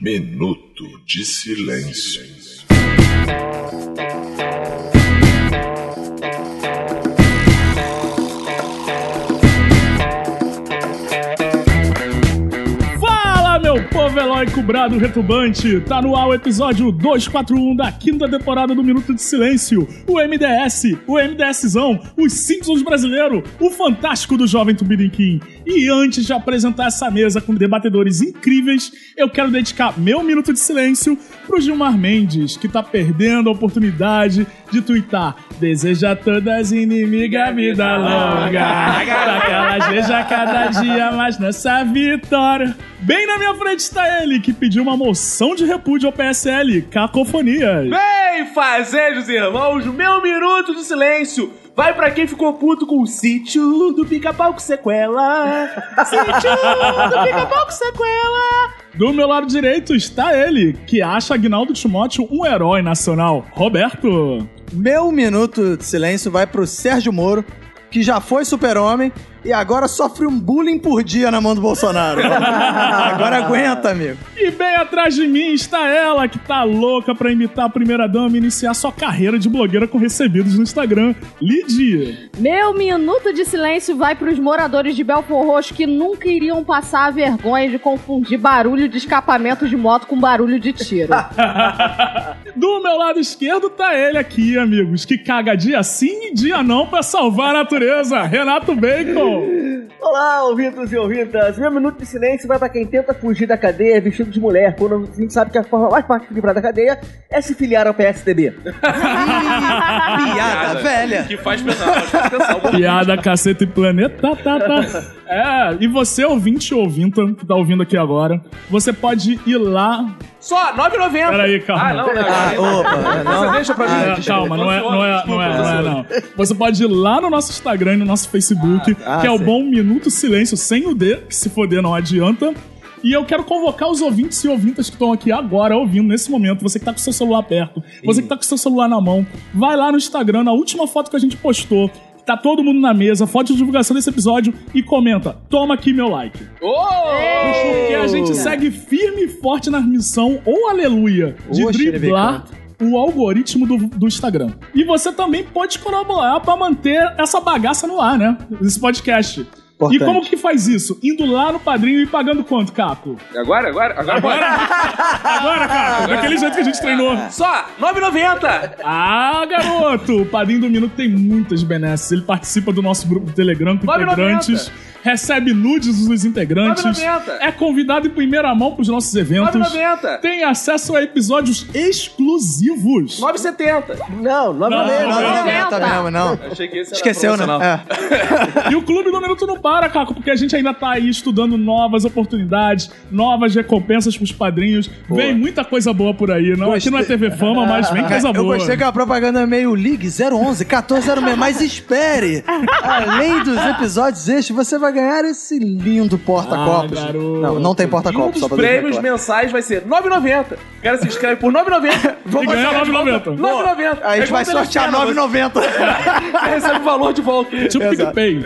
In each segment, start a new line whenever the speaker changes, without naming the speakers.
Minuto de Silêncio.
Fala, meu povo heróico brado retumbante! Tá no ar o episódio 241 da quinta temporada do Minuto de Silêncio. O MDS, o MDSzão, os Simpsons brasileiro, o fantástico do jovem Tubiriquim. E antes de apresentar essa mesa com debatedores incríveis, eu quero dedicar meu Minuto de Silêncio pro Gilmar Mendes, que tá perdendo a oportunidade de twittar Deseja a todas inimigas vida longa Pra que elas vejam cada dia mais nessa vitória Bem na minha frente está ele, que pediu uma moção de repúdio ao PSL, Cacofonias
Bem, fazejos irmãos, meu minuto de silêncio vai pra quem ficou puto com o sítio do pica-pau com sequela. sítio do pica-pau com sequela.
Do meu lado direito está ele, que acha Agnaldo Timóteo um herói nacional, Roberto
Meu minuto de silêncio vai pro Sérgio Moro, que já foi super-homem e agora sofre um bullying por dia na mão do Bolsonaro. agora aguenta, amigo.
E bem atrás de mim está ela, que tá louca pra imitar a primeira-dama e iniciar sua carreira de blogueira com recebidos no Instagram, Lidia.
Meu minuto de silêncio vai para os moradores de Belfor Roxo que nunca iriam passar a vergonha de confundir barulho de escapamento de moto com barulho de tiro.
Do meu lado esquerdo tá ele aqui, amigos, que caga dia sim e dia não pra salvar a natureza, Renato Bacon.
Olá, ouvintos e ouvintas! Meu minuto de silêncio vai pra quem tenta fugir da cadeia vestido de mulher, quando a gente sabe que a forma mais fácil de livrar da cadeia é se filiar ao PSDB.
Piada, velha.
Que faz pensar, faz pensar.
Piada, caceta e planeta. Tá, tá. É, e você, ouvinte ou ouvinta, que tá ouvindo aqui agora, você pode ir lá.
Só, 9,90.
Peraí, calma.
Ah, não, não.
Ah, opa,
Você
não.
deixa pra mim.
É,
Deixa
calma,
eu-
não é, não é, não é, não é,
Desculpa,
não. Você pode ir lá no nosso Instagram e no nosso Facebook,
ah,
que é o
sim.
Bom Minuto Silêncio, sem o D, que se foder não adianta. E eu quero convocar os ouvintes e ouvintas que estão aqui agora ouvindo, nesse momento, você que tá com o seu celular perto, você que tá com o seu celular na mão, vai lá no Instagram, na última foto que a gente postou, que tá todo mundo na mesa, foto de divulgação desse episódio, e comenta, toma aqui meu like. Porque a gente segue firme e forte na missão, ou aleluia, de
Ô,
driblar o algoritmo do, do Instagram. E você também pode colaborar pra manter essa bagaça no ar, né? Esse podcast. E
Importante.
como que faz isso? Indo lá no padrinho e pagando quanto, Caco?
Agora, agora, agora. agora.
Agora, Caco, daquele jeito que a gente treinou.
Só, 9,90.
Ah, garoto! O padrinho do Minuto tem muitas benesses. Ele participa do nosso grupo do Telegram com
9,90.
integrantes, recebe nudes dos integrantes,
9,90.
é convidado em primeira mão pros nossos eventos,
9,90.
tem acesso a episódios exclusivos.
9,70.
Não, não
Não,
é
não,
não,
não.
Aguenta mesmo, não.
Achei que esse era
Esqueceu, né?
profissional.
É.
E o Clube do Minuto não para, Caco, porque a gente ainda tá aí estudando novas oportunidades, novas recompensas pros padrinhos. Vem muita coisa boa por aí. Não, aqui não é TV Fama, mas vem coisa
Eu
boa.
gostei que a propaganda é meio Ligue 011 1406, mas espere! Além dos episódios extras, você vai ganhar esse lindo porta-copos.
Ah, garoto.
não, não tem
E um
porta-copos,
dos
É, só pra
prêmios
deixar claro.
mensais vai ser 9,90. O cara se inscreve por 9,90.
E ganha 9,90.
9,90.
A
É
gente vai
quando ele
sortear
espera,
9,90.
Você recebe o valor de volta.
Tipo
Exato.
PicPay.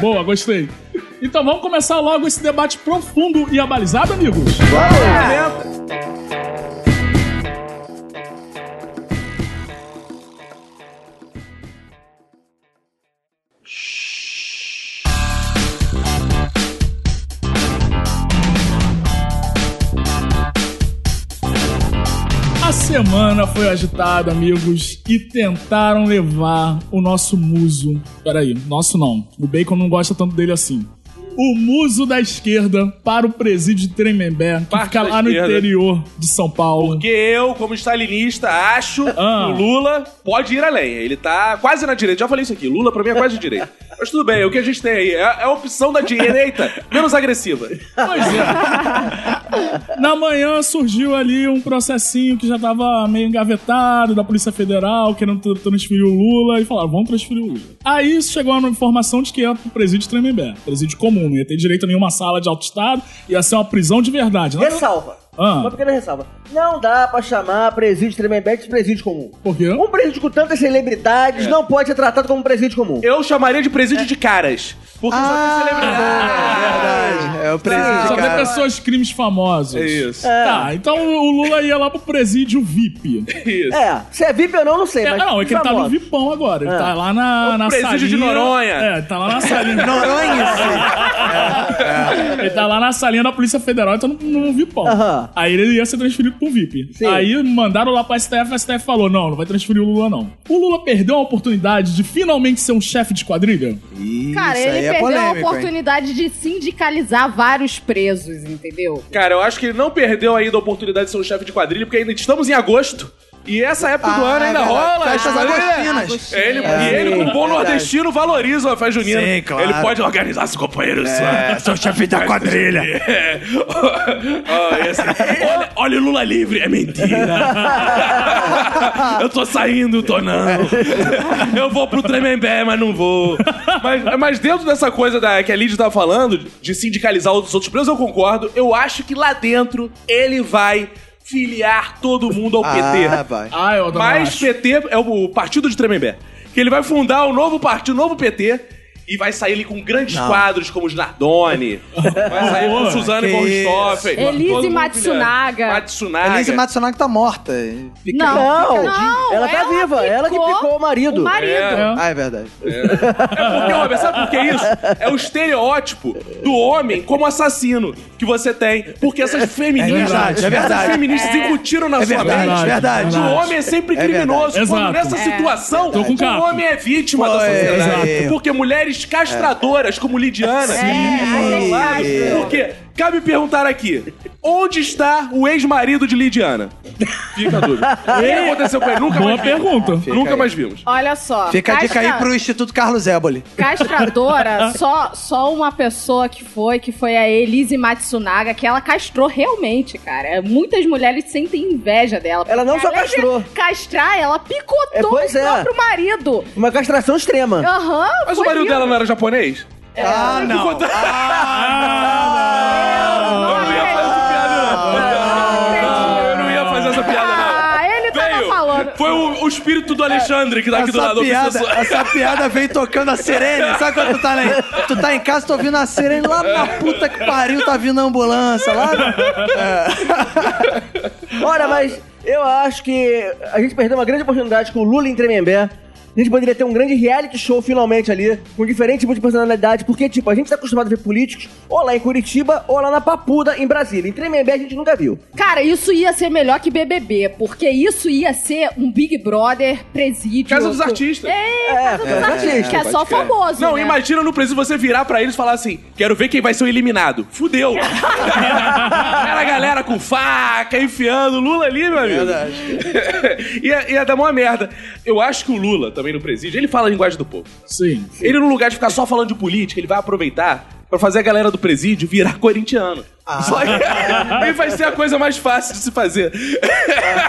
Boa, gostei. Então vamos começar logo esse debate profundo e abalizado, amigos? A semana foi agitada, amigos, e tentaram levar o nosso muso. Peraí, nosso não. O Bacon não gosta tanto dele assim. O muso da esquerda para o presídio de Tremembé, que
Parte
fica
da
lá no
esquerda.
interior de São Paulo.
Porque eu, como stalinista, acho
Ah.
que o Lula pode ir além. Ele tá quase na direita. Já falei isso aqui. Lula, pra mim, é quase de direita. Mas tudo bem, o que a gente tem aí é é a opção da direita menos agressiva.
Pois é. Na manhã surgiu ali um processinho que já tava meio engavetado da Polícia Federal, querendo tr- transferir o Lula, e falaram, vamos transferir o Lula. Aí chegou a informação de que ia pro presídio Tremembé, presídio comum, não ia ter direito a nenhuma sala de alto estado, ia ser uma prisão de verdade. Não,
Ressalva.
Ah.
Uma pequena ressalva. Não dá pra chamar presídio Tremembete de presídio comum.
Por quê?
Um presídio com tantas
É.
celebridades não pode ser tratado como um presídio comum.
Eu chamaria de presídio de caras. Porque só tem celebridade.
é Ah, verdade. É o presídio,
Só tem
cara.
pessoas crimes famosos.
É isso.
Tá, então o Lula ia lá pro presídio VIP.
Isso.
É, se é VIP ou não, não sei.
É,
mas
não, é que ele tá no
famoso.
VIPão agora. Ele
É.
tá lá na,
O
na salinha.
presídio de Noronha.
É, tá lá na salinha. É.
Noronha.
ele tá lá na salinha da Polícia Federal, então não, não VIPão.
Aham.
Aí ele ia ser transferido pro VIP.
Sim.
Aí mandaram lá pra STF, a STF falou, não, não vai transferir o Lula, não. O Lula perdeu a oportunidade de finalmente ser um chefe de quadrilha?
Isso
Cara,
aí
ele
é
perdeu
polêmico,
a
hein?
oportunidade de sindicalizar vários presos, entendeu?
Cara, eu acho que ele não perdeu ainda a oportunidade de ser um chefe de quadrilha, porque ainda estamos em agosto. E essa época do
Ah,
ano
é
ainda
verdade.
rola.
Festas
as quadrilhas-
agostinas.
Ele,
É,
e ele,
sim,
como bom
verdade.
nordestino, valoriza a festa junina.
Sim, claro.
Ele pode organizar seu companheiro. É, sou chefe da quadrilha. assim, olha, olha o Lula livre, é mentira. eu tô saindo, tô não. eu vou pro Tremembé, mas não vou. Mas, mas dentro dessa coisa da, que a Lidia tava falando, de sindicalizar os outros presos, eu concordo. Eu acho que lá dentro ele vai filiar todo mundo ao PT.
Ah, vai.
Ah, eu também
Mais
acho.
PT é o partido de Tremembé. Que ele vai fundar o novo partido, o novo PT. E vai sair ali com grandes quadros como os Nardoni. vai sair com
Boa.
Suzane
Que
von Richthofen.
Elise
todo mundo
Matsunaga.
filhado. Matsunaga.
Elise Matsunaga tá morta. Fica-
Não,
Não,
não,
ela tá viva, ela que picou o marido.
O marido.
É.
Ah, é verdade.
Porque, Robert, sabe por que isso? É o estereótipo do homem como assassino que você tem. Porque essas feministas,
verdade, é verdade.
essas feministas incutiram na
É
sua
verdade,
mente.
verdade.
que O homem é sempre
É verdade.
criminoso. Quando
Exato.
nessa situação,
Tô com
o
capo.
homem é vítima da
Foi,
sociedade.
exato.
Porque mulheres castradoras, como Lidiana,
É,
Ih,
até
porque cabe perguntar aqui: onde está o ex-marido de Lidiana? Fica a dúvida. O que aconteceu com ele? Nunca
Boa
mais vimos.
pergunta.
Nunca
aí.
mais vimos.
Olha só.
Fica a dica aí
castra-
pro Instituto Carlos Éboli.
Castradora, só, só uma pessoa que foi, que foi a Elise Matsunaga, que ela castrou realmente, cara. Muitas mulheres sentem inveja dela.
Ela não
Porque
só
além de
castrou.
Castrar, ela picotou
É, pois
o
é.
próprio marido.
Uma castração extrema.
Aham.
Mas
foi
o
É.
marido
lindo.
dela não é- era japonês?
Ah, não.
Ah,
Eu não ia fazer essa piada, não. Não, eu não ia fazer essa piada, não.
Ah, ele tava
Veio.
falando.
Foi o, o espírito do Alexandre que tá aqui do
Essa
lado. o
piada,
obsessor.
essa piada vem tocando a sirene. Sabe quando tu tá, lá, em- tu tá em casa, tu ouvindo a sirene lá na puta que pariu, tá vindo a ambulância lá.
Olha, mas eu acho que a gente perdeu uma grande oportunidade com o Lula em Tremembé. A gente poderia ter um grande reality show finalmente ali, com diferentes tipos de personalidade, porque, tipo, a gente tá acostumado a ver políticos ou lá em Curitiba ou lá na Papuda, em Brasília. Em Tremembé a gente nunca viu.
Cara, isso ia ser melhor que BBB, porque isso ia ser um Big Brother presídio.
Casa dos Artistas.
É, Casa dos
é,
Artistas, que é só famoso.
Não,
né?
imagina no presídio você virar pra eles e falar assim: quero ver quem vai ser o eliminado. Fudeu! Era a galera com faca, enfiando o Lula ali, meu amigo.
Verdade.
ia, ia dar uma merda. Eu acho que o Lula, também no presídio, ele fala a linguagem do povo.
Sim.
Ele, no lugar de ficar só falando de política, ele vai aproveitar pra fazer a galera do presídio virar corintiano. Só que- e vai ser a coisa mais fácil de se fazer.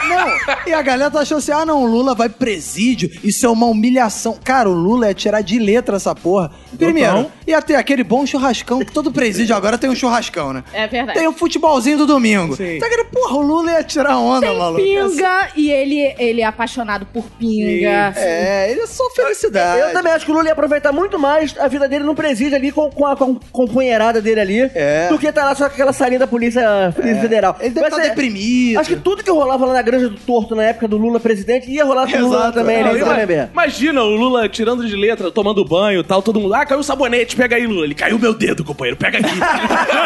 Não, e a galera tá achando assim, ah não, o Lula vai presídio, isso é uma humilhação. Cara, o Lula é tirar de letra essa porra. Primeiro, ia ter aquele bom churrascão, que todo presídio agora tem um churrascão, né?
É verdade.
Tem o futebolzinho do domingo. Então aquele, porra, o Lula ia tirar onda,
Tem
maluco.
pinga e ele, ele é apaixonado por pinga.
É, ele é só felicidade.
Eu também acho que o Lula ia aproveitar muito mais a vida dele no presídio ali com, com a com- companheirada dele ali
É.
do que tá lá só com aquela salinha da Polícia Federal.
Ele deve
Vai
estar
ser-
deprimido.
Acho que tudo que rolava lá na Granja do Torto na época do Lula presidente ia rolar com o Lula
Exato.
também,
Não,
né? em
Ima-
Tremembé.
Imagina o Lula tirando de letra, tomando banho e tal, todo mundo. Ah, caiu o sabonete, pega aí, Lula. Ele caiu meu dedo, companheiro, pega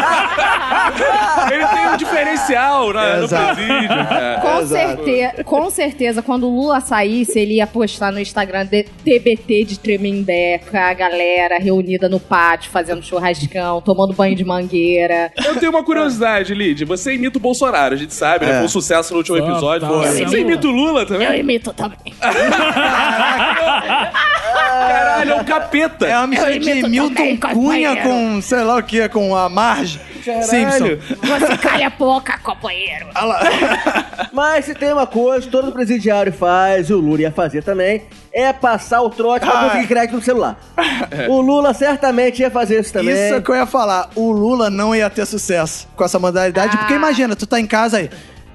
aqui. ele tem um diferencial na, no
Exato.
presídio. cara.
É,
Com, certeza, com certeza, quando o Lula saísse, ele ia postar no Instagram de TBT de Tremembé, com a galera reunida no pátio, fazendo churrascão, tomando banho de mangueira.
Eu tenho uma curiosidade, Lid. Você imita o Bolsonaro, a gente sabe, né?
É.
Foi um sucesso no último
Tá,
episódio.
tá.
Você
Sim.
imita o Lula
Eu
também?
imito também.
Caralho, é um capeta.
É uma mistura de
imito
um
Milton
também,
Cunha
companheiro.
com, sei lá o que, com a Marge. Simpson.
Você calha a boca, companheiro.
Mas se tem uma coisa que todo presidiário faz, e o Lula ia fazer também, é passar o trote pra
Ah.
conseguir crédito no celular.
É.
O Lula certamente ia fazer isso também.
Isso é que eu ia falar. O Lula não ia ter sucesso com essa modalidade,
Ah.
porque imagina, tu tá em casa aí.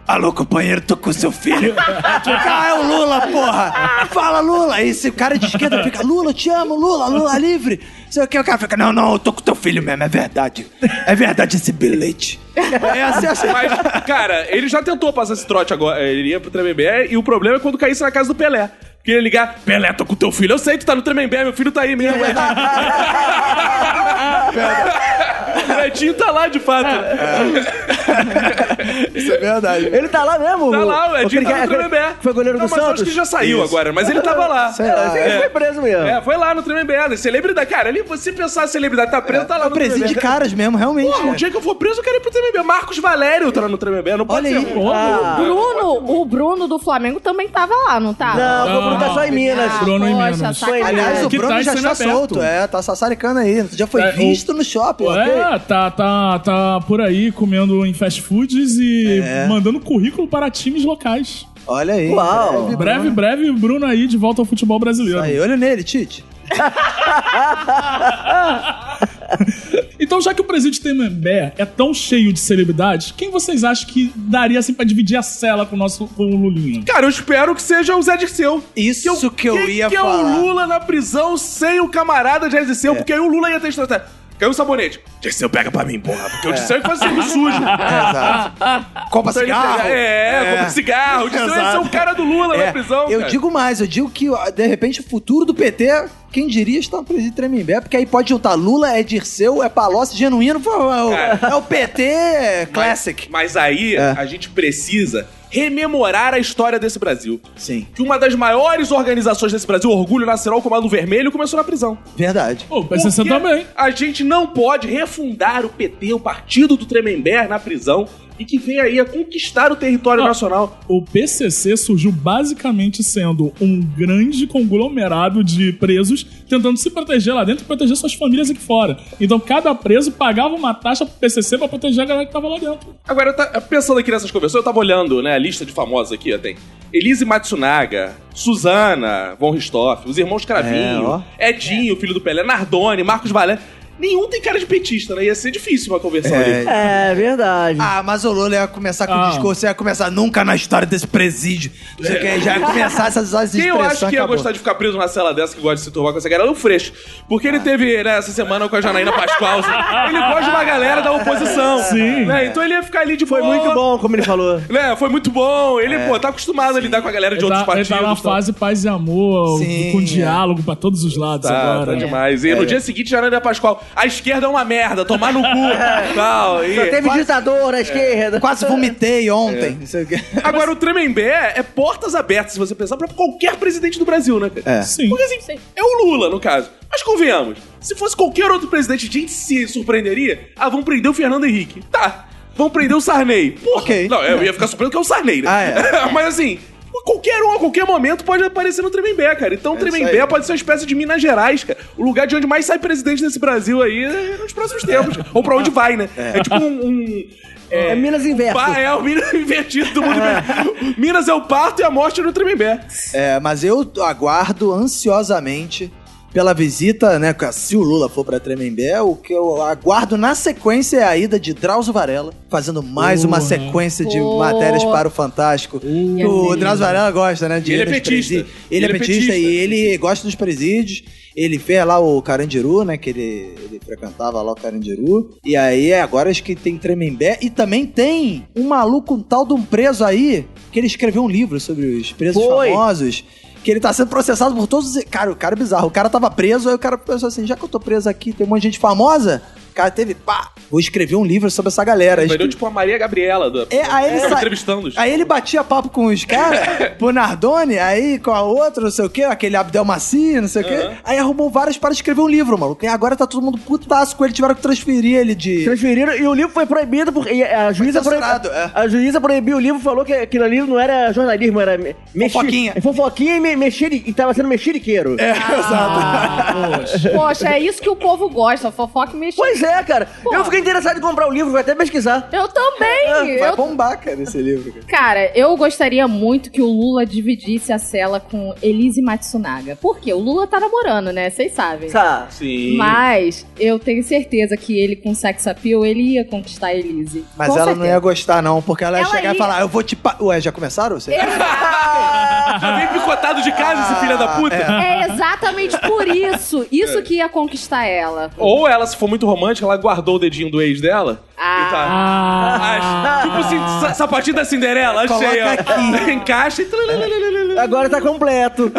Alô, companheiro, tô com seu filho. Aí tu, ah, é o Lula, porra. Fala, Lula. Aí esse cara de esquerda fica, Lula, eu te amo, Lula, Lula, livre. Não Sei o que, o cara fica, não, não, eu tô com teu filho mesmo, é verdade. É verdade esse bilhete. É assim, assim.
Mas, cara, ele já tentou passar esse trote agora. Ele ia pro Tremembé e o problema é quando caísse na casa do Pelé. Porque ele ia ligar, Pelé, tô com teu filho. Eu sei, tu tá no Tremembé, meu filho tá aí mesmo. O Netinho tá lá, de fato.
É. Isso é verdade.
Ele tá lá mesmo?
Tá lá, o Edinho
Aquele
tá no
cara-
Tremembé.
Foi goleiro
Não,
do
mas eu
Santos?
acho que já saiu agora, mas ele tava lá.
Sei
É,
lá.
ele foi preso mesmo.
É, foi lá no Tremembé. né? Celebridade, cara, ali, você pensar a celebridade tá preso, tá lá
É o
no
presídio de
Tremembé.
caras mesmo, realmente. né?
Porra, o dia que eu for preso, eu quero ir pro Tremembé. Marcos Valério tá no Tremembé, não pode
Olha
ser. um
aí.
ruim.
Ah.
Bruno, o Bruno do Flamengo também tava lá, não tava?
Não, foi Bruno tá só em Minas.
Ah,
Bruno em
poxa,
Minas.
sacanagem.
Aliás, o
Que
Bruno
tá
já está
semi-aberto.
solto. É, tá sassaricando aí. Já foi
É, o-
visto no shopping, ok?
É, tá, tá, tá por aí comendo em fast foods e mandando currículo para times locais.
Olha aí.
Uau.
Breve,
Breve, breve, Bruno aí de volta ao futebol brasileiro.
Tá
Aí, olha nele, Tite.
Então, já que o presídio Temembé é tão cheio de celebridades, quem vocês acham que daria assim pra dividir a cela com o nosso com o Lulinha?
Cara, eu espero que seja o Zé Dirceu.
Isso que eu,
que,
ia
que
falar. É.
é o Lula na prisão sem o camarada de Dirceu? Porque aí o Lula ia ter estratégia. Caiu o sabonete. Dirceu, pega pra mim, porra. Porque o Dirceu é que faz serviço sujo.
Compra
Então ele
cigarro.
pega- É, compra cigarro. O Dirceu ia ser
Exato.
o cara do Lula na
É,
prisão.
eu
cara.
digo mais, eu digo que de repente o futuro do PT, quem diria, está no presídio Tremembé, porque aí pode juntar Lula, é Dirceu, é Palocci, genuíno, pô, é o,
Cara.
é o PT
Mas-
Classic.
Mas aí
É.
a gente precisa rememorar a história desse Brasil.
Sim,
Que uma das maiores organizações desse Brasil, Orgulho Nacional Comando Vermelho, começou na prisão.
verdade.
Pô, o PCC
Porque
também.
A gente não pode refundar o PT, o partido do Tremembé, na prisão e que vem aí a conquistar o território
Não.
nacional.
O PCC surgiu basicamente sendo um grande conglomerado de presos tentando se proteger lá dentro e proteger suas famílias aqui fora. Então, cada preso pagava uma taxa pro PCC pra proteger a galera que tava lá dentro.
Agora, eu tá- pensando aqui nessas conversas, eu tava olhando né, a lista de famosos aqui, ó, tem Elise Matsunaga, Suzana von Ristoff, os irmãos Cravinho, Edinho, filho do Pelé, Nardone, Marcos Valério. Nenhum tem cara de petista, né? Ia ser difícil uma conversão ali.
É, verdade.
Ah, mas o Lula ia começar com
Ah.
o discurso, ia começar nunca na história desse presídio. Não sei o que, já ia começar essas, essas
É. Quem eu
expressões.
acho que ia
acabou.
gostar de ficar preso numa cela dessa que gosta de se turbar com essa galera é o Freixo. Porque ele teve, né, essa semana com a Janaína Pascoal. assim, ele gosta de uma galera da oposição.
Sim.
né? Então ele ia ficar ali de
Foi
boa,
muito bom, É. como ele falou.
Né? Foi muito bom. Ele, pô, tá acostumado a lidar com a galera
ele,
de outros
tá, ele
partidos. então.
tá na
tal.
fase paz e amor,
Sim,
com
é.
diálogo pra todos os lados
Tá,
agora. né?
tá demais. E
É.
no dia seguinte, Janaína Pascoal. A esquerda é uma merda, tomar no cu. tal. E...
Só teve ditador
É.
na esquerda.
Quase vomitei ontem. Não sei o quê.
Agora, o Tremembé é portas abertas, se você pensar, pra qualquer presidente do Brasil, né, cara?
É.
Sim.
Porque assim, é o Lula, no caso. Mas convenhamos, se fosse qualquer outro presidente, a gente se surpreenderia. Ah, vão prender o Fernando Henrique. Tá. Vão prender o Sarney. Porra.
Ok.
Não, eu ia ficar surpreso que é o Sarney, né?
Ah, é.
Mas assim. Qualquer um, a qualquer momento, pode aparecer no Tremembé, cara. Então, o Tremembé
aí.
pode ser uma espécie de Minas Gerais, cara. O lugar de onde mais sai presidente desse Brasil aí é nos próximos tempos. Ou pra onde vai, né? É, tipo um- um
É, Minas Inverso.
Pá, é o Minas invertido do mundo. Minas é o parto e a morte é no Tremembé.
É, mas eu aguardo ansiosamente pela visita, né? Se o Lula for pra Tremembé, o que eu aguardo na sequência é a ida de Drauzio Varela, fazendo mais uma
Porra.
sequência de
Porra.
matérias para o Fantástico.
Ia
O
ser
Drauzio Varela gosta, né? De
E ele é
ir nos
petista.
presídios. Ele,
Ele é
é petista,
petista.
e ele gosta dos presídios. Ele vê lá o Carandiru, né? Que ele, ele frequentava lá o Carandiru. E aí, agora acho que tem Tremembé. E também tem um maluco, um tal de um preso aí, que ele escreveu um livro sobre os presos
Foi.
famosos. Que ele tá sendo processado por todos os. Cara, o cara é bizarro. O cara tava preso, aí o cara pensou assim: já que eu tô preso aqui, tem um monte de gente famosa. O cara teve. Pá! Vou escrever um livro sobre essa galera. Aí
Vendeu tipo a Maria Gabriela. Do...
É, aí ele
Tava
sai-
entrevistando-os.
Aí ele batia papo com os caras, pro Nardone, aí com a outra, não sei o quê, aquele Abdel Maci, não sei o quê. Aí arrumou vários para escrever um livro, maluco. E agora tá todo mundo putaço com ele, tiveram que transferir ele de.
Transferiram e o livro foi proibido porque e a juíza
Foi
proibiu,
censurado, é.
a juíza proibiu o livro falou que aquilo ali não era jornalismo era me- mexi- É
Fofoquinha.
fofoquinha e me, mexeri, e tava sendo mexeriqueiro.
É, exato.
Ah, poxa.
Poxa, é isso que o povo gosta, fofoca e mexerica.
Pois é, cara. Eu fiquei interessado em comprar o livro, vou até pesquisar.
Eu também!
Ah,
É, vai
eu
bombar, cara, esse livro. cara.
Cara, eu gostaria muito que o Lula dividisse a cela com Elise Matsunaga. Por quê? O Lula tá namorando, né? Vocês sabem.
Tá.
Sim.
Mas eu tenho certeza que ele com sex appeal, ele ia conquistar a Elise.
Mas
com
ela
certeza.
não ia gostar, não, porque ela ia
Ela
chegar
ia-
e falar, eu vou te... pa-" Ué, já começaram? Você...
É. Já vem picotado Tá de casa esse filho da puta.
É exatamente por isso. Isso que ia conquistar ela.
Ou ela, se for muito romântica, ela guardou o dedinho do ex dela.
Ah.
E tá.
Ah,
Acho- Tipo assim, sa- sapatinho da Cinderela, achei, ó.
aqui.
Encaixa e. trulululululu.
Agora tá completo.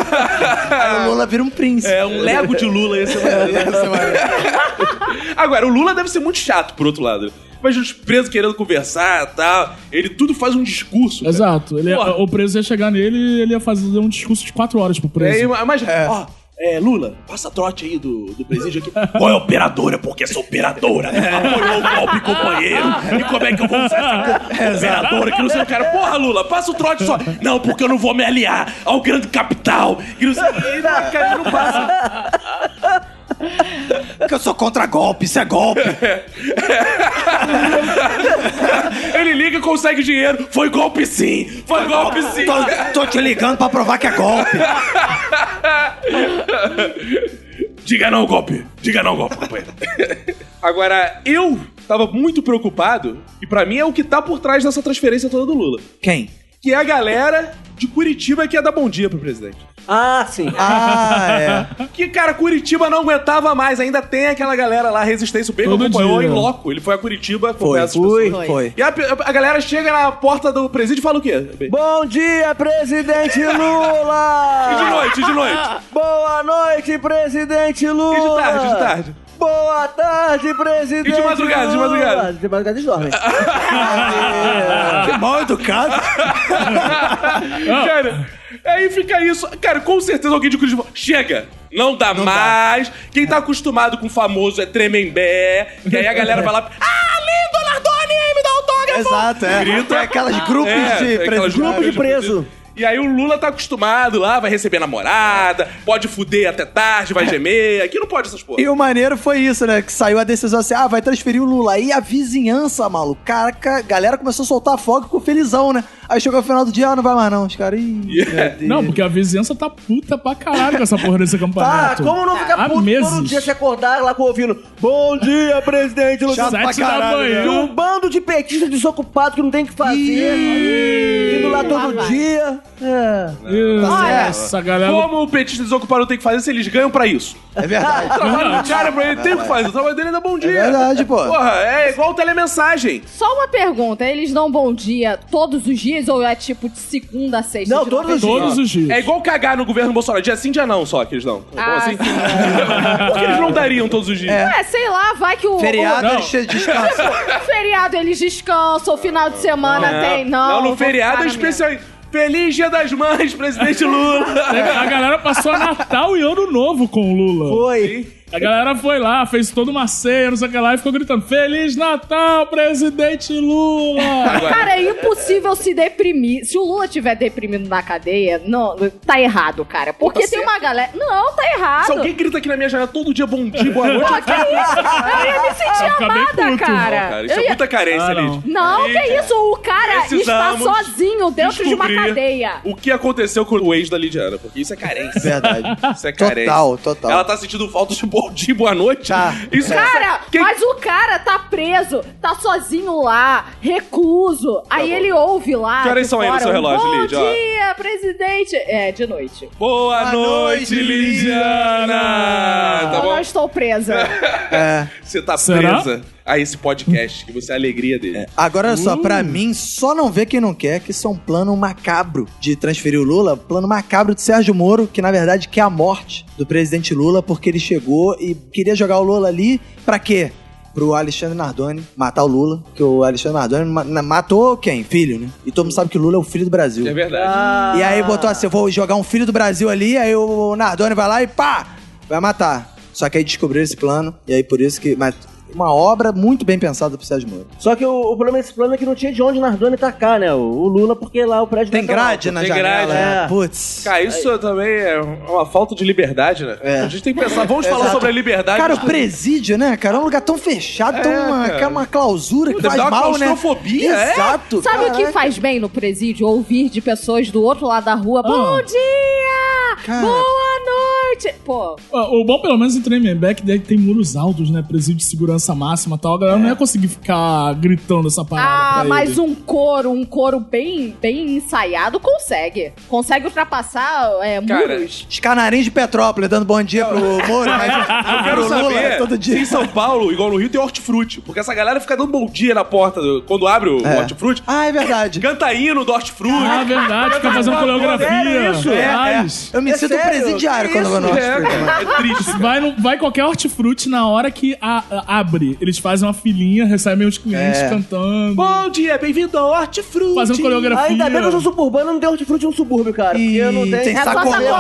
Aí o Lula vira um príncipe.
É, um Lego de Lula ia ser maneiro.
Você vai-
Agora, o Lula deve ser muito chato, por outro lado. Imagina os presos querendo conversar e tal. Ele tudo faz um discurso. cara.
Exato. Ele ia-
Porra.
o preso ia chegar nele e ele ia fazer um discurso de quatro horas pro
É,
preso.
ima- imagina, ó, é, Lula, passa trote aí do, do presídio aqui. É. Qual é a operadora? Porque sou operadora. Apoiou o golpe, companheiro. E como é que eu vou usar essa co- operadora que não sei o cara? Porra, Lula, passa o trote só. Não, porque eu não vou me aliar ao grande capital. E não sei o que. Cara, não passa.
Porque eu sou contra golpe, isso é golpe.
Ele liga e consegue dinheiro. Foi golpe sim. Foi golpe sim.
Tô, tô te ligando pra provar que é golpe.
Diga não, golpe. Diga não, golpe, companheiro. Agora, eu tava muito preocupado, e pra mim é o que tá por trás dessa transferência toda do Lula.
Quem?
que é a galera de Curitiba que ia dar bom dia pro presidente.
Ah, sim.
Ah, é.
Que, cara, Curitiba não aguentava mais. Ainda tem aquela galera lá, Resistência. O Bacon
Todo
acompanhou
dia.
em loco. Ele foi a Curitiba,
Foi,
acompanhar essas
foi,
pessoas.
foi.
E a, a galera chega na porta do presídio e fala o quê? Bem,
Bom dia, presidente
E de
Lula!
noite, e de
Ah.
noite.
Boa noite, presidente Lula!
E de tarde, de tarde.
Boa tarde, presidente
E de madrugada, de madrugada?
Lula. De madrugada eles dormem.
Que mal educado.
cara, aí fica isso. Cara, com certeza alguém de Curitiba fala, chega! Não dá mais. Quem tá acostumado com o famoso é tremembé. E aí a galera vai lá. Ah, lindo, Nardoni, me dá um autógrafo!
Exato, é.
Grita.
Tem aquelas grupos
É,
de
tem
presos.
aquelas
Grupo de
grupos
preso.
E aí o Lula tá acostumado lá, vai receber namorada, pode fuder até tarde, vai gemer. Aqui não pode essas porra.
E o maneiro foi isso, né? Que saiu a decisão assim, ah, vai transferir o Lula. Aí a vizinhança, maluco, caraca, a galera começou a soltar fogo com o felizão, né? Aí chegou o final do dia, ah, não vai mais não, os caras... Ih,
Yeah.
meu Deus.
Não, porque a vizinhança tá puta pra caralho com essa porra desse
Tá,
Ah,
acampamento.
como não
Há
ficar puto todo
meses.
dia se acordar lá com ouvindo Bom dia, presidente Lula!
Chato pra
Sete da
caralho, né?
manhã.
E um bando de petistas desocupados que não tem o que fazer. Indo lá todo dia. É.
Ih,
Olha.
Nossa, galera.
Como o petista desocupado tem que fazer se eles ganham pra isso?
É verdade.
O trabalho do cara pra ele tem o que fazer. O trabalho dele é dar bom dia.
verdade, pô.
Porra, é igual telemensagem.
Só uma pergunta, eles dão um bom dia todos os dias ou é tipo de segunda a sexta? Tipo,
Não,
de
todos os
novembro?
Todos os dias.
É igual cagar no governo Bolsonaro. Dia sim, dia não, só que eles dão. Tá bom
Ah,
assim?
sim.
Porque eles não dariam todos os dias.
É, sei lá, vai que o
Feriado, é
Não.
eles che- descansam.
o feriado eles descansam, o final de semana tem, não.
Não, no
vou
feriado
ficar
é
na
especial. Feliz Dia das Mães, presidente Lula.
A galera passou Natal e Ano Novo com o Lula.
É.
Foi.
A galera foi lá, fez toda uma ceia, não sei o que lá, e ficou gritando: Feliz Natal, presidente Lula!
minha. Cara, é impossível se deprimir. Se o Lula tiver deprimido na cadeia, não, tá errado, cara. Porque
Tá
tem
certo.
uma galera. Não, tá errado.
Se alguém grita aqui na minha janela todo dia, bom dia, boa noite.
Pô, que isso? Eu ia me sentir
ficar bem
amada,
puto.
cara.
Não, cara, isso
Eu
é
ia-
muita carência,
Ah, não.
Lid.
Não, que isso? O cara está
Precisamos
sozinho dentro de uma
Descobrir
cadeia.
O que aconteceu com o ex da Lidiana? Porque isso é carência.
verdade.
Isso é carência.
Total, total.
Ela tá sentindo falta de bom dia, boa noite.
Tá.
Isso é-
Cara,
Quem-
mas o cara tá preso, tá sozinho lá, recuso. aí
Tá bom.
ele ouve lá.
Que horas
de
são aí no
fora
seu
um,
relógio,
Bom
Lídia? Ó."
dia, presidente. É, de noite.
Boa,
Boa
noite,
noite,
Lidiana. Tá
eu não
bom?
estou presa.
É.
Você tá
Será?
presa a esse podcast, que você é a alegria dele.
Agora olha só, pra mim, só não vê quem não quer, que isso é um plano macabro de transferir o Lula, plano macabro de Sérgio Moro, que na verdade quer a morte do presidente Lula, porque ele chegou e queria jogar o Lula ali, pra quê? Pro Alexandre Nardoni matar o Lula, que o Alexandre Nardoni ma- na- matou quem? Filho, né? E todo mundo sabe que o Lula é o filho do Brasil.
É verdade.
E aí botou assim, eu vou jogar um filho do Brasil ali, aí o Nardoni vai lá e pá, vai matar. Só que aí descobriram esse plano, e aí por isso que... Mas uma obra muito bem pensada pro Sérgio Moro.
Só que o, o problema desse plano é que não tinha de onde Nardone tacar, né? O, o Lula, porque lá o prédio...
Tem
não tá lá.
grade na
Tem
janela.
grade,
né?
é.
Putz.
Cara, isso também é uma falta de liberdade, né? A gente tem que pensar, vamos falar
É. Exato.
sobre a liberdade.
Cara,
mas-
o presídio, né, cara? É um lugar tão fechado, tão uma,
cara.
uma clausura que
Puta,
faz
dá uma
mal, né?
claustrofobia, é?
Exato.
Sabe o que
Caraca.
faz bem no presídio? Ouvir de pessoas do outro lado da rua. Bom dia!
Cara.
Boa noite! Pô,
Ah, O bom, pelo menos, em Tremembé é que daí tem muros altos, né? Presídio de segurança máxima e tal. A galera não ia conseguir ficar gritando essa parada.
ah,
pra
mas
ele.
um coro, um coro bem, bem ensaiado consegue. Consegue ultrapassar é,
Cara,
muros.
Os canarinhos de Petrópolis dando bom dia pro Moro,
Eu
mas pro
quero
Lula
saber
é todo
se
dia.
em São Paulo, igual no Rio, tem hortifruti. Porque essa galera fica dando um bom dia na porta do- quando abre o
É.
hortifruti.
Ah, é verdade.
Canta hino do hortifruti. É.
Ah, verdade, fica fazendo coreografia.
Sério isso?
É, é.
Faz.
Eu me
É
sinto um
sério?
presidiário quando eu vou no né?
Isso, é,
hospital.
cara, é triste.
Vai, no- vai qualquer hortifruti na hora que a- a- abre. Eles fazem uma filinha, recebem os clientes cantando,
Bom dia, bem-vindo ao hortifruti.
fazendo coreografia.
Ainda bem que eu sou suburbano, não tem hortifruti em um subúrbio, cara.
Ih,
porque eu não tenho...
tem
É só
sacolé.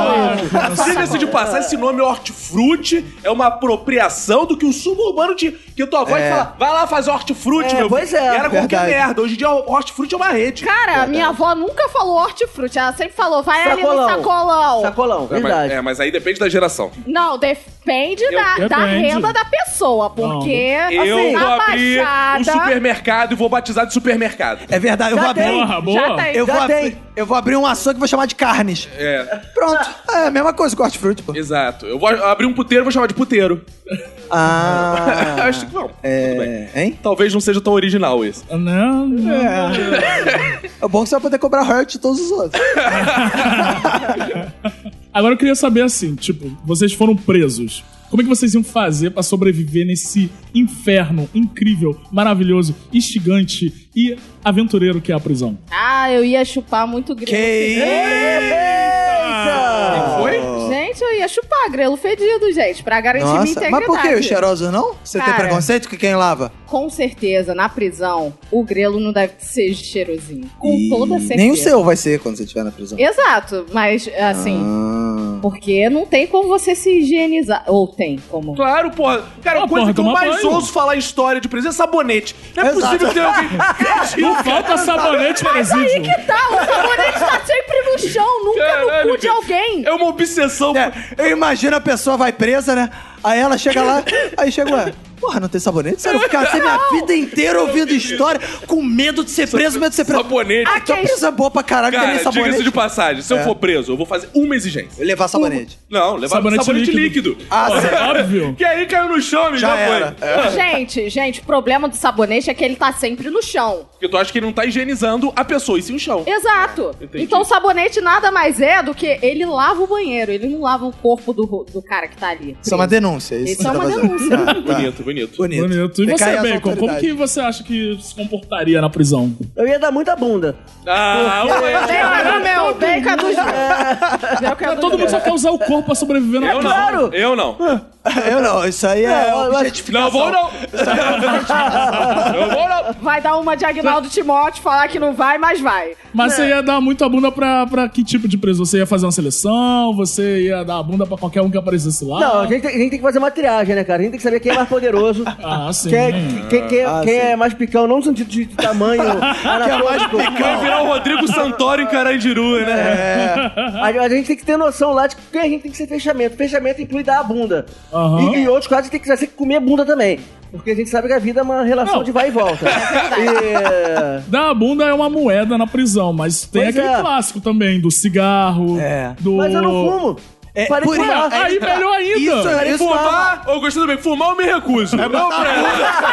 sacolé.
Diga-se de passar, esse nome hortifruti é uma apropriação do que o suburbano tinha. Que tua avó
É.
fala, vai lá fazer hortifruti,
É,
meu.
pois é,
E era qualquer
verdade.
merda. Hoje em dia, o hortifruti é uma rede.
Cara, a minha avó nunca falou hortifruti. Ela sempre falou, vai ali no
Sacolão.
sacolão.
Sacolão,
É, mas,
verdade.
é, mas aí depende da geração.
Não, depende da, da
Depende.
renda da pessoa, porque
Eu
assim,
vou
na
abrir
Baixada...
um supermercado e vou batizar de supermercado.
É verdade, eu
Já
vou abrir.
tem.
Porra,
Já
boa.
tem.
Eu
Já
vou, abrir,
tem.
eu vou abrir um açougue e vou chamar de carnes.
É,
Pronto. É a mesma coisa com hortifruti, pô.
exato. Eu vou abrir um puteiro e vou chamar de puteiro.
Ah.
Acho que não. Tudo bem.
É, hein?
Talvez não seja tão original esse.
Não, não.
É bom que você vai poder cobrar royalties de todos os outros.
Agora eu queria saber assim, tipo, vocês foram presos. Como é que vocês iam fazer pra sobreviver nesse inferno incrível, maravilhoso, instigante e aventureiro que é a prisão?
Ah, eu ia chupar muito grilo.
isso?
Foi?
Gente, eu ia chupar grelo fedido, gente, pra garantir minha
Nossa,
integridade.
mas por que os cheirosos não? Você tem
Cara.
preconceito com quem lava?
Com certeza, na prisão, o grelo não deve ser cheirosinho. Com
Ih,
toda certeza.
Nem o seu vai ser quando você estiver na prisão.
Exato, mas assim,
Ah.
porque não tem como você se higienizar. Ou tem como.
Claro, porra.
Ah,
Cara, uma coisa
porra,
que eu
tomar
mais
banho.
ouso falar em história de prisão é sabonete. Não é
Exato.
possível que tenha alguém.
Não falta sabonete presídio.
Tá, o sabonete tá sempre no chão, nunca
Caralho,
no É, cu de
cara.
alguém.
É uma obsessão.
É, eu imagino a pessoa vai presa, né? Aí ela chega lá, aí chega, ué, porra, não tem sabonete? Você não ficar assim minha vida inteira ouvindo história, com medo de ser preso, medo de ser preso.
Sabonete.
Ah, que
Ok.
coisa boa pra caralho, não tem
Cara,
nem sabonete.
diga-se de passagem, se eu for preso, eu vou fazer uma exigência.
Levar sabonete.
Não, levar
Sabonete
sabonete, líquido.
líquido.
Ah, sim.
Óbvio.
Que aí caiu no chão, amigo.
Já
Já foi.
era.
Gente, gente, o problema do sabonete é que ele tá sempre no chão.
Porque tu acha que ele não tá higienizando a pessoa, e sim o chão.
Exato.
Ah, entendi.
Então o sabonete nada mais é do que ele lava o banheiro, ele não lava o corpo do, ro- do cara que tá ali.
Isso é uma denúncia. Isso,
Isso
que
é
você
uma
tá fazendo.
denúncia.
Ah, tá.
Bonito, bonito.
Bonito. é
Bonito. E
Pecai
você,
as
Bacon, como
autoridades.
que você acha que se comportaria na prisão?
Eu ia dar muita bunda.
Ah, ué.
Bacon é do meu, bacon é dos meus. Bacon é
Todo
dos
mundo
meus.
só quer usar o corpo pra sobreviver na
Eu
prisão.
não.
Claro.
Eu não.
Eu não, isso aí é,
É, eu acho-
objetificação.
Não vou não. Eu vou não.
Vai dar uma de Agnaldo Timóteo, falar que não vai, mas vai.
Mas você ia dar muito a bunda pra, pra que tipo de preso? Você ia fazer uma seleção? Você ia dar a bunda pra qualquer um que aparecesse lá?
Não, a gente, tem- a gente tem que fazer uma triagem, né, cara? A gente tem que saber quem é mais poderoso.
Ah, sim.
Quem, é- quem, quem,
Ah,
quem
sim.
é mais picão, não no sentido de tamanho
é
anatômico.
Vai virar o Rodrigo Santoro em Carandiru, né?
A, a gente tem que ter noção lá de quem a gente tem que ser fechamento. Fechamento inclui dar a bunda.
Aham.
E em outros casos a gente tem que saber comer bunda também. Porque a gente sabe que a vida é uma relação
Não. É
de vai e volta. E-
Dar a bunda é uma moeda na prisão, mas tem
Pois
aquele
é.
clássico também, do cigarro,
É.
do...
Mas eu não fumo.
É,
Parei
por
de
isso-
fumar.
é
Aí,
isso-
melhor ainda.
Isso, é isso
Fumar, eu gostei do bem. Fumar eu me recuso. não, pra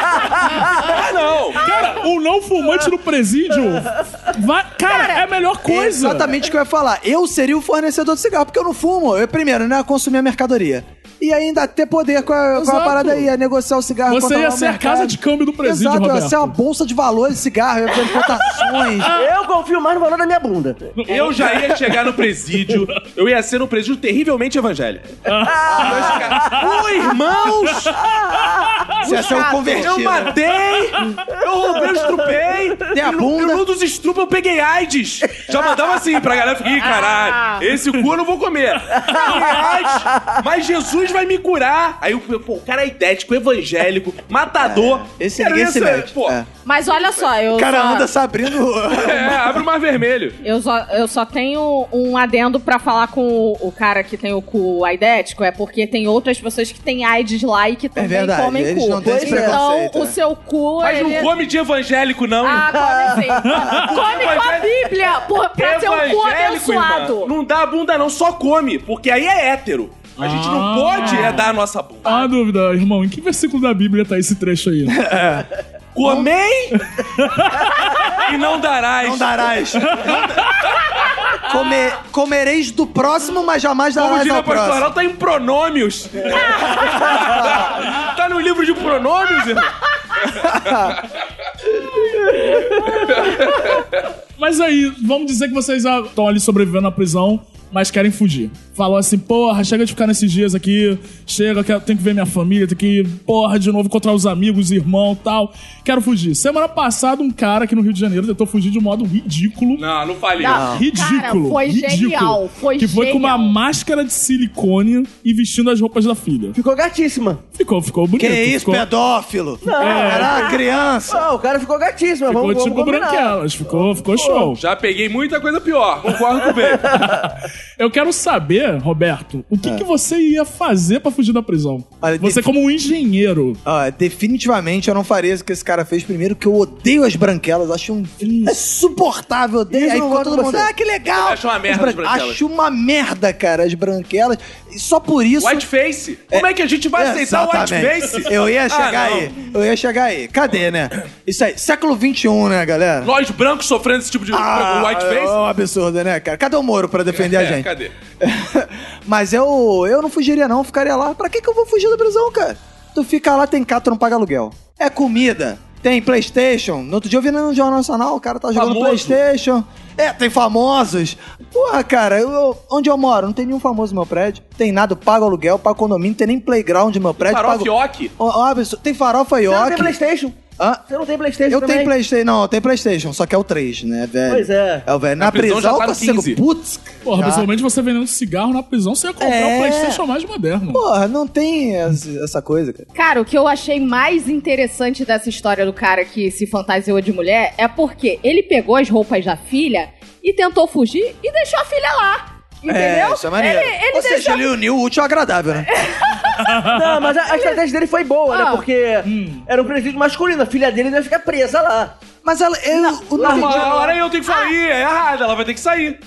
Ah, não.
Cara, o não fumante no presídio, vai... cara, é a melhor
É
coisa.
Exatamente o que eu ia falar. Eu seria o fornecedor de cigarro, porque eu não fumo. Eu, primeiro, né? Consumir a mercadoria. E ainda ter poder com a, com a
Exato.
parada aí, a negociar o cigarro.
Você
controlar
ia
o
ser a
mercado.
casa de câmbio do presídio,
Exato,
Roberto.
ia ser uma bolsa de valores de cigarro, ia fazer cotações.
tá.
Eu confio mais no valor da minha bunda.
Eu já ia chegar no presídio. Eu ia ser um presídio terrivelmente evangélico. Eu ia chegar, Ô, irmãos!
Você ia ser um convertido.
Eu matei, eu roubei, eu estrupei.
Tem a
e no-
bunda.
E no dos estrupos eu peguei AIDS. Já mandava assim pra galera. Fiquei, "Ih, caralho, esse cu eu não vou comer. Peguei AIDS, mas Jesus vai me curar. Aí, eu, pô, o cara é idético, evangélico, matador.
Esse
Cara,
ninguém se
isso é-
mete.
Pô,
É.
Mas olha só, eu.
O cara
só...
anda se abrindo.
é, abre o mar vermelho.
Eu só, eu só tenho um adendo pra falar com o, o cara que tem o cu aidético, é porque tem outras pessoas que têm AIDS lá e que também
É verdade,
comem
eles
cu.
não têm esse
então,
preconceito,
o
né?
seu cu.
Mas
ele...
não come de evangélico, não.
Ah, come sim. come com a Bíblia por, pra ser um cu
Evangélico, irmã,
abençoado.
Não dá a bunda, não, só come, porque aí é hétero. A gente não
Ah.
pode é dar a nossa bunda.
Ah, dúvida, irmão, em que versículo da Bíblia tá esse trecho aí?
Comei e não darás.
Não darás. Come- comereis do próximo, mas jamais
Como
darás
diria
ao
a pastoral,
próximo.
tá em pronômios. tá no livro de pronômios, irmão?
Mas aí, vamos dizer que vocês estão ali sobrevivendo na prisão, mas querem fugir. Falou assim, porra, chega de ficar nesses dias aqui, chega, quero, tenho que ver minha família, tenho que, porra, de novo encontrar os amigos, irmão tal. Quero fugir. Semana passada, um cara aqui no Rio de Janeiro tentou fugir de um modo ridículo.
Não, não falei.
Não.
Ridículo.
Cara, foi
ridículo,
genial, foi
Que foi com uma
genial.
máscara de silicone e vestindo as roupas da filha.
Ficou gatíssima.
Ficou, ficou bonito.
Que isso,
ficou,
pedófilo?
É.
Era criança.
Ah, o cara ficou gatíssima.
ficou
vamos,
tipo
vamos combinar.
branquelas, ficou, ficou show.
Já peguei muita coisa pior. Concordo com o Bê.
Eu quero saber, Roberto, o que, que você ia fazer pra fugir da prisão?
É. Olha,
você
de-
como um engenheiro.
Ah, definitivamente eu não faria isso que esse cara fez primeiro, que eu odeio as branquelas, acho um insuportável, odeio.
Isso eu
Aí
não
ficou
gosto
todo
de
mundo,
você.
ah, que legal!
Acho uma merda
As bran-
as branquelas.
Acho uma merda, cara, as branquelas. E só por isso.
Whiteface. Como é que a gente vai aceitar o
Exatamente.
whiteface?
Eu ia
Ah,
chegar
não.
aí. Eu ia chegar aí. Cadê, né? Isso aí, século XXI, né, galera?
Nós brancos sofrendo esse tipo de
É
whiteface?
um absurdo, né, cara? Cadê o Moro pra defender a
É,
gente?
cadê?
Mas eu, eu não fugiria, não. Eu Ficaria lá. Pra que, que eu vou fugir da prisão, cara? Tu fica lá, tem cato, não paga aluguel. É comida. Tem Playstation. No outro dia eu vi no Jornal Nacional, o cara tá jogando
Famoso.
Playstation. É, tem famosos. Porra, cara, eu- eu- onde eu moro? Não tem nenhum famoso no meu prédio. Tem nada, eu pago aluguel, pago condomínio, não tem nem playground no meu prédio.
Farol
pago...
Fioc.
Ó, ó, absurdo. Tem farofa
Você não
York.
tem Playstation?
Hã?
Você não tem Playstation
Eu
também?
tenho Playstation, não, eu tenho Playstation, só que é o 3, né, velho?
Pois é.
É o velho. Na,
Na prisão
prisão,
já tá
eu
no
consigo.
15.
Putz,
Porra,
já.
principalmente você vendendo cigarro na prisão, você ia comprar
É.
um Playstation mais moderno.
Porra, não tem essa essa coisa, cara.
Cara, o que eu achei mais interessante dessa história do cara que se fantasiou de mulher é porque ele pegou as roupas da filha e tentou fugir e deixou a filha lá. Entendeu?
isso é maneiro.
Ele, ele deixou
Ou seja, ele uniu o útil ao agradável, né?
Não, mas a, a estratégia dele foi boa,
Ah.
né? Porque era um presídio masculino. A filha dele ia ficar presa lá.
Mas ela. Eu, o
lá
nome-
fora.
Uma hora eu tenho que sair. É errado, ela vai ter que sair.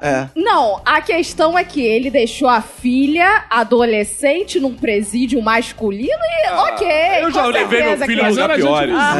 É.
É.
Não, a questão é que ele deixou a filha adolescente num presídio masculino e ok.
Ah, eu já
com
levei meu
certeza
filho
que- é
no
Mas era
Lugar
gente
pior.
visita,
Ah,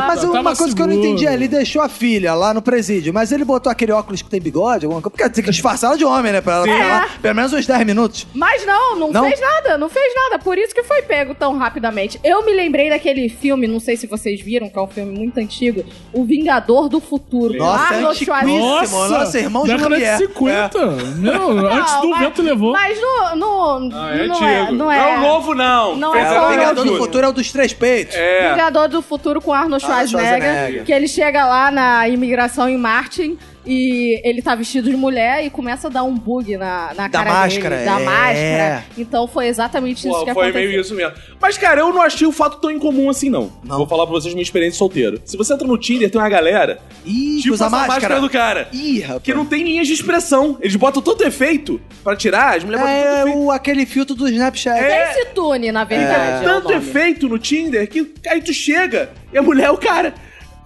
tá,
Mas uma
tava
coisa que eu não
seguro.
entendi, é, ele deixou a filha lá no presídio, mas ele botou aquele óculos que tem bigode, alguma coisa. Porque tem que disfarçar ela de homem, né? Pra ela ficar
É.
lá pelo menos uns 10 minutos.
Mas não, não,
Não?
fez nada, não fez nada. Por isso que foi pego tão rapidamente. Eu me lembrei daquele filme, não sei se vocês viram, que é um filme muito antigo, O Vingador do Futuro.
Nossa,
Arnold
antiquíssimo.
Schwarzenegger.
é Nossa,
Nossa, irmão É. de
década de
Lumière.
50. Meu, antes do
Não, mas-
vento levou.
Mas no, no, não,
é
não é,
antigo.
não
Não
é.
é o novo, não.
Não
Fez
é
a
só o
pegada
Vingador do Futuro é o dos três peitos.
É.
Vingador do Futuro com Arnold
Arnold
Schwarzenegger,
Ah, Schwarzenegger.
que ele chega lá na imigração em Martin e ele tá vestido de mulher e começa a dar um bug na, na
Da
cara
máscara,
dele, da
é.
máscara. Então foi exatamente isso
Pô,
que
foi
aconteceu.
meio isso mesmo. Mas, cara, eu não achei o fato tão incomum assim, não.
Não.
Vou falar pra vocês minha experiência solteira. Se você entra no Tinder, tem uma galera
Ih, que
tipo
usa
essa máscara.
máscara.
do cara.
Ih, rapaz.
Que não tem linhas de expressão. Eles botam tanto efeito pra tirar, as mulheres botam
É
tanto efeito.
o, aquele filtro do Snapchat.
É,
Tem esse tune, na verdade. é o
Tanto
nome.
efeito no Tinder que aí tu chega e a mulher é o cara.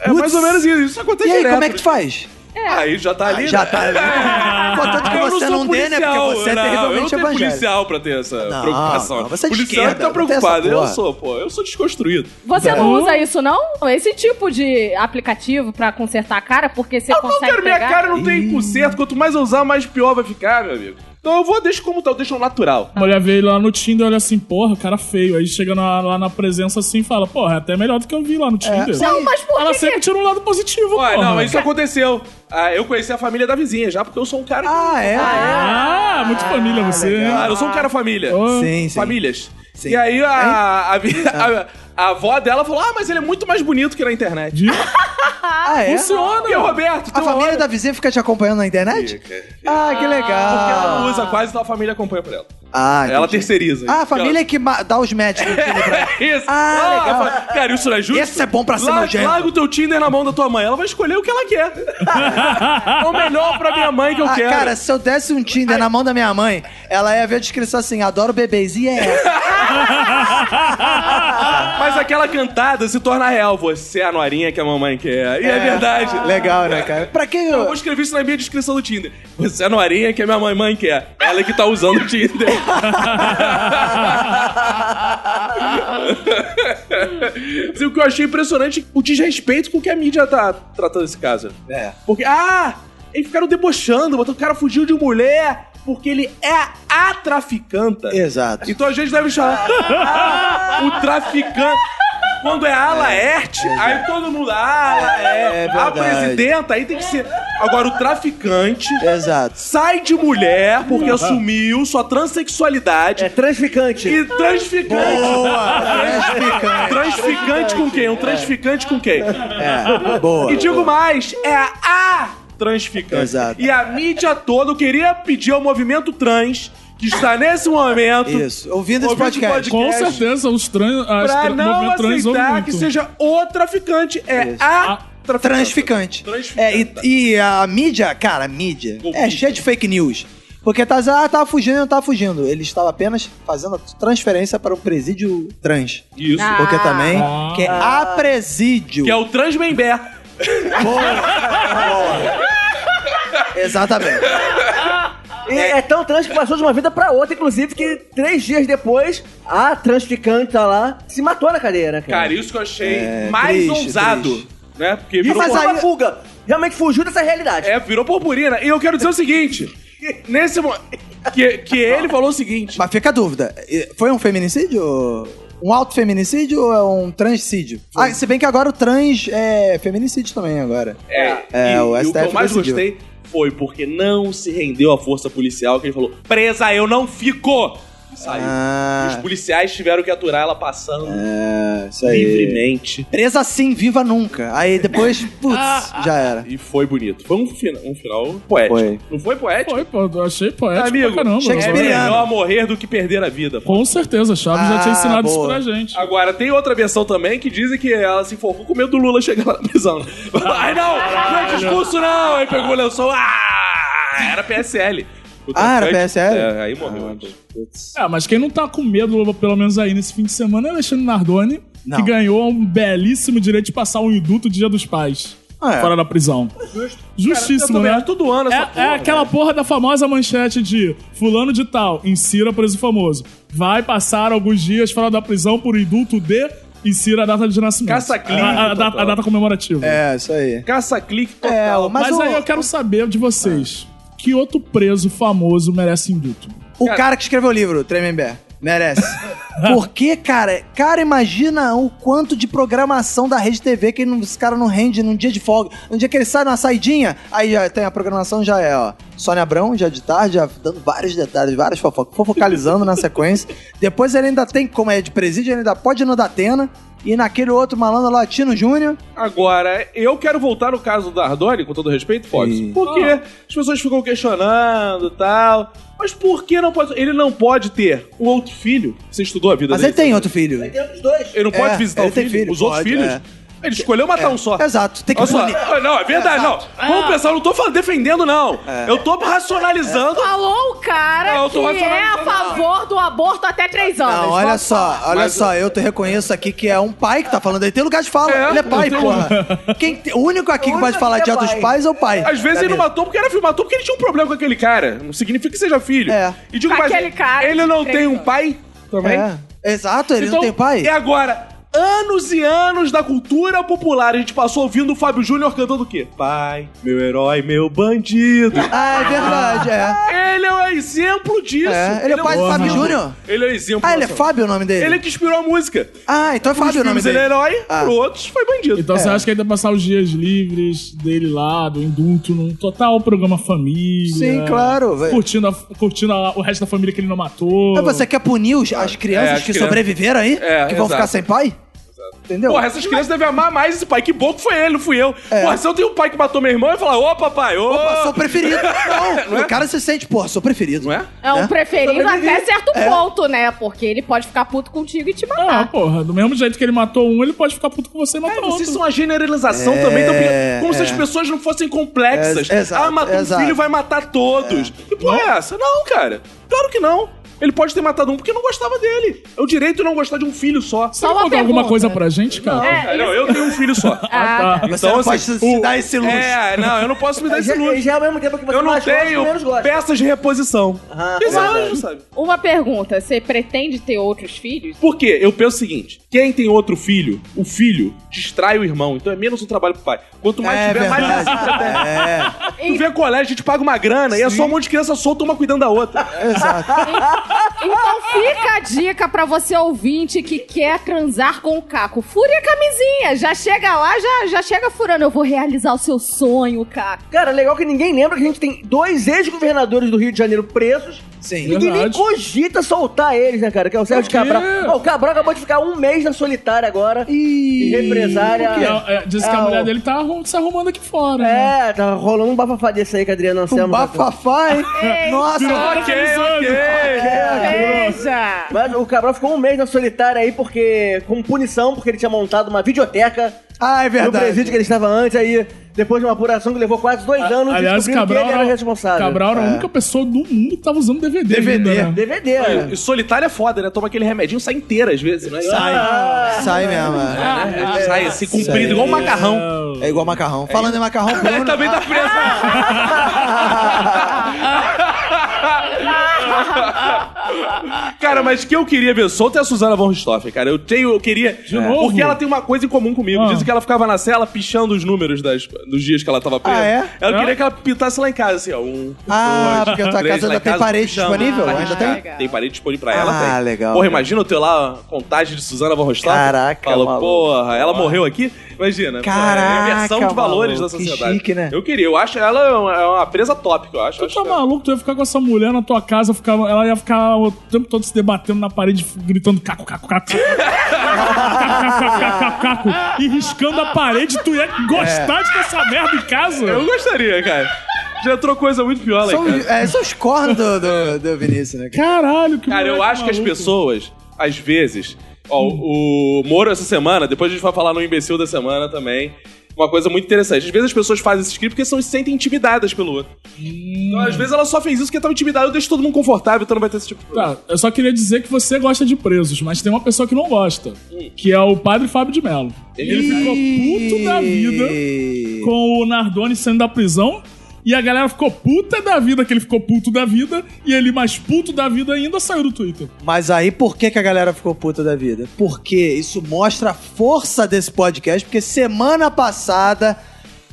É
Putz.
mais ou menos isso. Isso
E
acontece
aí,
direto.
como é que tu faz?
Aí já tá ali.
já
né?
tá ali. Contanto que
Eu
Ah, você
sou
não dê, né? Porque
policial,
você é
não,
terrivelmente
eu não tenho
evangélico.
policial pra ter essa
Não,
preocupação.
não, você é de
policial
esquerda,
tá
não tem essa
preocupado. Eu
porra.
sou, pô. Eu sou desconstruído.
Você não
Não.
usa isso, não? Esse tipo de aplicativo pra consertar a cara, porque você
Eu não
consegue
quero, minha
pegar...
cara não tem conserto. Quanto mais eu usar, mais pior vai ficar, meu amigo. Então eu vou, deixo como tá, eu deixo natural.
A mulher veio lá no Tinder e olha assim, porra, cara feio. Aí chega na- lá na presença assim e fala, porra, é até melhor do que eu vi lá no Tinder.
assim.
Não, mas por
Ela
que
sempre tira um lado positivo,
Ué,
porra.
não,
é-
isso é aconteceu. Ah, eu conheci a família da vizinha já, porque eu sou um cara.
Ah, é?
Ah, muito família você.
Ah, eu sou um cara família.
Oh.
Sim, sim.
Famílias.
Sim. Ah.
E aí a, a, vi- a- a avó dela falou: Ah, mas ele é muito mais bonito que na internet.
De-
Ah, é?
Funciona! E o Roberto,
A
tu
família
olha-
da vizinha fica te acompanhando na internet? Ah, que
Porque ela
legal.
não usa quase, então a família acompanha por ela.
Ah, entendi.
Ela né? terceiriza.
Ah, a família que ma- dá os match no Tinder pra
É isso.
Ah,
Ah, ela fala, Cara, isso não é justo.
Esse é bom pra ser
Larga-
nojento.
Larga o teu Tinder na mão da tua mãe. Ela vai escolher o que ela quer. é o melhor pra minha mãe que eu
Ah,
quero.
cara, se eu desse um Tinder na mão da minha mãe, ela ia ver a descrição assim, adoro bebês, e é essa. tá.
Mas aquela cantada se torna real. Você é a norinha que a mamãe quer. E é, verdade.
Legal, né, cara? Pra quem...
Eu vou escrever isso na minha descrição do Tinder. Você é a norinha que a minha mãe mãe quer. Ela é que tá usando o Tinder. Mas o que eu achei impressionante é o desrespeito com que a mídia tá tratando esse caso.
É.
Porque, ah, eles ficaram debochando, botou o cara fugiu de mulher porque ele é a traficanta.
Exato.
Então a gente deve chamar ah, o traficante. Quando é a Laerte, aí todo mundo, ah,
É
Laerte, a
verdade.
presidenta, aí tem que ser. Agora, o traficante
Exato.
sai de mulher porque assumiu sua transexualidade
É transficante.
e transficante.
Boa! Transficante.
Transficante com quem? Um transficante com quem?
É, boa.
E digo mais, é a, a transficante.
Exato.
E a mídia toda, eu queria pedir ao movimento trans, que está nesse momento...
Isso. Ouvindo esse podcast.
Com certeza, os trans, as
Pra
tra-
não
movimento trans ouvem
aceitar
muito.
que seja o traficante, é a traficante.
Transficante. É,
Transficante.
e, e a mídia, cara, a mídia
Golpista.
é cheia de fake news. Porque tá dizendo, ah, tava fugindo, não tava fugindo. Ele estava apenas fazendo a transferência para o presídio trans.
Isso.
Ah.
Porque também,
Ah.
que é a presídio.
Que é o transmembé.
Exatamente.
E é tão trans que passou de uma vida pra outra, inclusive, que três dias depois, a transficante tá lá se matou na cadeia, né, cara?
Cara, isso que eu achei
É,
mais
triste,
ousado.
triste.
Né? Porque
e
virou,
faz
por-
aí... uma fuga. Realmente fugiu dessa realidade.
é, virou purpurina. E eu quero dizer o seguinte: nesse momento. Que, que ele falou o seguinte.
Mas fica a dúvida: e- foi um feminicídio? ou- Um autofeminicídio ou é um transcídio? Ah, se bem que agora o trans é feminicídio também agora.
É,
É,
e,
o
e o que eu
STF
mais
decidiu.
gostei foi porque não se rendeu à força policial, que ele falou: presa, eu não fico! E saiu. E os
Ah,
policiais tiveram que aturar ela passando
é, isso aí.
livremente.
Presa assim, viva nunca. Aí depois, putz, já era.
E foi bonito. Foi um, fina- um final poético.
Foi.
Não foi poético?
Foi, pô, eu achei poético
Amigo,
pra caramba.
É
Shakespeareano.
melhor morrer do que perder a vida. pô.
Com certeza, Chaves já tinha
Ah,
ensinado isso
boa.
pra gente.
Agora, tem outra versão também que dizem que ela se enforcou com medo do Lula chegar lá na prisão. Ai, não! Não é discurso, não! Aí pegou o lençol. Ah! Era PSL. O
Ah, era
traficante-
PSL?
É, aí morreu. então.
É, mas quem não tá com medo, pelo menos aí nesse fim de semana, é Alexandre Nardoni,
Não.
que ganhou um belíssimo direito de passar um induto Dia dos Pais.
Ah, é.
Fora da prisão.
Eu
Justíssimo,
também
né?
acho todo ano essa
É,
porra, né?
é aquela
velho.
porra da famosa manchete de fulano de tal, insira preso famoso. Vai passar alguns dias fora da prisão por indulto de insira a data de nascimento.
Caça-clique
A, a- a data-
total.
a data comemorativa.
É, isso aí.
Caça-clique total.
É, o-
Mas,
Mas
aí eu quero saber de vocês, que outro preso famoso merece induto?
O cara que escreveu o livro, Tremembé, merece. Porque, cara, cara, imagina o quanto de programação da Rede TV que ele não- esse cara não rende num dia de folga. Um dia que ele sai numa saidinha, aí já tem a programação, já é, ó. Sônia Abrão, já de tarde, já dando vários detalhes, várias fofocas, fofocalizando na sequência. Depois ele ainda tem, como é de presídio, ele ainda pode ir no Datena. E naquele outro malandro latino júnior.
Agora, eu quero voltar no caso do Ardoni, com todo respeito, Fox.
Sim.
Porque as pessoas ficam questionando e tal. Mas por que não pode. Ele não pode ter o outro filho? Você estudou a vida
Mas
dele?
ele tem outro filho.
Tem os dois.
Ele não
É,
pode visitar
ele
o
tem
filho,
filho,
os outros
pode,
filhos?
é.
Ele escolheu matar um só.
Exato, tem que
Olha só.
punir.
Ah, Não, é verdade, não. Vamos pensar, eu não tô falando- defendendo, não.
É.
Eu tô racionalizando.
Falou o cara
Não, eu tô
que é a
racionalizando.
favor do aborto até três anos.
Não, olha só, olha só, eu te reconheço aqui que é um pai que tá falando, ele tem lugar de fala,
É,
ele é pai,
eu tenho-
porra. Quem te- o único
O
aqui que
único
pode falar
que é
dia dos
pai.
pais é o pai.
Às vezes ele não matou porque era filho, matou porque ele tinha um problema com aquele cara. Não significa que seja filho.
É.
E digo
Com
mais,
aquele cara
ele
de
não
três
tem um
anos.
pai também? Então,
É. Exato, ele não tem pai.
E agora, anos e anos da cultura popular. A gente passou ouvindo o Fábio Júnior cantando o quê? Pai, meu herói, meu bandido.
Ah, é verdade, é.
Ele é o exemplo disso.
É, ele é o pai do
um
Fábio
exemplo.
Júnior?
Ele é o exemplo.
Ah, ele é
nossa.
Fábio o nome dele?
Ele é que inspirou a música.
Ah, então é
Para os
Fábio o nome
filmes
dele.
ele é herói,
Ah.
para outros foi bandido.
Então você acha que ainda passar os dias livres dele lá, do indulto, num total programa família.
Sim, claro, velho.
Curtindo, a- curtindo a- o resto da família que ele não matou.
Mas você quer punir os- as crianças
É, as
que
crianças.
sobreviveram aí?
É,
que vão
exato.
ficar sem pai? Entendeu?
Porra, essas crianças devem amar mais esse pai. Que bom que foi ele, não fui eu. Porra, se eu tenho um pai que matou meu irmão, eu ia falar, ô papai, ô.
Opa, sou preferido. Não,
Não é?
o cara se sente, porra, sou preferido.
Não é?
É um
É?
preferido até certo ponto, né? Porque ele pode ficar puto contigo e te
Ah,
matar.
porra, do mesmo jeito que ele matou um, ele pode ficar puto com você e matar
Cara,
outro.
É, vocês são a generalização também, então, porque- como se as
é.
pessoas não fossem complexas.
É, exato,
ah, matou um
exato.
filho, vai matar todos. Que porra é essa? Não, cara. Claro que não. Ele pode ter matado um porque não gostava dele. É o direito de não gostar de um filho só.
Você
Só
vai
uma
contar alguma
pergunta.
coisa pra gente, cara?
É,
Cara, não,
isso-
eu tenho um filho só.
Ah, tá.
Você não pode se- se dar esse luxo.
É, não, eu não posso me dar
Aí
esse
já,
luxo.
aí já é ao mesmo tempo que você
Eu não
mais gosta,
tenho
menos gosta.
peças de reposição.
Ah,
Exato,
verdade.
sabe?
Uma pergunta: você pretende ter outros filhos?
Por quê? Eu penso o seguinte: quem tem outro filho, o filho distrai o irmão, então é menos um trabalho pro pai. Quanto mais
É
tiver, mais
verdade.
necessita até.
É,
Tu vê colégio, a gente paga uma grana e é só um monte de criança solta uma cuidando da outra.
exato.
Então fica a dica pra você ouvinte que quer transar com o Caco. Fure a camisinha, já chega lá, já, já chega furando. Eu vou realizar o seu sonho, Caco.
Cara, legal que ninguém lembra que a gente tem dois ex-governadores do Rio de Janeiro presos.
Sim.
Ninguém nem
Verdade.
cogita soltar eles, né, cara? Que é o Sérgio
Por quê?
Cabral. Ó, o Cabral acabou de ficar um mês na solitária agora.
Ih,
Represária.
por quê?
É, é, diz que a
É,
mulher
o-
dele tá arrum- se arrumando aqui fora. né?
É, tá rolando um bafafá desse aí com a Adriana
Um
Anselmo. tá
bafafá, hein?
Ei,
Nossa,
Tá organizando.
Veja!
É, Mas o Cabral ficou um mês na solitária aí porque, como punição, porque ele tinha montado uma videoteca
ah, é
no presídio
verdade.
que ele estava antes, aí depois de uma apuração que levou quase dois anos,
Aliás,
descobriram
Cabral
que ele era
era, um
responsável.
Cabral era a única pessoa do mundo que tava usando DVD.
DVD.
ainda, né?
DVD, né?
E solitário é foda, né? Toma aquele remedinho, sai inteira às vezes, né?
Sai. Sai mesmo. é.
Né? Ele sai assim, comprido,
Sai.
igual um macarrão.
É igual macarrão. Falando em macarrão,
Ele
Bruno.
também tá preso. cara, mas que eu queria ver solta é a Suzana von Richthofen, cara. Eu tenho, eu queria. De
novo?
Porque ela tem uma coisa em comum comigo.
Ah.
Dizem que ela ficava na cela pichando os números das, dos dias que ela tava presa.
Ah, é?
Ela
É?
queria que ela pintasse lá em casa, assim, ó. Um.
Ah,
dois,
porque a tua
três,
casa
lá em
ainda tem parede
pichando.
disponível?
Pra
Ainda
riscar.
tem?
Tem parede disponível pra ela, tem.
Ah, legal.
Porra, imagina eu ter lá a contagem de Suzana von Richthofen.
Caraca,
Falou,
maluco.
porra, ela morreu aqui? Imagina. porra, é a inversão
Caraca,
de valores da
maluco, que
sociedade.
chique, né? Então
Eu queria, eu acho ela é uma- é uma presa top, que eu acho.
Tu
acho
tá
que ela-
maluco? Tu ia ficar com essa mulher na tua casa, ficar, ela ia ficar o tempo todo se debatendo na parede, gritando caco, caco, caco. caco, caco, caco, caco, caco, caco, e riscando a parede. Tu ia gostar de ter essa merda em casa?
Eu gostaria, cara. Já entrou coisa muito pior lá em
São,
casa.
é, são os cornos do, do, do Vinícius, né? cara?
Caralho, que
Cara, eu
moleque
acho que as
é maluco.
pessoas, às vezes. Ó, o o Moro essa semana, depois a gente vai falar no imbecil da semana também. Uma coisa muito interessante. Às vezes as pessoas fazem esse script porque são, se sentem intimidadas pelo outro. Então, às vezes ela só fez isso porque tava intimidada. Eu deixo todo mundo confortável, então não vai ter esse tipo de problema.
Tá, eu só queria dizer que você gosta de presos, mas tem uma pessoa que não gosta,
Hum.
que é o padre Fábio de Mello. Ele ficou puto da vida
vida.
com o Nardoni saindo da prisão. E a galera ficou puta da vida, que ele ficou puto da vida, e ele mais puto da vida ainda saiu do Twitter.
Mas aí, por que, que a galera ficou puta da vida? Porque isso mostra a força desse podcast, porque semana passada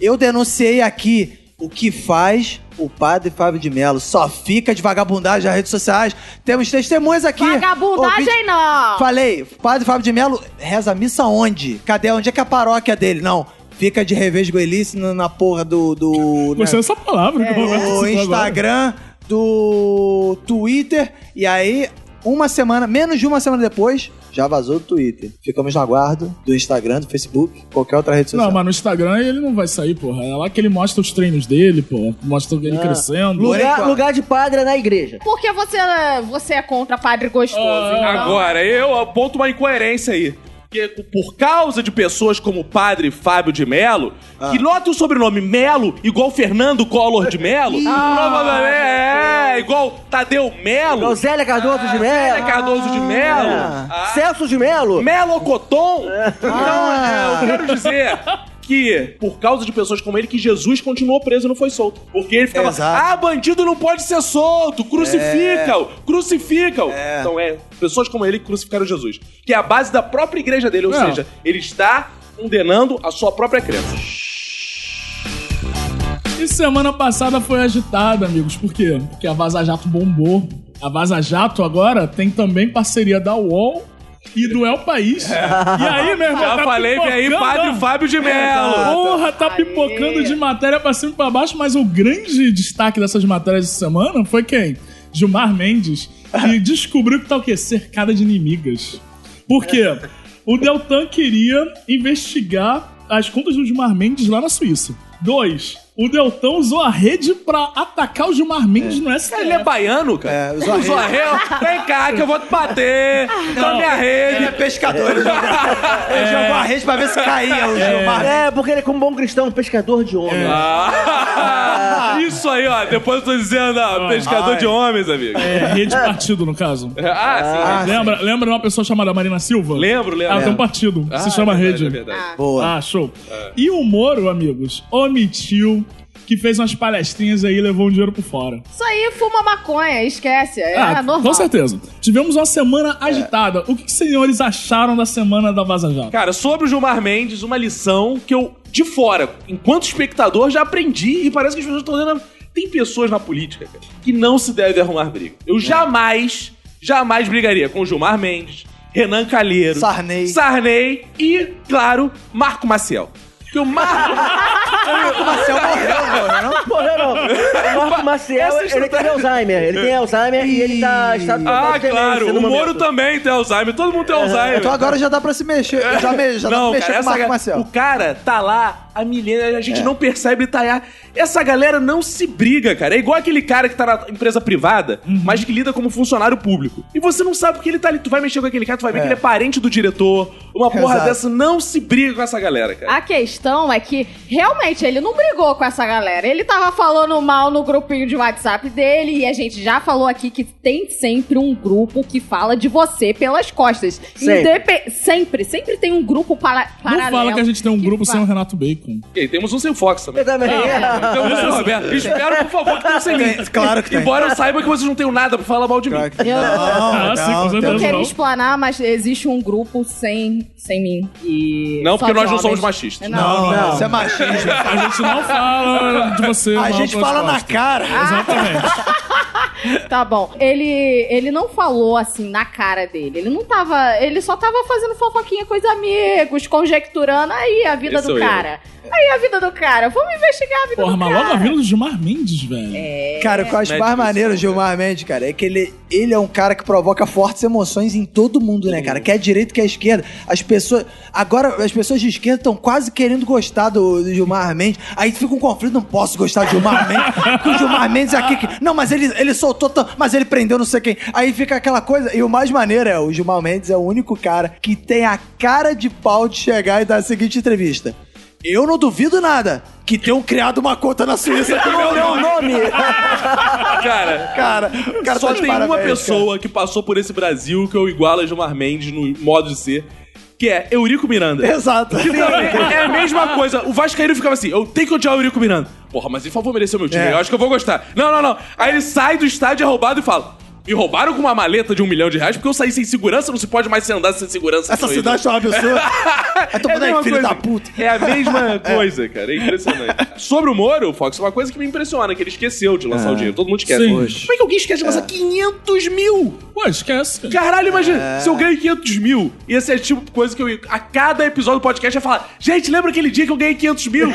eu denunciei aqui o que faz o padre Fábio de Mello. Só fica de vagabundagem nas redes sociais. Temos testemunhas aqui.
Vagabundagem
Ouvinte-
não!
Falei, padre Fábio de Mello reza a missa onde? Cadê? Onde é que é a paróquia dele? Não, fica de revesgo Elice na na porra do... do
É.
Gostei dessa palavra. É, que o Roberto citou
do
agora.
Instagram, do Twitter. E aí, uma semana, menos de uma semana depois, já vazou do Twitter. Ficamos no aguardo do Instagram, do Facebook, qualquer outra rede social.
Não, mas no Instagram ele não vai sair, porra. É lá que ele mostra os treinos dele, porra. Mostra ele crescendo.
Lu-
Lugar,
Porém,
lugar de padre é na igreja.
Porque você, você é contra padre gostoso.
Ah,
então-
Agora, eu aponto uma incoerência aí. Porque por causa de pessoas como o padre Fábio de Melo, que nota o sobrenome Melo igual Fernando Collor de Melo, provavelmente é, igual Tadeu Melo,
Rosélia Cardoso de
Zé
Melo.
Cardoso de Ah. Melo, ah.
Celso de Melo.
Ah.
Melocoton. Então, é, eu é, quero dizer que, por causa de pessoas como ele, que Jesus continuou preso e não foi solto. Porque ele ficava,
Exato.
ah, bandido não pode ser solto, crucifica-o, crucifica-o.
É.
Então é, pessoas como ele que crucificaram Jesus. Que é a base da própria igreja dele, ou
É.
seja, ele está condenando a sua própria crença.
E semana passada foi agitada, amigos. Por quê? Porque a Vaza Jato bombou. A Vaza Jato agora tem também parceria da UOL e do El País. E aí, meu irmão,
Já
tá
falei, vem aí,
pipocando-
padre Fábio de Mello.
Porra, tá
Aê.
pipocando de matéria pra cima e pra baixo, mas o grande destaque dessas matérias de semana foi quem? Gilmar Mendes, que descobriu que tá o quê? Cercada de inimigas. Por quê? O Deltan queria investigar as contas do Gilmar Mendes lá na Suíça. Dois, o Deltan usou a rede pra atacar o Gilmar Mendes no STF.
Ele é baiano, cara?
É, usou a
usou a rede. Vem cá que eu vou te bater. Tá minha
Ele é
rede.
pescador. Ele jogou ele
é-
jogou a rede pra ver se caía o Gilmar.
É, porque ele é como bom cristão, pescador de homens.
É. Ah, Isso aí, ó. Depois eu tô dizendo, ó, pescador
Ai.
de homens, amigo.
Ah, É, rede partido, no caso.
Ah, sim.
Lembra, lembra de uma pessoa chamada Marina Silva?
Lembro, lembro.
Ela tem um partido, que
Ah,
se chama
é verdade,
Rede.
É verdade.
Boa.
Ah, show. E o Moro, amigos, omitiu que fez umas palestrinhas aí e levou um dinheiro por fora.
Isso aí fuma maconha, esquece. É normal.
Ah, com certeza. Tivemos uma semana
É.
agitada. O que, que os senhores acharam da semana da Vaza Jato?
Cara, sobre o Gilmar Mendes, uma lição que eu, de fora, enquanto espectador, já aprendi e parece que as pessoas estão dando. Tem pessoas na política, cara, que não se deve arrumar briga.
É.
Eu jamais, jamais brigaria com o Gilmar Mendes, Renan Calheiro,
Sarney.
Sarney e, claro, Marco Maciel. Porque o Marco.
Marcel morreu, morreu, não?
Morreu não. O Marco Maciel,
Essa
ele tem
estratégia-
Alzheimer. Ele tem Alzheimer e ele tá... estado-
ah,
tá de
claro,
demência no
o Moro tá-
momento.
também tem Alzheimer, todo mundo tem Alzheimer.
Então agora já dá pra se mexer. Já, me, já dá pra mexer com o Marco
ga-
Marcel.
O cara tá lá há milênios, a gente não percebe talhar. Essa galera não se briga, cara. É igual aquele cara que tá na empresa privada, mas que lida como funcionário público. E você não sabe porque ele tá ali. Tu vai mexer com aquele cara, tu vai ver que ele é parente do diretor. Uma porra
Exato.
dessa não se briga com essa galera, cara.
A questão é que realmente ele não brigou com essa galera. Ele tava falando mal no grupinho de WhatsApp dele e a gente já falou aqui que tem sempre um grupo que fala de você pelas costas.
Sempre.
Indepe- sempre, sempre tem um grupo para
Não
paralelo.
fala que a gente tem um grupo sem o
fa-
Renato Bacon.
E temos um sem Fox também.
Eu também. é.
Temos um sem Roberto. Espero, por favor, que tenha um sem mim.
Tem- claro que tem.
Embora eu saiba que vocês não tenham nada pra falar mal de mim.
Eu-
Ah, sim, com
Não
certeza.
quero
não.
explanar, mas existe um grupo sem, sem mim. E
Não,
só
porque
de
nós não
homens.
somos machistas.
Não.
Não, não, isso é machismo.
A gente não fala de você.
A
mal
gente
pelas
fala na
costas.
cara.
Exatamente.
Tá bom. Ele, ele não falou assim na cara dele. Ele não tava. Ele só tava fazendo fofoquinha com os amigos, conjecturando aí a vida
Esse
do
sou eu.
cara. Aí a vida do cara. Vamos investigar a vida
Porra,
do
mas
cara.
logo a vinda do Gilmar Mendes, velho.
Cara, o que eu acho
Médico
mais maneiro
são,
do Gilmar Mendes, cara, é que ele, ele é um cara que provoca fortes emoções em todo mundo, né, cara? Quer direito, quer esquerda. As pessoas. Agora, as pessoas de esquerda estão quase querendo gostar do, do Gilmar Mendes. Aí fica um conflito, não posso gostar do Gilmar Mendes. porque o Gilmar Mendes aqui. Que, não, mas ele, ele soltou, tan- mas ele prendeu não sei quem. Aí fica aquela coisa. E o mais maneiro é, o Gilmar Mendes é o único cara que tem a cara de pau de chegar e dar a seguinte entrevista. Eu não duvido nada que tenham criado uma conta na Suíça com o meu
Meu
nome.
nome!
Cara,
Cara, o cara
Só
tá de
tem
parabéns,
uma
cara.
pessoa que passou por esse Brasil que eu igualo a Gilmar Mendes no modo de ser, que é Eurico Miranda.
Exato.
Que também é a mesma coisa. O Vascaíno ficava assim, eu tenho que odiar o Eurico Miranda. Porra, mas ele favor mereceu meu time,
É.
eu acho que eu vou gostar. Não, não, não. Aí ele sai do estádio, é roubado e fala... Me roubaram com uma maleta de um milhão de reais porque eu saí sem segurança, não se pode mais andar sem segurança.
Essa
Isso aí.
cidade tá uma absurda. Aí tô
É a
falando aí,
mesma
filho
coisa.
da puta.
É a mesma coisa, cara. É impressionante. Sobre o Moro, Fox, uma coisa que me impressiona, que ele esqueceu de
É.
lançar o dinheiro. Todo mundo esquece.
Sim.
Como é que alguém esquece de lançar 500 mil?
Pô, esquece. cara.
Caralho, imagina, se eu ganho 500 mil, e esse é tipo de coisa que eu. A cada episódio do podcast eu ia falar: gente, lembra aquele dia que eu ganhei 500 mil?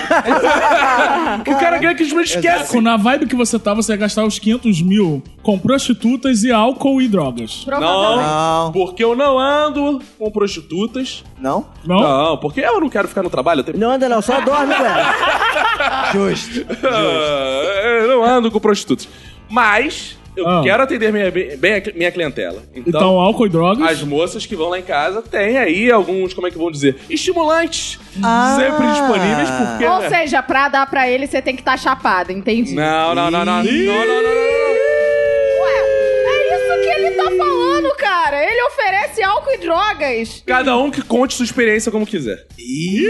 o cara ganha 500 mil e esquece.
Quando Na vibe que você tá, você ia gastar os 500 mil com prostitutas e álcool e drogas.
Provavelmente.
Não.
porque eu não ando com prostitutas.
Não?
Não?
Não, porque eu não quero ficar no trabalho. Eu tenho...
Não anda não, só dorme, cara.
Justo.
Ah, eu não ando com prostitutas. Mas eu
Ah.
quero atender minha, bem a cli- minha clientela.
Então,
Então.
álcool e drogas.
as moças que vão lá em casa têm aí alguns, como é que vão dizer? Estimulantes
Ah.
sempre disponíveis, porque.
Ou
né?
seja, pra dar pra ele, você tem que estar chapado, entendi.
Não, não, não, não. Não,
Ih!
não, não, não, não.
Ué, é isso que ele tá falando, cara. Ele oferece álcool e drogas.
Cada um que conte sua experiência como quiser.
Ih.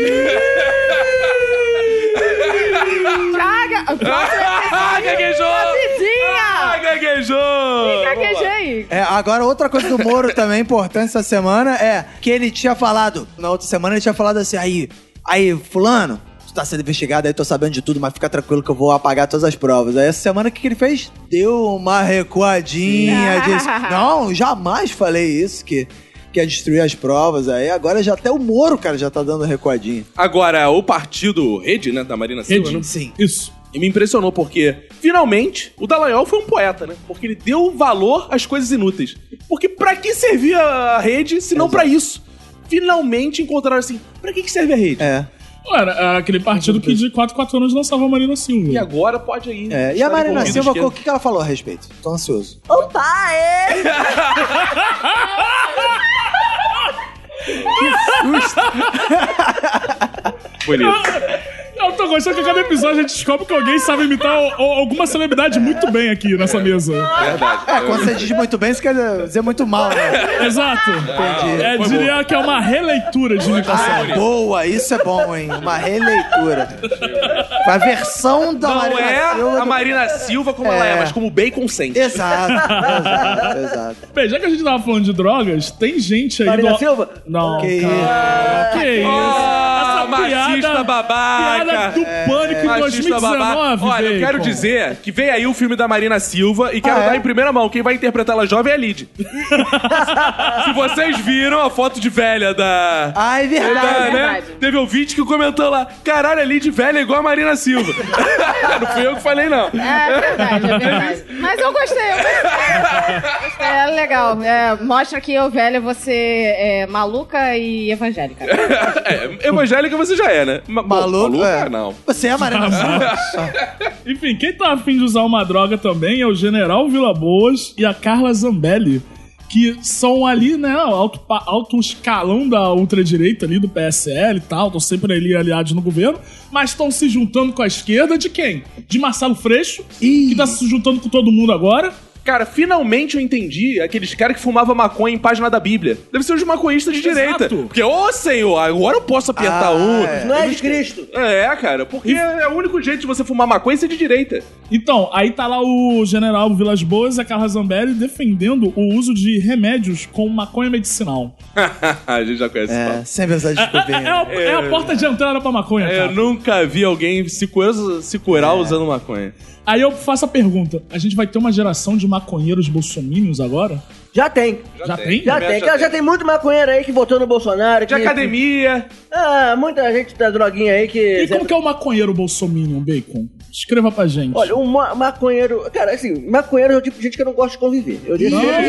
Ah, gaguejou!
A vizinha!
Ah, gaguejou!
Gaguejei.
É, agora outra coisa do Moro também importante essa semana é que ele tinha falado, na outra semana ele tinha falado assim, aí, aí, fulano, tu tá sendo investigado, aí tô sabendo de tudo, mas fica tranquilo que eu vou apagar todas as provas. Aí essa semana o que, que ele fez? Deu uma recuadinha, disse, não, jamais falei isso, que que ia destruir as provas, aí agora já até o Moro, cara, já tá dando recuadinha.
Agora, o partido Rede, né, da Marina Silva, né?
Sim.
Isso.
E me impressionou porque, finalmente, o Dallagnol foi um poeta, né? Porque ele deu valor às coisas inúteis. Porque pra que servia a rede se não pra isso? Finalmente encontraram assim, pra que, que serve a rede?
É.
Era era aquele partido que de 4 4 anos lançava a Marina Silva.
E agora pode aí.
é. E a
estar
Marina
envolvido
Silva,
esquerda.
o que, que ela falou a respeito? Tô ansioso.
Bonito.
Eu tô gostando que a cada episódio a gente descobre que alguém sabe imitar o- o- alguma celebridade muito bem aqui nessa mesa.
É, quando você diz muito bem, você quer dizer muito mal, né?
Exato.
Entendi.
É,
Foi
diria que é uma releitura de imitação.
Ah, boa, isso é bom, hein? Uma releitura. A versão da
Não
Marina
é
Silva
a
do-
Marina Silva como ela é,
É.
mas como bem consente.
Exato, exato, exato.
Bem, já que a gente tava falando de drogas, tem gente aí
Marina
do...
Silva?
Não,
Que
cara. Que isso?
Ah,
Essa piada...
machista babaca. É,
Piada do Pânico em
Machista
2019,
babaca. Olha, eu quero
Bacon.
dizer que vem aí o filme da Marina Silva e quero
Ah, é?
dar em primeira mão. Quem vai interpretar ela jovem é a Lid. Se vocês viram a foto de velha da.
Ah, é
da,
é
verdade.
verdade.
Teve ouvinte que comentou lá: caralho, a Lid velha é igual a Marina Silva. não fui eu que falei, não.
É verdade, é verdade. Mas eu gostei, eu gostei. Gostei, É legal. É, mostra que eu, velha, você é maluca e evangélica.
É, evangélica você já é, né? Ma-
Maluco,
maluca,
é.
não.
Você é a Marina Silva.
Enfim, quem tá afim de usar uma droga também é o General Vila Boas e a Carla Zambelli, que são ali, né, alto, pa- alto escalão da ultradireita ali do PSL e tal, estão sempre ali aliados no governo, mas estão se juntando com a esquerda de quem? De Marcelo Freixo, que tá se juntando com todo mundo agora.
Cara, finalmente eu entendi aqueles caras que fumavam maconha em página da Bíblia. Deve ser os maconhistas de
Exato.
direita. Porque, ô senhor, agora eu posso apertar
Ah,
um.
é.
Não é de Cristo.
É, cara, porque é o único jeito de você fumar maconha é ser de direita.
Então, aí tá lá o general Vilas Boas e a Carla Zambelli defendendo o uso de remédios com maconha medicinal.
a gente já conhece esse
É,
papo.
sempre essa
É, é
desculpinha.
a, é a porta de entrada pra maconha, cara.
É, Eu nunca vi alguém se curar, se curar
É.
usando maconha.
Aí eu faço a pergunta: a gente vai ter uma geração de maconheiros bolsominions agora?
Já tem.
Já, tem?
Já tem. Cara, já tem muito maconheiro aí que votou no Bolsonaro.
De
que-
academia.
Ah, muita gente da droguinha aí que...
E como que é o maconheiro bolsominion, Bacon? Escreva pra gente.
Olha, um ma- maconheiro... Cara, assim, maconheiro é o tipo de gente que eu não gosto de conviver. Eu disse
Não.
isso, claro.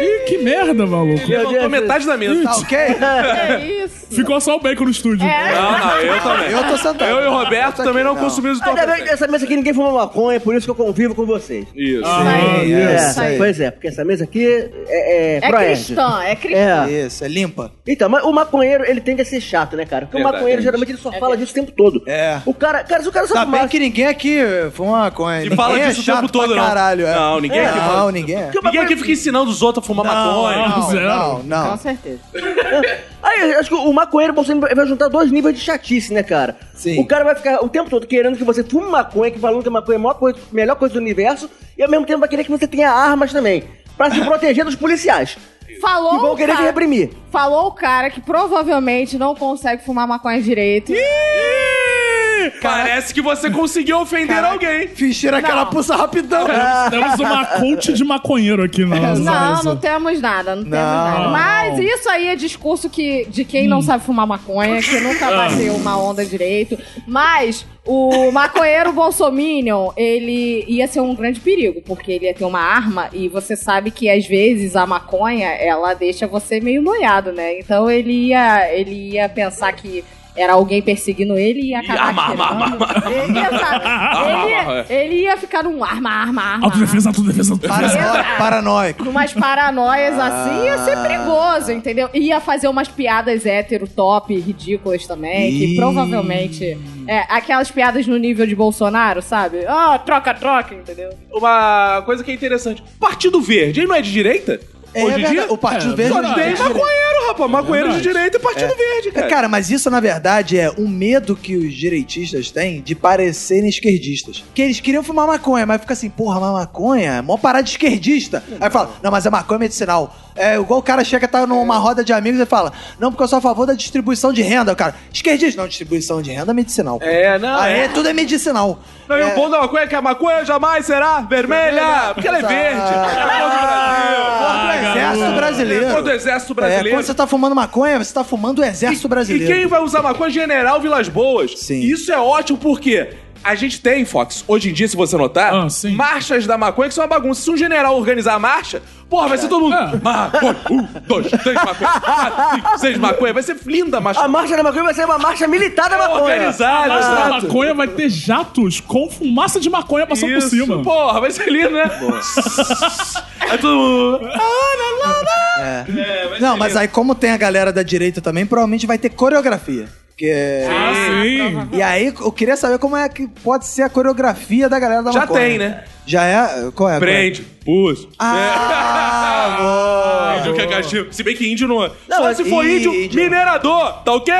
Ih, que merda, maluco.
Meu
Levantou
Deus.
metade da mesa.
Tá ok?
É isso.
Ficou só o Bacon no estúdio.
É.
Não, não, eu também.
Eu tô sentado.
Eu e o Roberto também não, consumimos o
Ainda bem que
top.
nessa mesa aqui ninguém fuma maconha, por isso que eu convivo com vocês.
Isso.
Ah,
Sim,
isso.
É,
isso aí.
pois é, porque essa mesa aqui é, é,
É
proérdio.
cristã, é cristã.
É.
Isso, é limpa.
Então, mas o maconheiro, ele tende a ser chato, né, cara? Porque
Verdade,
o maconheiro,
é.
geralmente, ele só fala disso o tempo todo.
É.
O cara, cara, se o cara só
Tá bem
fumasse...
que ninguém aqui fuma maconha.
E
Ninguém
fala
é
disso o
chato
tempo todo,
pra
não.
caralho, é.
Não, ninguém
é.
aqui fala
Não, ninguém é.
Porque o
Ninguém
maconheiro-
aqui fica ensinando os outros a fumar é maconha.
Não,
zero.
não,
Com
É.
não.
certeza.
Aí, eu acho que o maconheiro, você vai juntar dois níveis de chatice, né, cara?
Sim.
O cara vai ficar o tempo todo querendo que você fume maconha, que falando que a maconha é a maior coisa- melhor coisa do universo, e ao mesmo tempo vai querer que você tenha armas também, pra se proteger dos policiais, que
Falou
vão
o
querer te
cara-
reprimir.
Falou o cara que provavelmente não consegue fumar maconha direito.
Parece que você conseguiu ofender alguém.
Fiz tirar aquela pulsa rapidão.
É.
Temos uma coach de maconheiro aqui na nossa
Não, tá.
mesa.
não temos nada, não, temos
Não.
nada. Mas isso aí é discurso que, de quem não sabe fumar maconha, que nunca
Ah.
bateu uma onda direito. Mas o maconheiro Bolsominion, ele ia ser um grande perigo, porque ele ia ter uma arma e você sabe que às vezes a maconha, ela deixa você meio noiado, né? Então ele ia, ele ia pensar que era alguém perseguindo ele e ia acabar
arma, arma,
atirando.
arma,
Ele ia, sabe,
Arma,
ele ia-
arma,
ele ia ficar num arma, arma, arma. arma
Autodefesa, autodefesa, autodefesa.
Paranoico. Paranoico.
umas paranoias assim, ia
Ah.
ser perigoso, entendeu? Ia fazer umas piadas hétero top, ridículas também, que
Ih.
provavelmente. É, aquelas piadas no nível de Bolsonaro, sabe? Ah, troca-troca, entendeu?
Uma coisa que é interessante. Partido Verde, ele não é de direita?
É
Hoje em
verdade,
dia.
o Partido
é,
Verde
Só
é de
tem
direita.
maconheiro, rapaz. Maconheiro de
verdade.
direita e Partido Verde,
É,
cara.
cara, mas isso na verdade é um medo que os direitistas têm de parecerem esquerdistas. Que eles queriam fumar maconha, mas fica assim, porra, mas maconha é mó parada de esquerdista. Aí fala, não, mas a maconha é medicinal. É igual o cara chega, tá numa roda de amigos e fala, não, porque eu sou a favor da distribuição de renda. O cara, esquerdista, não, distribuição de renda é medicinal. pô.
É, não,
Aí
é.
tudo é medicinal.
Não, e
é,
o bom da maconha é que a maconha jamais será vermelha, porque ela é verde. É contra o Brasil.
contra o exércto
garoto.
ah, brasileiro.
É contra o exército
É,
brasileiro.
quando você tá fumando maconha, você tá fumando o exército brasileiro.
E quem vai usar maconha? General Vilas Boas.
Sim.
E Isso é ótimo porque a gente tem, Fox, hoje em dia, se você notar,
Ah, sim.
marchas da maconha que são uma bagunça. Se um general organizar a marcha, porra, vai ser todo mundo.
É.
Maconha, um, dois, três maconha, quatro, cinco, seis maconha. Vai ser linda a marcha.
A marcha da maconha vai ser uma marcha militar
É
da maconha.
organizada,
Mas Ah, a
exato.
maconha vai ter jatos com fumaça de maconha passando por
Isso,
cima.
Porra, vai ser lindo, né? Aí todo mundo. "Ah,
É.
É,
Não, mas aí como tem a galera da direita também, provavelmente vai ter coreografia. Que é-
Ah, sim.
E aí eu queria saber como é que pode ser a coreografia da galera da
Já
maconha.
tem, né?
Já é? Qual é?
Prende, pus.
Ah, boa.
Índio que é castigo. Se bem que índio não é.
Não,
Só
mas
se for
í-
índio,
índio.
minerador, tá ok?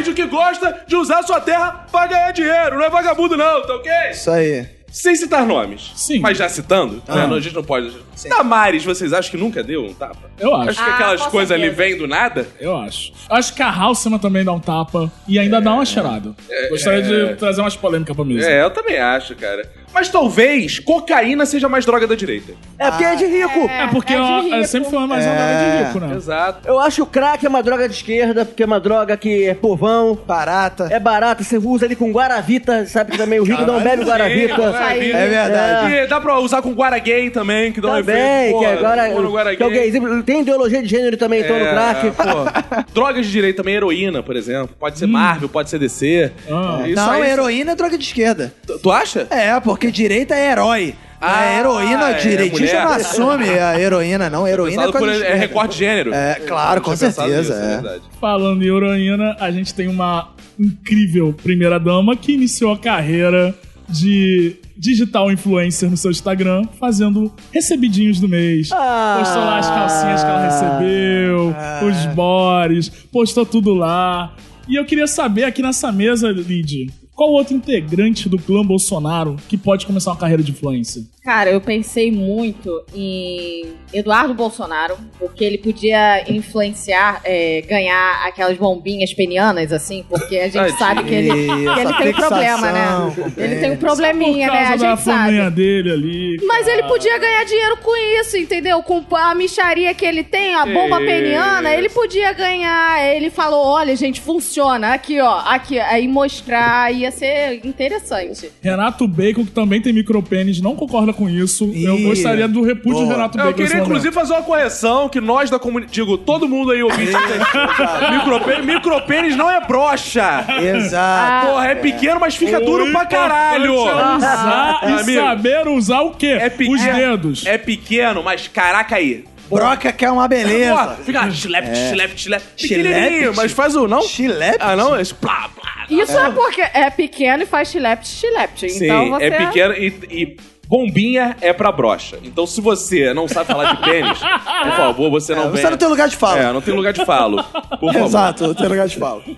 Índio que gosta de usar sua terra pra ganhar dinheiro. Não é vagabundo, não, tá ok?
Isso aí.
Sem citar nomes.
Sim.
Mas já citando, né? Não, a gente não pode. Damares, vocês acham que nunca deu um tapa?
Eu acho.
que
Ah,
aquelas
com
coisas ali
certeza.
vêm do nada.
Eu acho. Acho que a Halsema também dá um tapa e ainda dá uma cheirada. Gostaria de trazer umas polêmicas pra mesa.
É, eu também acho, cara. Mas talvez cocaína seja mais droga da direita.
É porque é de rico.
É porque
É de
ela- ela
rico.
sempre foi mais uma
É.
droga de rico, né?
Exato.
Eu acho que o crack é uma droga de esquerda, porque é uma droga que é povão,
Barata.
é barata, você usa ali com guaravita, sabe que também o rico não bebe
Sim, um
guaravita.
É verdade.
E dá pra usar com guara gay também, que dá um efeito.
Também, que
porra,
agora.
pô, no guara
Que
gay.
alguém, tem ideologia de gênero também, então, no
É,
crack.
pô. Drogas de direito também, heroína, por exemplo. Pode
Hum.
ser Marvel, pode ser DC.
Ah.
Isso
não,
aí-
heroína é droga de esquerda.
Tu- Tu acha?
É, porque direita é herói.
Ah,
a heroína,
é
direitista
mulher.
não assume a heroína, não. Heroína é
Pensado
coisa
por-
de
é
esquerda.
recorte de gênero.
É, claro,
Eu
com
tinha pensado
certeza,
nisso, é
é.
verdade.
Falando em heroína, a gente tem uma incrível primeira-dama que iniciou a carreira de digital influencer no seu Instagram, fazendo recebidinhos do mês.
Ah.
postou lá as calcinhas que ela recebeu, os bores, postou tudo lá. E eu queria saber aqui nessa mesa, Lid, qual outro integrante do clã Bolsonaro que pode começar uma carreira de influencer?
Cara, eu pensei muito em Eduardo Bolsonaro, porque ele podia influenciar, é, ganhar aquelas bombinhas penianas, assim, porque a gente
Tadinho.
sabe que ele, que ele
essa
tem um problema, né?
fixação com
Ele tem um
pênis.
Por
probleminha, né?
causa da
A gente sabe.
fominha dele ali.
Mas ele
cara.
podia ganhar dinheiro com isso, entendeu? Com a micharia que ele tem, a bomba
Isso.
peniana, ele podia ganhar. Ele falou: olha, gente, funciona. Aqui, ó, aqui. Aí mostrar ia ser interessante.
Renato Bacon, que também tem micropênis, não concorda com isso. Eu
Ih,
gostaria do repúdio do
boa.
Renato Bacon.
Eu queria,
nesse momento.
inclusive, fazer uma correção que nós da comunidade... Digo, todo mundo aí ouvindo... micropênis, micropênis não é brocha.
Exato.
Porra, é pequeno, mas fica duro pra caralho. Ah,
É usar e
Amigo.
saber usar o quê?
É pequeno.
Os dedos.
É pequeno, mas caraca aí.
Broca que é uma
Porra,
beleza. É.
fica chilep, chilep, chilep. Pequenininho,
Chilep,
mas faz o não?
Chilep?
Ah, não? É plá, plá.
Isso é, porque é pequeno e faz chilepte, chilepte.
Sim,
então você.
é pequeno e, e bombinha é pra brocha. Então se você não sabe falar de pênis, por favor, você não vem.
Você não tem lugar de fala.
É, não tem lugar de falo. Por favor.
Exato, não tem lugar de fala.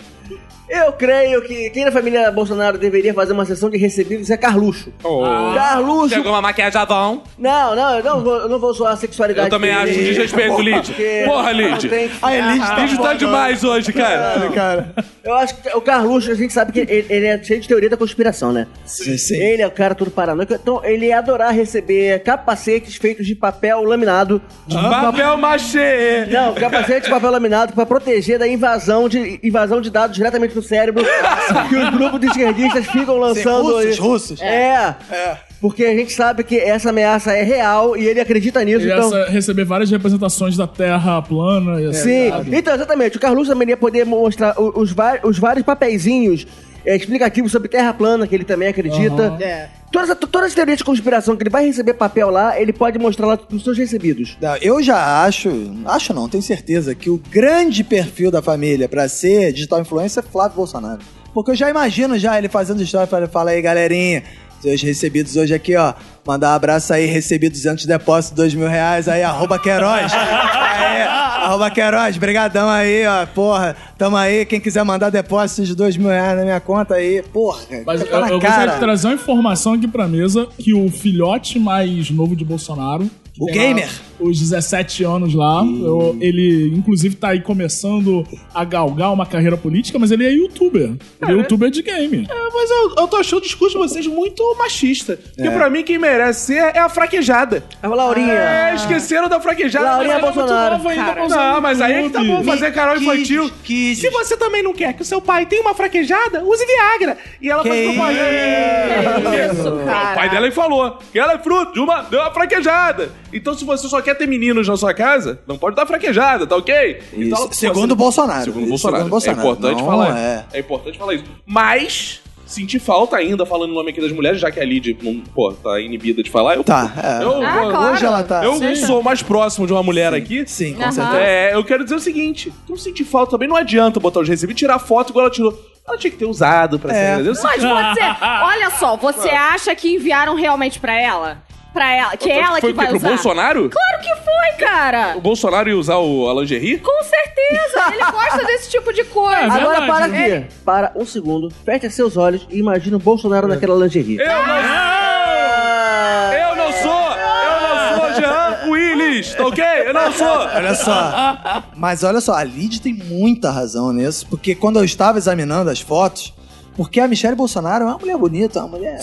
Eu creio que quem da família Bolsonaro deveria fazer uma sessão de recebidos é Carlucho.
Oh.
Carlucho!
Chegou uma maquiajadão.
Não, não, eu não vou, eu não vou zoar a sexualidade.
Eu também acho um
dele.
desrespeito, Lid.
Porque-
Porra, Lid.
Tem-
A Elite tá
Lid tá
foda,
demais hoje, cara.
Cara.
Eu acho que o Carluxo, a gente sabe que ele, ele é cheio de teoria da conspiração, né?
Sim, sim.
Ele é o cara todo paranoico. Então, ele ia adorar receber capacetes feitos de papel laminado.
Papel machê.
Não, capacete de papel laminado pra proteger da invasão de, invasão de dados diretamente no cérebro que os grupos de esquerdistas ficam lançando.
russos,
aí.
russos.
É. Porque a gente sabe que essa ameaça é real e ele acredita nisso,
E
então...
essa- receber várias representações da Terra plana. E
Sim,
assim,
então, exatamente. O Carlos também ia poder mostrar o- os, va- os vários papeizinhos eh, explicativos sobre terra plana, que ele também acredita.
Aham.
É.
Todas, as- todas as teorias de conspiração que ele vai receber papel lá, ele pode mostrar lá nos seus recebidos.
Não, Eu já acho, acho não, tenho certeza que o grande perfil da família pra ser digital influencer é Flávio Bolsonaro. Porque eu já imagino já ele fazendo história, fala, fala aí galerinha, Seus recebidos hoje aqui, ó. Mandar um abraço aí, recebi 200 depósitos, 2 mil reais aí, arroba Queiroz. Aí, arroba Queiroz, brigadão aí, ó. Porra, tamo aí. Quem quiser mandar depósitos de 2 mil reais na minha conta aí, porra.
Mas
tá
eu,
na
eu gostaria de
cara.
trazer uma informação aqui pra mesa que o filhote mais novo de Bolsonaro. que
O
tem lá
gamer.
Os 17 anos lá. eu- ele, inclusive, tá aí começando a galgar uma carreira política, mas ele é youtuber. Ele é youtuber de game.
Mas eu, eu tô achando o discurso de vocês muito machista. Porque pra mim quem merece ser é a fraquejada.
A Laurinha.
É, esqueceram da fraquejada.
Laurinha
mas ela é muito
Bolsonaro.
nova ainda
Cara.
pra usar
Não,
no
mas aí é que tá
YouTube.
bom
fazer canal
Kids,
infantil.
kids.
Se você também não quer que o seu pai tenha uma fraquejada, use Viagra. E ela
Que
faz propaganda.
Isso, cara.
O pai dela falou que ela é fruto de uma, de uma fraquejada. Então, se você só quer ter meninos na sua casa, não pode dar fraquejada, tá ok?
Isso.
Então, ela-
Segundo o Bolsonaro.
Segundo o
Isso,
Bolsonaro.
segundo o Bolsonaro.
É importante
Não,
falar.
é.
É. importante falar isso. Mas. Senti falta ainda, falando o nome aqui das mulheres, já que a Lid, não, pô, tá inibida de falar. Eu,
Tá, é.
eu,
Ah,
eu-
claro.
Hoje ela tá.
eu
Sim.
sou mais próximo de uma mulher aqui.
Sim, com
Aham.
certeza.
É, eu quero dizer o seguinte: não senti falta também, não adianta botar os recebidos, tirar foto igual ela tirou. Ela tinha que ter usado pra
É.
ser. Eu
Mas você, olha só, você acha que enviaram realmente pra ela? Pra ela, que é ela
Foi
que vai
pro
usar?
Bolsonaro?
Claro que foi, cara.
O Bolsonaro ia usar o, a lingerie?
Com certeza, ele gosta desse tipo de coisa.
É
Agora
verdade.
para aqui. Para um segundo, fecha seus olhos e imagina o Bolsonaro
É.
naquela lingerie. Ah,
Eu não, eu não sou! Eu não sou Jean Willis, tá ok? Eu não sou!
Olha só. Mas olha só, a Lid tem muita razão nisso, porque quando eu estava examinando as fotos, porque a Michelle Bolsonaro é uma mulher bonita, é uma mulher
Bem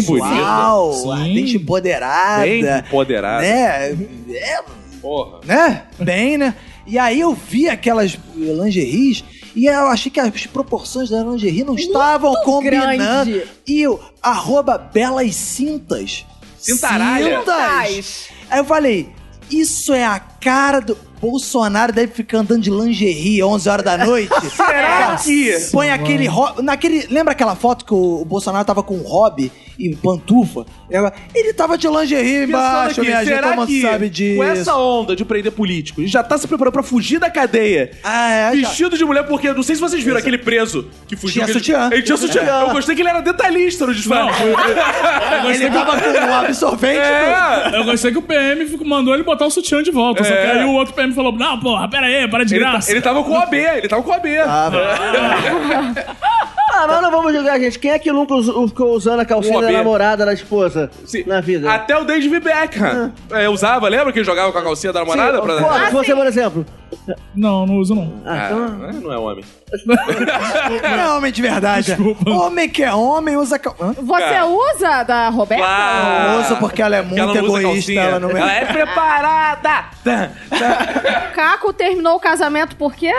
sensual,
bonita. Sim.
ardente empoderada.
Bem empoderada.
Né? É,
Porra.
né? Bem, né? E aí eu vi aquelas lingeries e eu achei que as proporções da lingerie não estavam combinando.
grande.
E o arroba belas cintas.
Cintaralha.
Cintas. Aí eu falei, isso é a cara do... Bolsonaro deve ficar andando de lingerie 11 horas da noite.
Será que?
Põe aquele hobby. Naquele, lembra aquela foto que o Bolsonaro tava com um hobby e pantufa? E agora- Ele tava de lingerie
Pensando
embaixo,
aqui,
minha gente. Como sabe disso?
com essa onda de prender político, ele já tá se preparando pra fugir da cadeia?
Ah, é, já.
Vestido de mulher, porque não sei se vocês viram aquele preso que fugiu.
Tinha
que ele-
sutiã. É.
Ele tinha sutiã. Eu gostei que ele era detalhista no disfarce.
Ele tipo- tava com um absorvente.
É.
Eu gostei que o PM ficou- mandou ele botar o sutiã de volta. Só que
É.
aí o outro PM falou: Não, porra, pera aí, para de
Ele, ta-
graça.
ele tava com o AB, ele tava com o AB.
Ah, mas não vamos julgar, gente. Quem é que nunca us- ficou usando a calcinha
Uma
da
B.
namorada, da esposa?
Sim.
Na vida.
Assim, Até o David Beckham.
Ah.
É, usava, lembra que ele jogava com a calcinha da namorada?
Sim,
pra...
Clóvis,
Ah,
você,
sim.
por exemplo.
Não, não uso não.
Ah,
Ah,
então-
não é homem.
Não é homem de verdade.
Desculpa.
Homem que é homem usa. cal- Hã?
Você
Cara.
usa da Roberta?
Claro. Ah,
Usa porque ela é muito
Porque ela não usa
egoísta.
calcinha.
Ela não
Ela é preparada. Tá.
O Caco terminou o casamento porque...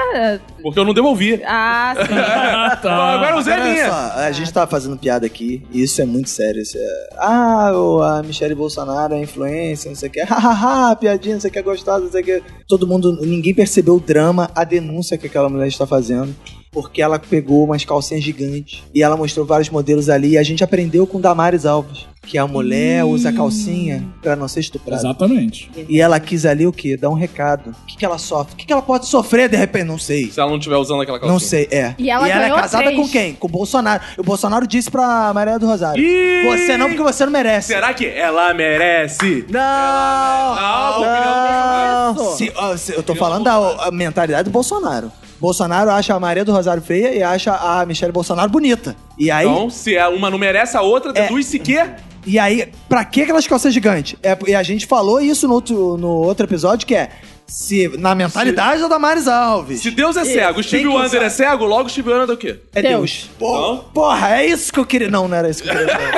Porque eu não devolvi.
Ah, sim.
Ah,
Então,
tá.
agora o Zé é
Olha
minha.
só, a gente tava fazendo piada aqui, e isso é muito sério. Isso é... Ah, o- a Michelle Bolsonaro é influência, não sei o que. Hahaha, piadinha, não sei o que, é gostosa, não sei o que. Todo mundo, ninguém percebeu o drama, a denúncia que aquela mulher está fazendo. Porque ela pegou umas calcinhas gigantes e ela mostrou vários modelos ali. E a gente aprendeu com Damares Alves que a mulher usa calcinha pra não ser estuprada.
Exatamente.
E ela quis ali o quê? Dar um recado. O que, que ela sofre? O que, que ela pode sofrer de repente? Não sei.
Se ela não estiver usando aquela calcinha.
Não sei, é.
E ela
é
ganhou
casada
três.
com quem? Com o Bolsonaro. E o Bolsonaro disse pra Maria do Rosário:
Ih!
Você não, porque você não merece.
Será que ela merece?
Não!
Ah, vou criar
não. Se- ó, se- eu tô falando da ó, a mentalidade do Bolsonaro. Bolsonaro acha a Maria do Rosário feia e acha a Michelle Bolsonaro bonita. E aí, É.
Então, se a- uma não merece a outra, deduz-se que...
e aí pra que aquelas calças gigantes? É, e a gente falou isso no outro, no outro episódio que é. Se, na mentalidade da Damares Alves.
Se Deus é cego, o Steve
tem que
Wonder
usar.
é cego, logo o Steve Wonder é o quê?
É Deus. Pô, porra, é isso que eu queria. Não, não era isso que eu queria. dizer.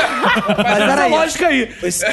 Mas
Essa
era isso.
lógica aí.
Esse-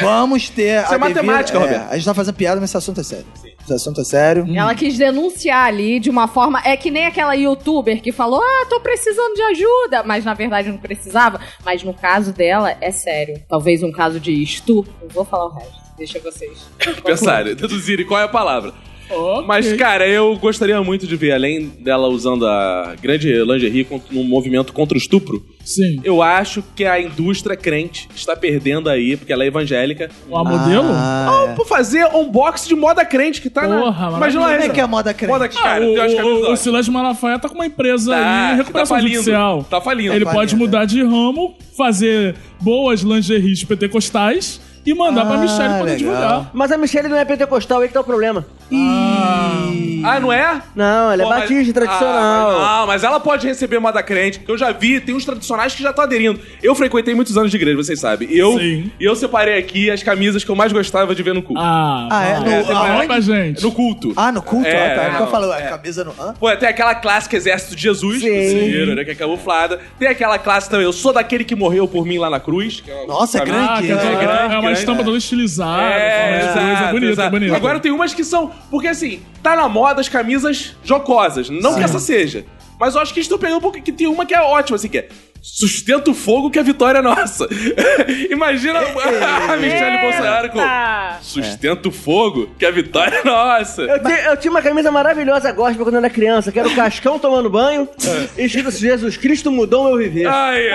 Vamos ter.
Isso é matemática,
devida-
Roberto.
A gente tá fazendo piada, mas esse assunto é sério. Esse assunto é sério.
Hum.
Ela quis denunciar ali de uma forma. É que nem aquela youtuber que falou: Ah, tô precisando de ajuda. Mas na verdade não precisava. Mas no caso dela, é sério. Talvez um caso de estupro. Não vou falar o resto. Deixa vocês.
Pensarem, deduzirem qual é a palavra.
Ok.
Mas, cara, eu gostaria muito de ver, além dela usando a grande lingerie cont- num movimento contra o estupro,
Sim.
eu acho que a indústria crente está perdendo aí, porque ela é evangélica.
A modelo?
Ah, Por fazer unbox de moda crente que tá
Porra,
na. Imagina lá
É. Como é
essa-
que é a moda crente?
Moda crente, cara.
Ah, o,
tem umas
o, o
camisolas.
Silas Malafaia tá com uma empresa
Tá,
aí em recuperação
tá falindo.
judicial.
Tá falindo.
Ele
Tá
pode
falindo,
mudar de ramo, fazer boas lingeries pentecostais e mandar pra
Ah,
Michelle poder
legal.
divulgar.
Mas a Michelle não é pentecostal, aí que tá o problema.
Ah, não é?
Não, ela é
Pô, mas-
batista,
Ah,
tradicional.
mas não, mas ela pode receber moda crente. Eu já vi, tem uns tradicionais que já estão aderindo. Eu frequentei muitos anos de igreja, vocês sabem. E eu,
Sim.
e eu separei aqui as camisas que eu mais gostava de ver no culto.
Ah,
Ah, é?
vai.
No-
Vai
aonde?
pra gente.
No culto.
Ah, no culto?
É,
ah, tá.
é,
É, que eu
não,
falo,
é.
é. camisa no... Hã?
Pô, tem aquela clássica Exército de Jesus,
Sim.
brasileiro, né, que é camuflada. Tem aquela clássica também, Eu Sou Daquele que Morreu por Mim lá na cruz. que é uma
Nossa, é
camisa-
Ah,
grande.
que é,
grande,
é uma
grande,
estampa
é.
toda estilizada.
É,
uma coisa
exato,
bonita,
exato.
bonita.
Agora tem umas que são. Porque assim, tá na moda as camisas jocosas. Não que essa seja. Mas eu acho que estou pegando um pouco. Que tem uma que é ótima, assim, que é. Sustenta o fogo que a vitória é nossa. Imagina a Michelle Bolsonaro com.
Eita!
Sustenta o fogo que a vitória é nossa.
Eu, ti- eu tinha uma camisa maravilhosa gospel quando eu era criança,
É.
que era o Cascão tomando banho, e escrito assim, Jesus Cristo mudou meu viver.
Ai,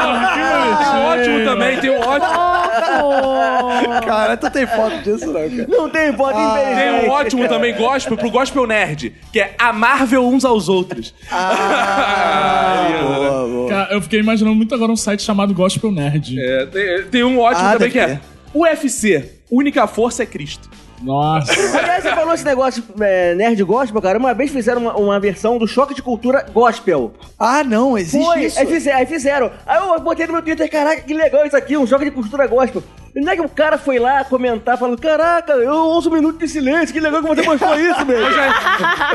Ah,
ai. Tem um ótimo também, tem um ótimo.
Fofo!
Cara, tu tem foto disso não, cara.
Não tem pode
Tem
infelizmente.
um ótimo também gospel pro gospel nerd, que é amável uns aos outros. Aí, né?
boa, boa.
Cara, eu fiquei imaginando muito agora um site chamado Gospel Nerd.
É, tem, tem um ótimo
Ah,
também
deve
que é
ter.
UFC, única força é Cristo.
Nossa.
Aliás, você falou esse negócio é, nerd gospel, cara. Uma vez fizeram uma, uma versão do Choque de Cultura Gospel.
Ah, não, existe
Foi, é
isso?
aí fizeram, aí fizeram. Aí eu botei no meu Twitter, caraca, que legal isso aqui, um Choque de Cultura Gospel. E não é que o cara foi lá comentar, falando, caraca, eu ouço um minuto de silêncio, que legal que você postou isso, meu.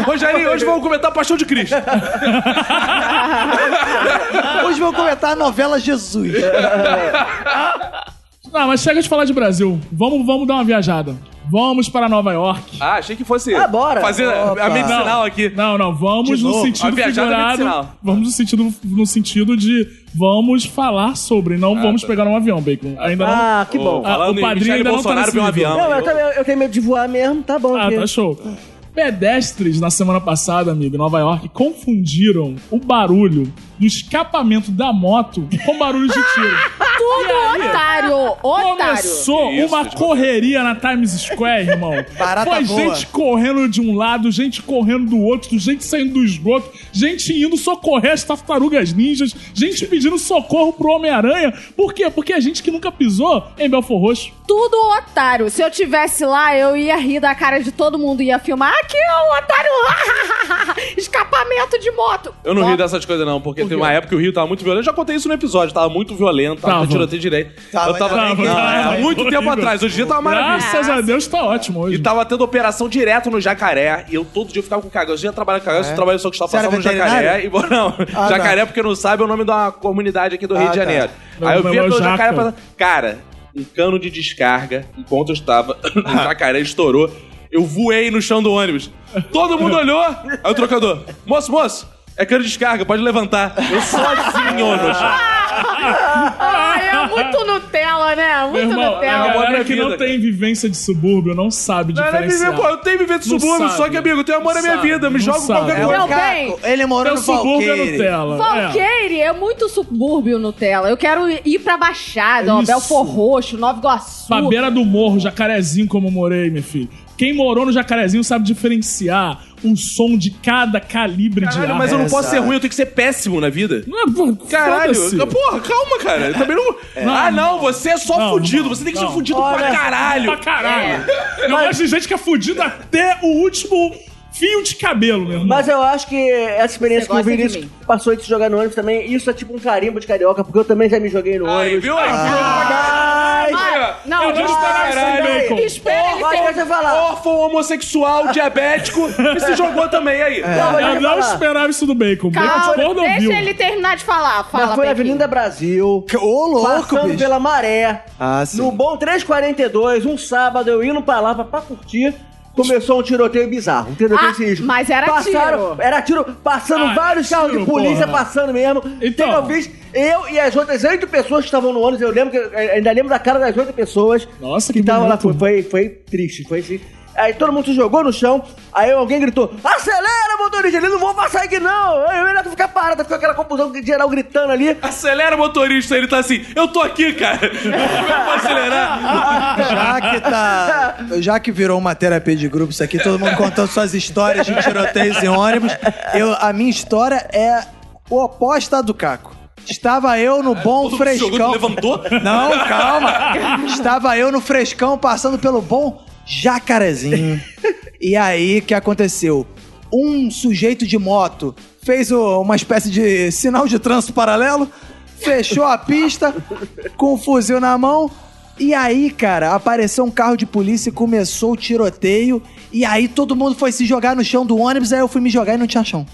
Rogério, hoje vamos comentar a Paixão de Cristo.
Hoje vou comentar a novela Jesus.
Ah, mas chega de falar de Brasil. Vamos, vamos dar uma viajada. Vamos para Nova York.
Ah, achei que fosse
Ah, bora.
fazer a- a
Opa.
medicinal aqui.
Não, não, vamos
De
no
novo, a
sentido
viajada
figurado.
medicinal.
Vamos no sentido, no sentido de vamos falar sobre,
Ah,
não vamos
tá.
pegar um avião, Bacon. Ainda não.
Ah, que bom.
Ô, falando
Ah, o
em
padrinho
Michele
ainda não tá
Bolsonaro
nesse
viu um
nível.
avião.
Não, eu, também, eu tenho medo de voar mesmo, tá bom.
Ah,
aqui.
tá show. Pedestres, na semana passada, amigo, em Nova York, confundiram o barulho do escapamento da moto com barulho de tiro.
Tudo otário! Otário!
Começou
Que isso,
uma
gente.
correria na Times Square, irmão.
Barata
Foi
boa.
gente correndo de um lado, gente correndo do outro, gente saindo do esgoto, gente indo socorrer as tartarugas ninjas, gente pedindo socorro pro Homem-Aranha. Por quê? Porque a gente que nunca pisou em Belfor Roxo.
Tudo um otário. Se eu tivesse lá, eu ia rir da cara de todo mundo, ia filmar. Aqui, ó, o otário! Escapamento de moto!
Eu não
Moto.
rio dessas coisas, não, porque teve uma época que o Rio tava muito violento. Eu já contei isso no episódio, tava muito violento, tava,
Tava.
tava. tiroteio direito.
Tava,
eu tava,
tava,
Não,
tava.
é, muito tempo
Horrível.
atrás, hoje em dia tá uma maravilha.
Graças a Deus tá ótimo hoje.
E tava tendo operação direto no jacaré. E eu todo dia ficava com cagaço. Eu ia trabalhar com cagaço, eu trabalho só que estava
Você era
passando no jacaré. E, bom, não, jacaré, porque não sabe, é o nome de uma comunidade aqui do Rio
Ah,
de
tá.
Janeiro.
Não,
Aí eu
mas
via
é o
pelo
jaca.
jacaré passando. Cara, um cano de descarga, enquanto eu estava, o jacaré estourou. Eu voei no chão do ônibus. Todo mundo olhou. Aí o trocador, moço, moço, é cano de descarga, pode levantar. Eu sozinho no chão.
Ai, é muito Nutella, né?
Meu
Muito
irmão, é, a
Nutella.
Amor
galera
na
que não
vida,
tem vivência de subúrbio não sabe
Não era
diferenciar.
viver, pô, eu tenho viver de
Não
subúrbio,
sabe.
só que, amigo, eu tenho amor
Não
na minha
sabe,
vida, me
não
joga
sabe.
qualquer
É o
Meu
coisa.
bem.
Caco, ele morou
Teu
no
subúrbio é
Valqueire.
Nutella. É.
Valqueire é muito subúrbio Nutella. Eu quero ir- ir pra Baixada, ó,
Isso.
Belfor Roxo, Nova Iguaçu.
Pra beira do morro, jacarezinho como eu morei, meu filho. Quem morou no jacarezinho sabe diferenciar o som de cada calibre de
Caralho,
arma.
mas eu não posso ser
Exato.
ruim, eu tenho que ser péssimo na vida.
Não é, pô,
Caralho,
foda-se.
porra, calma, cara. Eu também não. Ah, não, você é só
Não,
fudido.
não,
você tem que
não.
ser fudido pra caralho.
Pra caralho. Eu gosto de gente que é fudida até o último fio de cabelo, meu irmão.
Mas eu acho que essa experiência
Você
que o
gosta de
Vinícius
mim.
passou de se jogar no ônibus também, isso é tipo um carimbo de carioca, porque eu também já me joguei no
Aí,
ônibus.
viu? Aí,
Ai,
Ah, não,
Eu não
nossa,
esperava isso,
daí.
Bacon.
Espera ele
vai,
ter-
vai, vai falar.
Órfão, homossexual, diabético, e se jogou também
É.
aí.
Não,
eu
eu
não
falar.
esperava isso do Bacon. Bacon de
Calma,
corno
deixa
viu.
ele terminar de falar. Fala,
Mas foi na
Pequim.
Avenida Brasil,
Ô, louco,
passando
bicho.
pela Maré,
Ah, sim.
no Bom 342, um sábado, eu indo pra lá pra, pra curtir, começou um tiroteio bizarro, entendeu?
Ah,
Esse-
mas era
Passaram-
tiro.
Era tiro, passando
Ah,
vários carros de
tiro,
polícia,
porra.
passando mesmo.
Então.
Então, eu fiz, eu e as outras oito pessoas que eh, estavam no ônibus, eu lembro que, ainda lembro da cara das oito pessoas.
Nossa, que
que tava lá,
bonito.
foi, foi, foi triste, foi triste. Aí todo mundo se jogou no chão. Aí alguém gritou: Acelera, motorista! Eles não vão passar aqui, não! Aí o Renato fica parado, ficou aquela confusão geral gritando ali.
Acelera, motorista. Ele tá assim, eu tô aqui, cara. Como eu vou
Ah,
acelerar?
Já que tá. Já que virou uma terapia de grupo isso aqui, todo mundo contando suas histórias de tiroteios em ônibus. Eu, a minha história é o oposta do Caco. Estava eu no bom
Todo mundo se jogou,
frescão.
tu levantou?
Não, calma. Estava eu no frescão passando pelo bom jacarezinho. E aí, o que aconteceu? Um sujeito de moto fez o- uma espécie de sinal de trânsito paralelo, fechou a pista com o fuzil na mão. E aí, cara, apareceu um carro de polícia e começou o tiroteio. E aí todo mundo foi se jogar no chão do ônibus, aí eu fui me jogar e não tinha chão.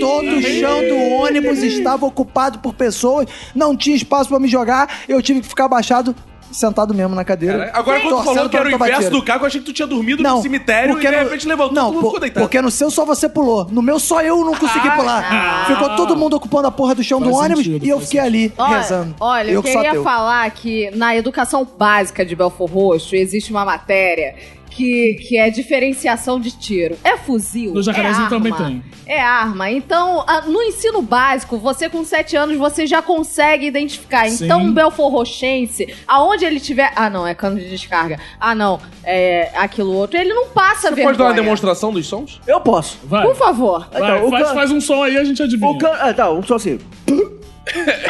Todo o chão do ônibus estava ocupado por pessoas, não tinha espaço pra me jogar, eu tive que ficar baixado, sentado mesmo na cadeira.
Agora, quando tu
torcendo
falou que
pra
era o
não tomar
inverso
tiro.
do carro, eu achei que tu tinha dormido no cemitério e de repente levantou
não,
todo mundo
por-
ficou deitado.
Porque no seu só você pulou. No meu só eu não consegui
Ah,
pular. Ficou todo mundo ocupando a porra do chão do
Faz
ônibus
sentido,
e eu
faz
fiquei ali rezando.
olha, eu,
que sou
queria
ateu.
falar que na educação básica de Belfor Roxo existe uma matéria que, que é diferenciação de tiro. É fuzil.
No Jacarezinho
é arma,
também tem.
É arma. Então, a- no ensino básico, você com 7 anos, você já consegue identificar.
Sim.
Então, um Belfor Roxense, aonde ele tiver. Ah, não, é cano de descarga. Ah, não, é aquilo outro. Ele não passa
Você
vergonha.
pode dar uma demonstração dos sons?
Eu posso.
Vai.
Por favor.
Vai,
Então, o
faz,
can-
faz um som aí a gente adivinha.
O can... Ah, tá, um só assim.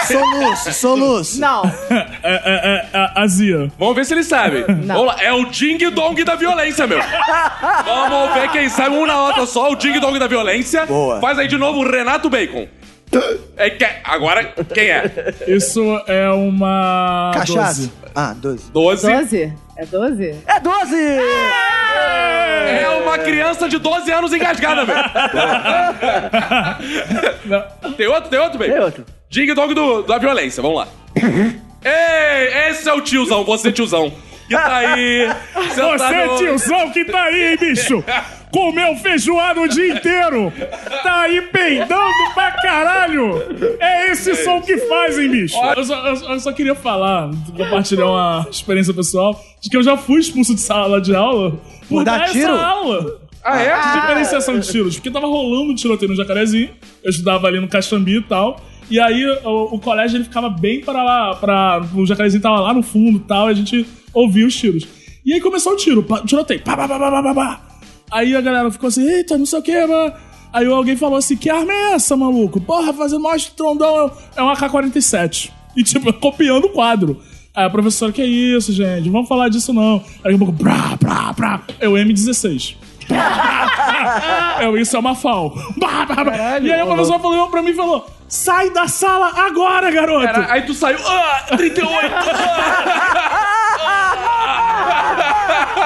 Soluço, soluço.
Não.
É, é, é, é, azia.
Vamos ver se eles sabem. Vamos lá. É o ding-dong da violência, meu. Vamos ver quem sabe um na nota só, o ding-dong da violência.
Boa.
Faz aí de novo o Renato Bacon. É, que... Agora, quem é?
Isso é uma.
Cachaça.
12.
Ah, 12.
12.
12? É 12?
É 12!
É uma criança de 12 anos engasgada, meu. tem outro, tem outro, bem?
Tem outro.
Ding dong do, da violência, vamos lá. Ei, esse é o tiozão, você tiozão. Que tá aí.
Você,
sentado-
tiozão, que tá aí, bicho! Comeu feijoada o dia inteiro! Tá aí peidando pra caralho! É esse som que fazem, bicho! Eu só, eu só- eu só queria falar, compartilhar uma experiência pessoal, de que eu já fui expulso de sala de aula por
dar
dar
tiro?
essa aula.
Ah, é?
de diferenciação de tiros, porque tava rolando um tiroteio no Jacarezinho, eu estudava ali no Caxambi e tal, e aí o, o colégio ele ficava bem para lá, pra, o Jacarezinho tava lá no fundo e tal, e a gente ouvia os tiros. E aí começou o tiro, pá, tiroteio, pá, pá, pá, pá, pá, pá, pá. Aí a galera ficou assim, eita, não sei o que, mano. Aí alguém falou assim, que arma é essa, maluco? Porra, fazendo maior trondão, é um AK-47. E tipo, copiando o quadro. Aí a professora, que isso, gente, não vamos falar disso não. Aí daqui a pouco, brá, brá, brá, é o M16. Eu, isso é uma FAO. Bah, bah, bah. e aí a professora falou pra mim e falou: sai da sala agora, garoto!
Cara, aí tu saiu. Ah, 38!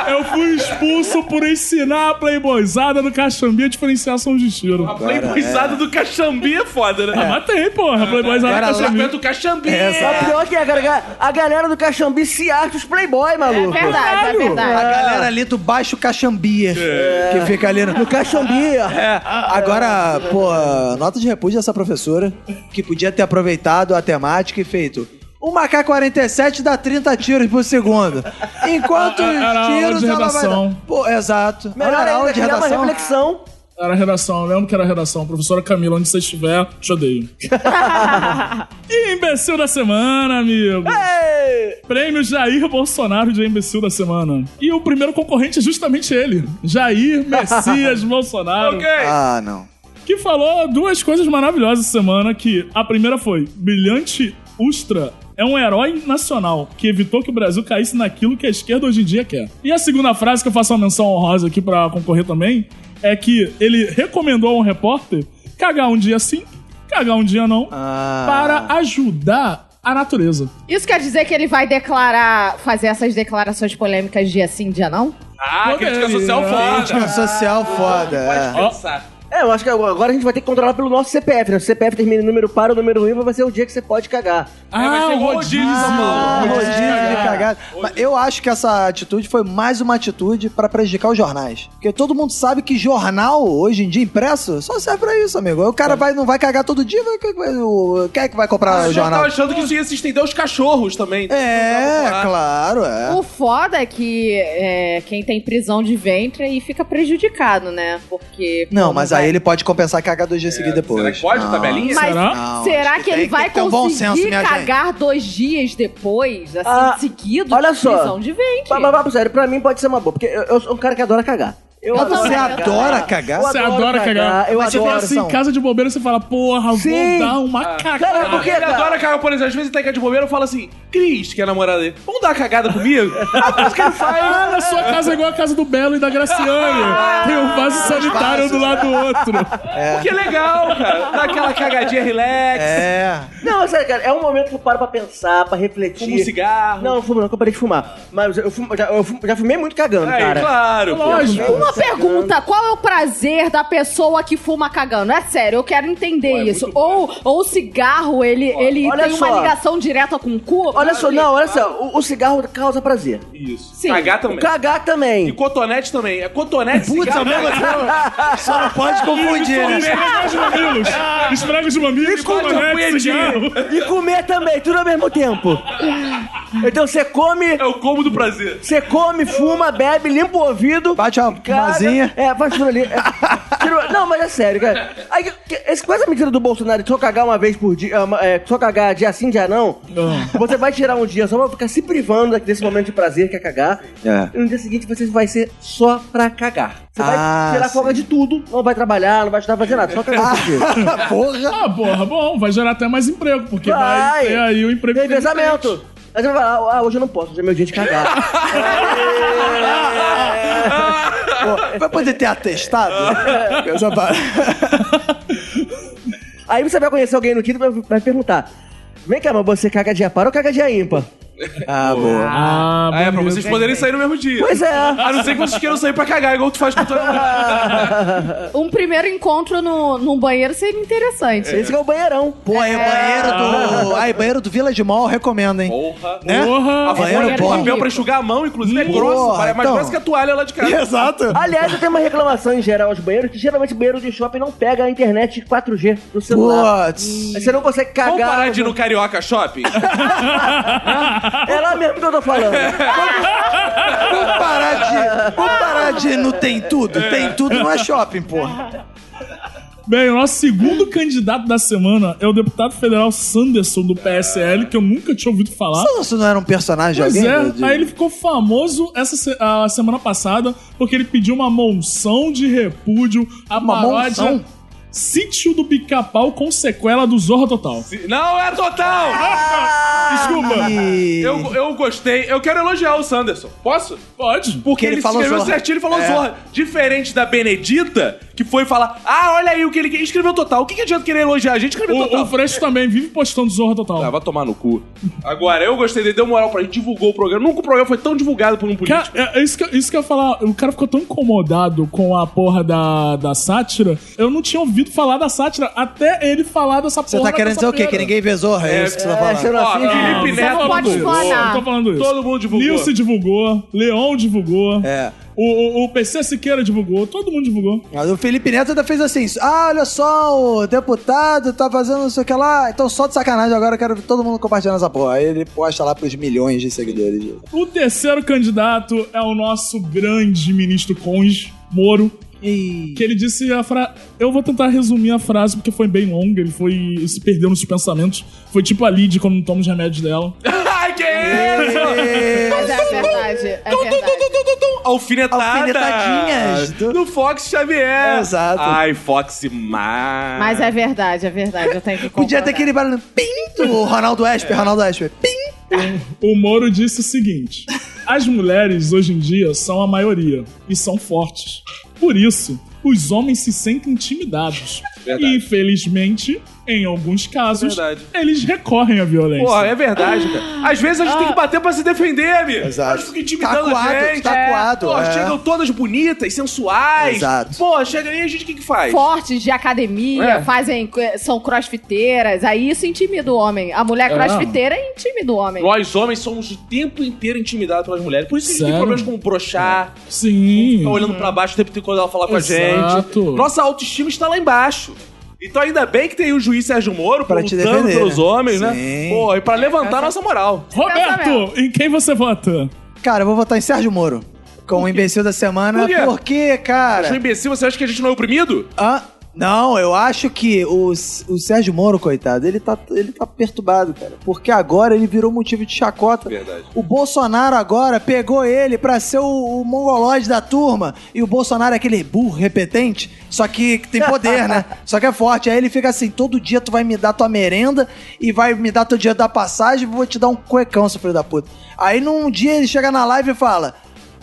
Eu fui expulso por ensinar a playboyzada do Caxambi a diferenciação de tiro.
A playboyzada do Caxambi é foda,
Ah,
né?
matei, porra, a playboyzada do
Cara,
É.
Caxambi.
do Caxambi!
A pior que é, cara, ga- a galera do Caxambi se acha os playboy,
É
maluco.
verdade, é
A
Ah.
verdade.
galera ali do Baixo Caxambia,
É.
que fica ali no... É.
No Caxambi, ó.
Ah.
Agora, pô, nota de repúdio dessa professora, que podia ter aproveitado a temática e feito. Uma K-47 dá 30 tiros por segundo. Enquanto os
Ah, Era aula
tiros
de
ela vai
redação.
dar... Pô, exato.
Melhor
Olha,
ainda, que dá uma reflexão.
Era a redação, eu lembro que era a redação. Professora Camila, onde você estiver, te odeio. e imbecil da semana, amigo. Prêmio Jair Bolsonaro de imbecil da semana. E o primeiro concorrente é justamente ele: Jair Messias Bolsonaro.
é, Ok!
Ah, não.
que falou duas coisas maravilhosas essa semana, que a primeira foi Brilhante Ustra é um herói nacional que evitou que o Brasil caísse naquilo que a esquerda hoje em dia quer. E a segunda frase que eu faço uma menção honrosa aqui pra concorrer também é que ele recomendou a um repórter cagar um dia sim, cagar um dia não,
Ah.
para ajudar a natureza.
Isso quer dizer que ele vai declarar, fazer essas declarações polêmicas dia sim, dia não?
Ah, crítica
Poderia.
social
Crítica
foda!
social foda. é.
Pode pensar.
É, eu acho que agora a gente vai ter que controlar pelo nosso CPF, né? Se o CPF termina em número par ou número ímpar, vai ser o dia que você pode cagar.
vai ser rodízio, São Paulo.
Ah, rodízio de ligado? Mas eu acho que essa atitude foi mais uma atitude pra prejudicar os jornais. Porque todo mundo sabe que jornal, hoje em dia, impresso, só serve pra isso, amigo. Aí O cara vai, não vai cagar todo dia, vai, vai- vai- o- quem é que vai comprar o
Eu já
jornal?
tava tá achando que isso ia se estender aos cachorros também. tá
É,
Claro.
claro, é.
O foda é que é, quem tem prisão de ventre aí fica prejudicado, né? Porque.
Não,
como
mas
vai-
aí ele pode compensar cagar dois dias seguidos depois.
Será que pode,
Não.
tabelinha?
Mas
Será?
será,
Não, acho
que,
que
ele
tem-
vai
tem que ter um bom
conseguir
senso, minha
cagar dois dias depois, assim,
Ah,
seguido
olha
de
só.
prisão de ventre?
Mas, mas, mas, sério, pra mim pode ser uma boa, porque eu, eu sou um cara que adora cagar. Eu
Eu
adoro
também,
Você
eu
cagar.
adora cagar?
Eu
Você
adoro
adora cagar.
Eu
Mas você
adoro.
pensa
Assim,
São.
em casa de bobeira, você fala, porra,
Sim. Ah.
vou dar uma
Cara,
cagada.
por quê,
ele
cara?
adora cagar, por exemplo. Às vezes ele tá em casa de bobeira e fala assim, Cris, que é a namorada dele, vamos dar uma cagada comigo? Ah, Aí o que ele faz?
Cara, a sua casa é igual a casa do Belo e da Graciane. Tem um vaso sanitário um do lado do outro.
Que é legal, cara. Dá aquela cagadinha relax,
É.
Não, sério, cara, é um momento que eu paro pra pensar, pra refletir.
fuma um cigarro.
Não, eu fumo, não, que eu parei de fumar. Mas eu, fumo- eu já, eu fumo- já fumei muito cagando,
Aí,
cara.
É, claro. pô.
Lógico.
Uma pergunta, qual é o prazer da pessoa que fuma cagando? É sério, eu quero entender
é
isso. Ou, ou o cigarro, ele, ele
olha
tem
só.
uma ligação direta com o cu?
Olha só, não, olha só, o, o cigarro causa prazer.
Isso.
Sim.
Cagar também.
Cagar também.
E cotonete também. É cotonete, cigarro.
Só não pode confundir, né?
Esfrega os mamilos. Esfrega os mamilos,
É. Esconde a
cotonete,
punhetinha.
cigarro.
E comer também, tudo ao mesmo tempo. Então você come,
É o combo do prazer.
você come, fuma, bebe, limpa o ouvido.
Bate uma
caga-
mazinha.
É, faz tudo ali. É, tira- não, mas é sério, cara. Aí, que- esse, com essa medida do Bolsonaro de só cagar uma vez por dia, ah, ma- é, só cagar dia sim, dia não, você vai tirar um dia só pra ficar se privando da- desse momento de prazer que é cagar.
É.
E no dia seguinte você vai ser só pra cagar. Você
Ah,
vai tirar
sim.
folga de tudo, não vai trabalhar, não vai estudar, fazer nada, só cagar por dia.
Porra.
Ah, porra, bom, vai gerar até mais emprego, porque vai,
Vai.
ter aí o emprego.
Tem pensamento. Aí você vai falar, ah, hoje eu não posso, hoje é meu dia de cagar.
Pô, Vai poder ter atestado? Essa parada.
Aí você vai conhecer alguém no Tinder e vai, vai perguntar. Vem cá, mas você caga dia par ou caga dia ímpar?
Ah, boa.
Ah,
Ah, é, pra vocês poderem sair no mesmo dia.
Pois é.
A não ser que vocês queiram sair pra cagar, igual tu faz com todo mundo.
Um primeiro encontro no, num banheiro seria interessante.
Esse que é o banheirão. É.
Pô, aí banheiro do. Aí, banheiro do Village Mall, eu recomendo, hein?
Porra.
Né?
Porra.
A folha
Banheiro
de
bom.
papel pra enxugar a mão, inclusive, é
Porra,
grosso. É mais
então.
grosso que a toalha lá de casa.
Exato.
Aliás, eu tenho uma reclamação em geral aos banheiros, que geralmente banheiro de shopping não pega a internet 4G no celular.
Putz.
Aí Você não consegue
Vamos
cagar.
parar de ir no Carioca Shopping?
É lá mesmo que eu tô falando.
Vamos parar de. Vamos parar de. Não tem tudo? Tem tudo não é shopping, porra.
Bem, o nosso segundo candidato da semana é o deputado federal Sanderson, do PSL, que eu nunca tinha ouvido falar.
Isso não era um personagem
Pois
alguém?
é,
do- de-
aí ele ficou famoso essa se- a semana passada porque ele pediu uma monção de repúdio à
Uma
paródia
monção?
Sítio do Pica-Pau com sequela do Zorra Total.
Não, é total!
Ah,
Desculpa.
Ih.
Eu, eu gostei. Eu quero elogiar o Sanderson. Posso?
Pode.
Porque
ele
ele,
falou
escreveu
zorra.
certinho, ele falou
É.
zorra. Diferente da Benedita, que foi falar, ah, olha aí o que ele escreveu total. O que, que adianta querer elogiar? A gente escreveu
O,
total.
o Freixo também vive postando Zorra Total.
Ah, vai tomar no cu. Agora, eu gostei dele, deu moral pra gente, divulgou o programa. Nunca o programa foi tão divulgado por um político.
Cara, é- é isso, que, eu- isso que eu ia falar, o cara ficou tão incomodado com a porra da, da sátira, eu não tinha ouvido falar da sátira até ele falar dessa
Você
porra.
tá querendo dizer o quê? Que Ah,
terça-feira.
ninguém vê zorra? É, isso que você tá
é,
falando.
você não
Ó,
assim,
Não,
Felipe
não tô
Neto
falando
pode
isso.
explanar.
Não tô falando isso.
Todo mundo divulgou.
Nilce divulgou, Leon divulgou.
É.
O, o- o PC Siqueira divulgou, todo mundo divulgou.
Mas o Felipe Neto ainda fez assim: ah, olha só, o deputado tá fazendo não sei o que lá. Então, só de sacanagem, agora eu quero ver todo mundo compartilhando essa porra. Aí ele posta lá pros milhões de seguidores.
O terceiro candidato é o nosso grande ministro Conge, Moro,
Ih.
que ele disse a frase. Eu vou tentar resumir a frase porque foi bem longa, ele foi se perdeu nos pensamentos. Foi tipo a Lid quando não toma os remédios dela.
Ai, que é isso?
Mas é verdade, é verdade.
Alfinetada.
Alfinetadinhas do-
Do... Fox Xavier.
Exato.
Ai, Fox mais.
Mas é verdade, é verdade, eu tenho que
Podia ter
concordar.
aquele barulho pim do Ronaldo
É.
Esper, Ronaldo Esper. Pim!
O Moro disse o seguinte: as mulheres hoje em dia são a maioria e são fortes. Por isso, os homens se sentem intimidados.
Verdade.
E, infelizmente, em alguns casos,
É Verdade.
eles recorrem à violência.
Porra, é verdade, cara. Às vezes a gente tem que bater pra se defender, amigo.
Exato.
Elas ficam intimidando
Tá coado,
a gente.
tá
É.
coado,
Porra,
é.
chegam todas bonitas, sensuais.
Exato.
Porra, chega aí a gente o que, que faz?
Fortes de academia,
É.
fazem, eh, são crossfiteiras, aí isso intimida o homem. A mulher
É.
crossfiteira intimida o homem.
Nós, homens, somos o tempo inteiro intimidados pelas mulheres. Por isso que a gente tem
Sério?
problemas com broxar,
Sim.
ficar olhando pra baixo o tempo inteiro quando ela fala com a gente.
Exato.
Nossa autoestima está lá embaixo. Então ainda bem que tem o juiz Sérgio Moro
Pra te
lutando
defender,
pelos
né?
homens, né?
Sim.
Pô, e pra levantar a nossa moral.
Roberto, em quem você vota?
Cara, eu vou votar em Sérgio Moro. Com o imbecil da semana.
Por quê?
Porque, cara.
Seu imbecil, você acha que a gente não é oprimido?
Hã? Não, eu acho que o, S- o Sérgio Moro, coitado, ele tá, ele tá perturbado, cara. Porque agora ele virou motivo de chacota.
Verdade.
O Bolsonaro agora pegou ele pra ser o, o mongoloide da turma. E o Bolsonaro é aquele burro repetente, só que tem poder, né? Só que é forte. Aí ele fica assim: todo dia tu vai me dar tua merenda e vai me dar teu dinheiro da passagem, vou te dar um cuecão, seu filho da puta. Aí num dia ele chega na live e fala.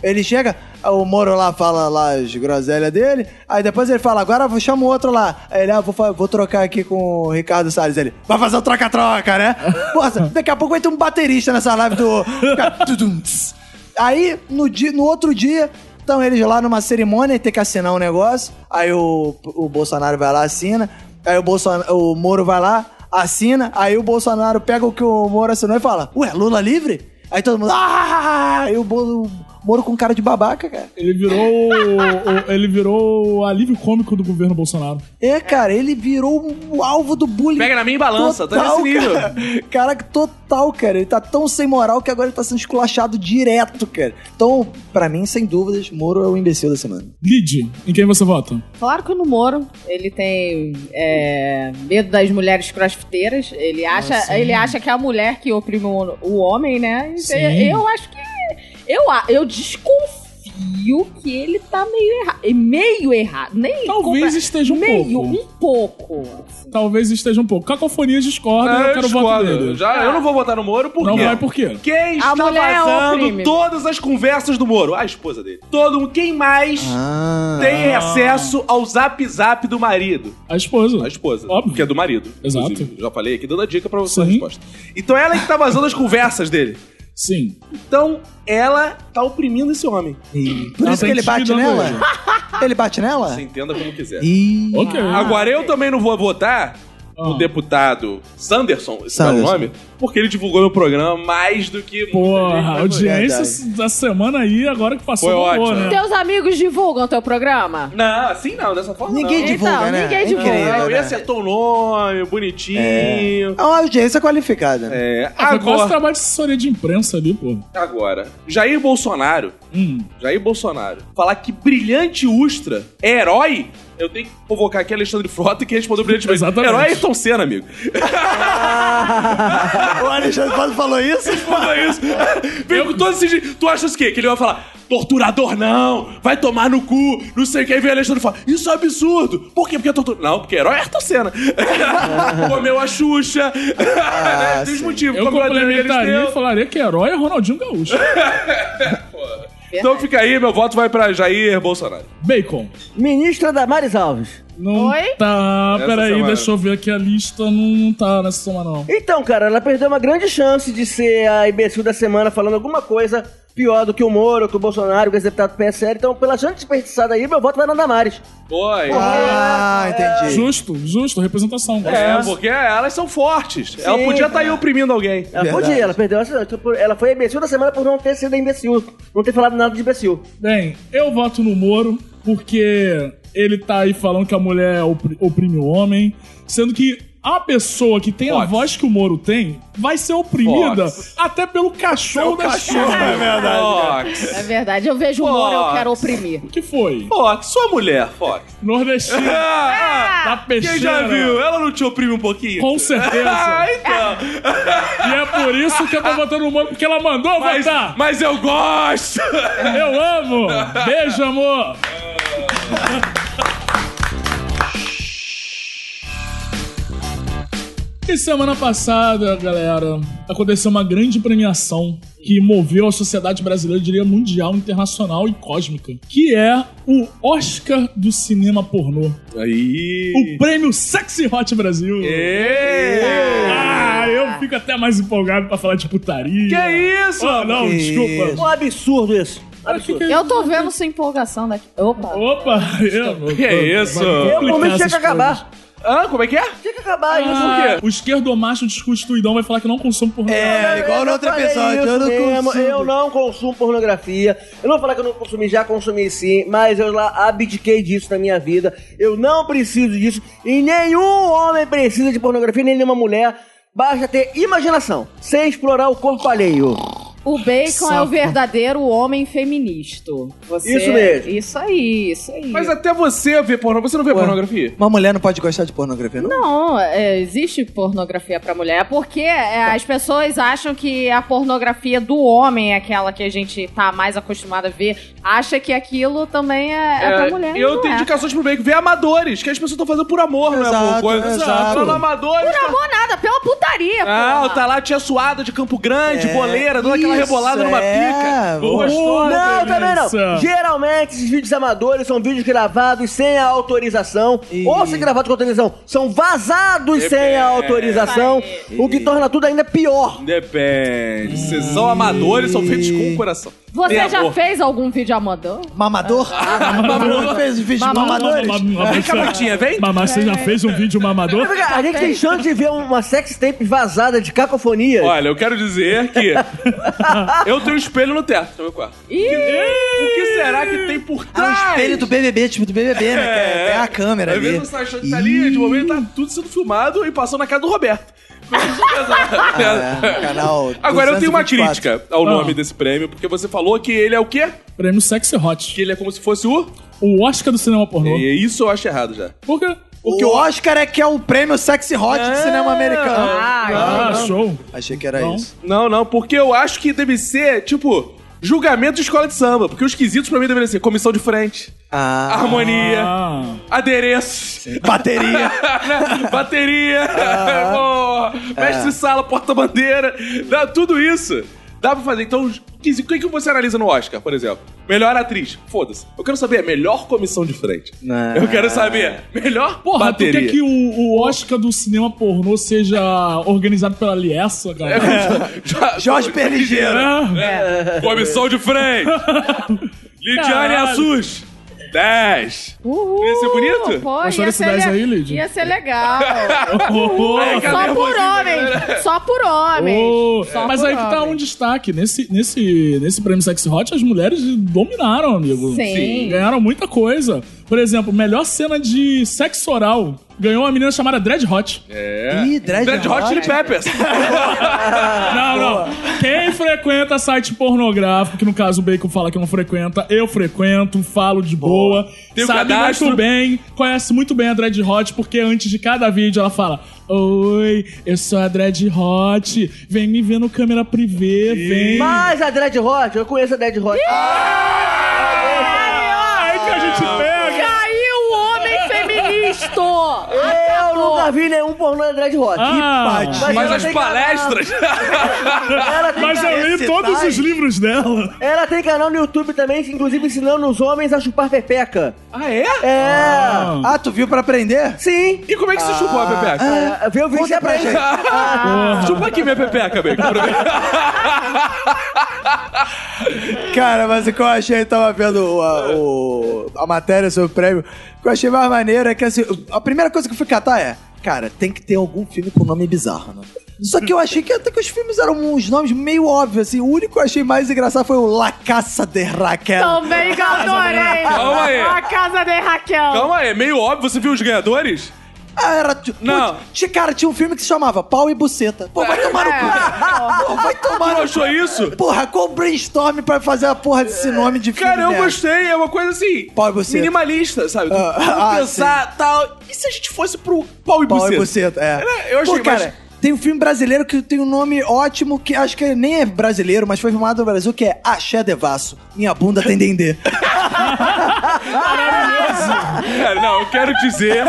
Ele chega, o Moro lá fala lá as groselhas dele, aí depois ele fala, agora eu chamo o outro lá. Aí ele, ah, vou, fa- vou trocar aqui com o Ricardo Salles. Ele, vai fazer o troca-troca, né? Nossa, daqui a pouco vai ter um baterista nessa live do... Fica tudum, tss. Aí, no, dia, no outro dia, estão eles lá numa cerimônia e tem que assinar um negócio, aí o, o Bolsonaro vai lá, assina, aí o, Bolsonaro, o Moro vai lá, assina, aí o Bolsonaro pega o que o Moro assinou e fala, ué, Lula livre? Aí todo mundo. Ah! Eu Bo- Moro com cara de babaca, cara.
Ele virou. o- ele virou o alívio cômico do governo Bolsonaro.
É, cara, ele virou o alvo do bullying.
Pega na minha e balança, tá nesse nível.
Cara. Caraca, total, cara. Ele tá tão sem moral que agora ele tá sendo esculachado direto, cara. Então, pra mim, sem dúvidas, Moro é o imbecil da semana.
Lid, em quem você vota?
Claro que no Moro ele tem é, medo das mulheres crossfiteiras. Ele acha, ele acha que é a mulher que oprime o, o homem, né? E
Sim.
Eu acho que. Eu, a- eu desconfio que ele tá meio errado. Meio errado. Nem
Talvez
compra-
esteja um
meio,
pouco.
um pouco. assim.
Talvez esteja um pouco. Cacofonias discorda, eu quero voto dele.
Ah, Já, eu não vou votar no Moro, por
Não
quê?
vai É, por quê?
Quem está
mulher é
vazando
oprime.
todas as conversas do Moro? A esposa dele. Todo mundo. Quem mais
Ah.
tem
Ah.
acesso ao zap zap do marido?
A esposa.
A esposa.
Óbvio.
Que é do marido.
Exato.
inclusive. Já falei aqui, dando a dica pra você a
Sim.
resposta. Então ela é que tá vazando as conversas dele.
Sim.
Então ela tá oprimindo esse homem.
Por
Ela
isso
tá
que ele bate
né,
intimidando
nela? Ele bate nela?
Você entenda como quiser.
Ih.
Ok.
Agora eu também não vou votar no
Ah.
deputado Sanderson, esse é o
Sanderson.
nome, porque ele divulgou meu programa mais do que. muita gente.
Porra, a audiência
Verdade.
da semana aí, agora que passou,
Foi
bombou,
ótimo.
né?
Teus amigos divulgam teu programa?
Não, assim não, dessa forma
Ninguém
não.
divulga,
Então,
né?
ninguém
É
divulga.
incrível,
Não,
né?
ele acertou o nome, bonitinho.
É uma audiência qualificada. né?
É,
Ah, Quase
agora,
trabalho de assessoria de imprensa ali, pô.
agora, Jair Bolsonaro,
Hum.
Jair Bolsonaro, falar que brilhante Ustra é herói, eu tenho que convocar aqui Alexandre Frota que respondeu brilhantemente.
Exatamente.
Herói é Ayrton Senna, amigo. Então
o Alexandre Paulo falou isso?
Fala é isso. Vem com todos esses. Tu achas o quê? Que ele vai falar, torturador não, vai tomar no cu, não sei o que. Aí vem o Alexandre e fala, isso é absurdo. Por quê? Porque é tortura. Não, porque herói é Ayrton Senna. Comeu a Xuxa. né? Tem os
sim.
motivos.
Ah, Eu
Comeu a Adriana
complementaria
Galisteu.
e falaria que herói é Ronaldinho Gaúcho.
Então fica aí, meu voto vai pra Jair Bolsonaro.
Bacon.
Ministra Damares Alves.
Não
Oi?
tá.
Essa
Peraí,
semana.
deixa eu ver aqui a lista. Não, não tá nessa semana, não.
Então, cara, ela perdeu uma grande chance de ser a imbecil da semana falando alguma coisa pior do que o Moro, que o Bolsonaro, que o deputado do PSL. Então, pela chance desperdiçada aí, meu voto vai na Damares.
Oi.
Ah, entendi.
Justo, justo, representação.
É, porque elas são fortes. Ela podia estar aí oprimindo alguém.
Ela
Verdade.
podia, ela perdeu essa. então, por- Ela foi a imbecil da semana por não ter sido a imbecil. Não ter falado nada de imbecil.
Bem, eu voto no Moro porque ele tá aí falando que a mulher é opri- oprime o homem, sendo que a pessoa que tem a
Fox.
voz que o Moro tem vai ser oprimida até pelo
É
cachorro da
né,
China.
Fox.
É verdade, eu vejo o Moro, eu quero oprimir.
O que foi?
Fox, sua mulher, Fox.
Nordestino,
Ah,
da tá
Quem
peixeira.
já viu? Ela não te oprime um pouquinho?
Com certeza.
Ah, então.
E é por isso que eu tô votando no Moro, porque ela mandou
Mas,
votar.
mas eu gosto!
Eu amo. Beijo, amor. E semana passada, galera, aconteceu uma grande premiação que moveu a sociedade brasileira, eu diria mundial, internacional e cósmica, que é o Oscar do cinema pornô, o
Aí.
prêmio Sexy Hot Brasil. Ah, eu fico até mais empolgado pra falar de putaria.
Que isso?
Ah, não,
Que
desculpa.
Um absurdo isso. Absurdo.
Eu tô vendo sua empolgação daqui. Opa.
Opa, eu,
Que é isso?
Eu, o momento tinha que acabar.
Ah, como é que é?
Tinha que acabar isso.
Ah, o esquerdomacho desconstruidão vai falar que não consome pornô.
É, igual no outro
falei
episódio.
isso
Eu não
mesmo,
consigo.
eu não consumo pornografia. Eu não vou falar que eu não consumi, já consumi sim, mas eu lá abdiquei disso na minha vida. Eu não preciso disso. E nenhum homem precisa de pornografia, nem nenhuma mulher. Basta ter imaginação, sem explorar o corpo alheio.
O Bacon é
Saco.
o verdadeiro homem feminista. Você-
Isso mesmo.
Isso aí, isso aí.
Mas até você vê pornografia. Você não vê pornografia?
Uma mulher não pode gostar de pornografia, não?
Não, é, existe pornografia pra mulher, porque é, as pessoas acham que a pornografia do homem é aquela que a gente tá mais acostumado a ver, acha que aquilo também é, é pra mulher. e
eu
não
tenho
é.
indicações pro meio que vê amadores, que as pessoas estão fazendo por amor, não é por
Exato,
coisa.
exato.
Não, amadores. tá-
Pô, nada, pela putaria,
Ah,
porra.
tá lá, tia suada de Campo Grande,
É,
boleira, dando aquela
isso,
rebolada numa
é,
pica.
boa.
Gostosa.
Não, também
Vanessa.
não. Geralmente esses vídeos amadores são vídeos gravados sem a autorização.
Ih.
Ou se gravados com autorização, são vazados
Depende.
sem a autorização. O que torna tudo ainda pior.
Depende. Vocês são amadores, são feitos com o coração.
Você
Tem
já
amor.
fez algum vídeo amador?
Mamador?
Ah,
Mamador fez vídeo de mamadores?
Vem cá, Martinha, vem.
Mamá, você já fez um vídeo mamador?
Vem cá, A gente tem chance de ver uma sextape vazada de cacofonia.
Olha, eu quero dizer que eu tenho um espelho no teto no meu quarto.
Ih,
O que será que tem por
Ah, o
trás?
espelho do BBB, tipo do BBB, né? que É, é a câmera
Às
ali.
vezes você tá achando que tá ali, de momento tá tudo sendo filmado e passou na casa do Roberto.
é, no canal
Agora eu tenho uma
224.
crítica ao
Ah.
nome desse prêmio, porque você falou que ele é o quê?
Prêmio Sexy Hot.
Que ele é como se fosse o.
O Oscar do cinema pornô.
E isso eu acho errado já.
Por quê?
O que o Oscar é que é o prêmio sexy hot do cinema americano.
Ah, show.
Achei que era
Não.
isso.
Não, não, porque eu acho que deve ser, tipo, julgamento de escola de samba. Porque os quesitos pra mim deveriam ser comissão de frente,
Ah,
harmonia,
Ah,
adereços,
bateria.
bateria,
Ah.
pô,
É.
mestre sala, porta-bandeira, dá tudo isso. Dá pra fazer. Então, quesi- o que que você analisa no Oscar, por exemplo? Melhor atriz. Foda-se. Eu quero saber, melhor comissão de frente.
Ah.
Eu quero saber, melhor
porra,
bateria.
tu quer que o, o Oscar do cinema pornô seja organizado pela Liessa, galera? Ah,
Já-
Jorge
É.
Perligeiro.
Comissão de frente! Lidiane
Caralho.
Assus! 10!
Uhul,
Ia ser bonito?
Pô,
Gostou
ia
desse
ser,
10
le-
aí, Lidia?
ia ser legal.
Oh,
Ai, cara,
Só por
nervosismo,
homens. Só por homens.
oh.
Só
Mas
por
aí que tá um
homens.
destaque. Nesse, nesse, nesse prêmio Sexy Hot, as mulheres dominaram, amigo.
Sim. Sim.
Ganharam muita coisa. Por exemplo, melhor cena de sexo oral. Ganhou uma menina chamada Dread Hot.
É.
Ih, Dread,
Red Hot Chili Peppers!
Não, não. Quem frequenta site pornográfico, que no caso o Bacon fala que não frequenta, eu frequento, falo de boa,
Tem o
sabe
cadastro.
muito bem, conhece muito bem a Dread Hot, porque antes de cada vídeo ela fala: Oi, eu sou a Dread Hot, vem me ver no câmera privê, vem.
Mas a Dread Hot, eu conheço a Dread Hot.
Aí que a gente pega!
Caiu o homem feminista!
eu nunca vi nenhum pornô da Dread Hot.
Ah,
Que
Mas
ela
as
tem
palestras!
Canal, ela, tem
mas
canal,
eu li
Esse
todos
site.
os livros dela.
ela tem canal no YouTube também, inclusive ensinando os homens a chupar pepeca.
ah, é?
É.
Ah, tu viu pra aprender?
Sim.
E como é que se chupou a pepeca?
É, vê o vídeo
Conta
e
pra
aprende.
gente.
Tipo,
Chupa aqui minha pepeca, bacon. pra ver.
Cara, mas o que eu achei, eu tava vendo a, o- a matéria sobre o prêmio. O que eu achei mais maneiro é que assim, a primeira coisa que eu fui catar é, cara, tem que ter algum filme com nome bizarro, né? Só que eu achei que até que os filmes eram uns nomes meio óbvios, assim. O único que eu achei mais engraçado foi o La Caça de Raquel.
Também que eu adorei!
Calma aí.
A casa de Raquel!
Calma aí, é meio óbvio. Você viu os ganhadores?
Ah, era. tu-
Não. É.
putz, tinha- cara, tinha um filme que se chamava Pau e Buceta. Pô, vai tomar no cu. Pô, vai tomar
Tu
no cu.
achou isso?
Porra, qual o brainstorm pra fazer a porra desse nome de filme?
É. Cara, eu
dessa?
gostei. É uma coisa assim.
Pau e buceta.
Minimalista, sabe? Tu
Ah,
tu
ah,
pensar tal. E se a gente fosse pro pau e
Pau
buceta?
e buceta,
Era-
é.
eu achei
Pô, cara,
mais-
tem um filme brasileiro que tem um nome ótimo, que acho que nem é brasileiro, mas foi filmado no Brasil, que é Axé Devasso. Minha bunda tem dendê.
Cara, não, eu quero dizer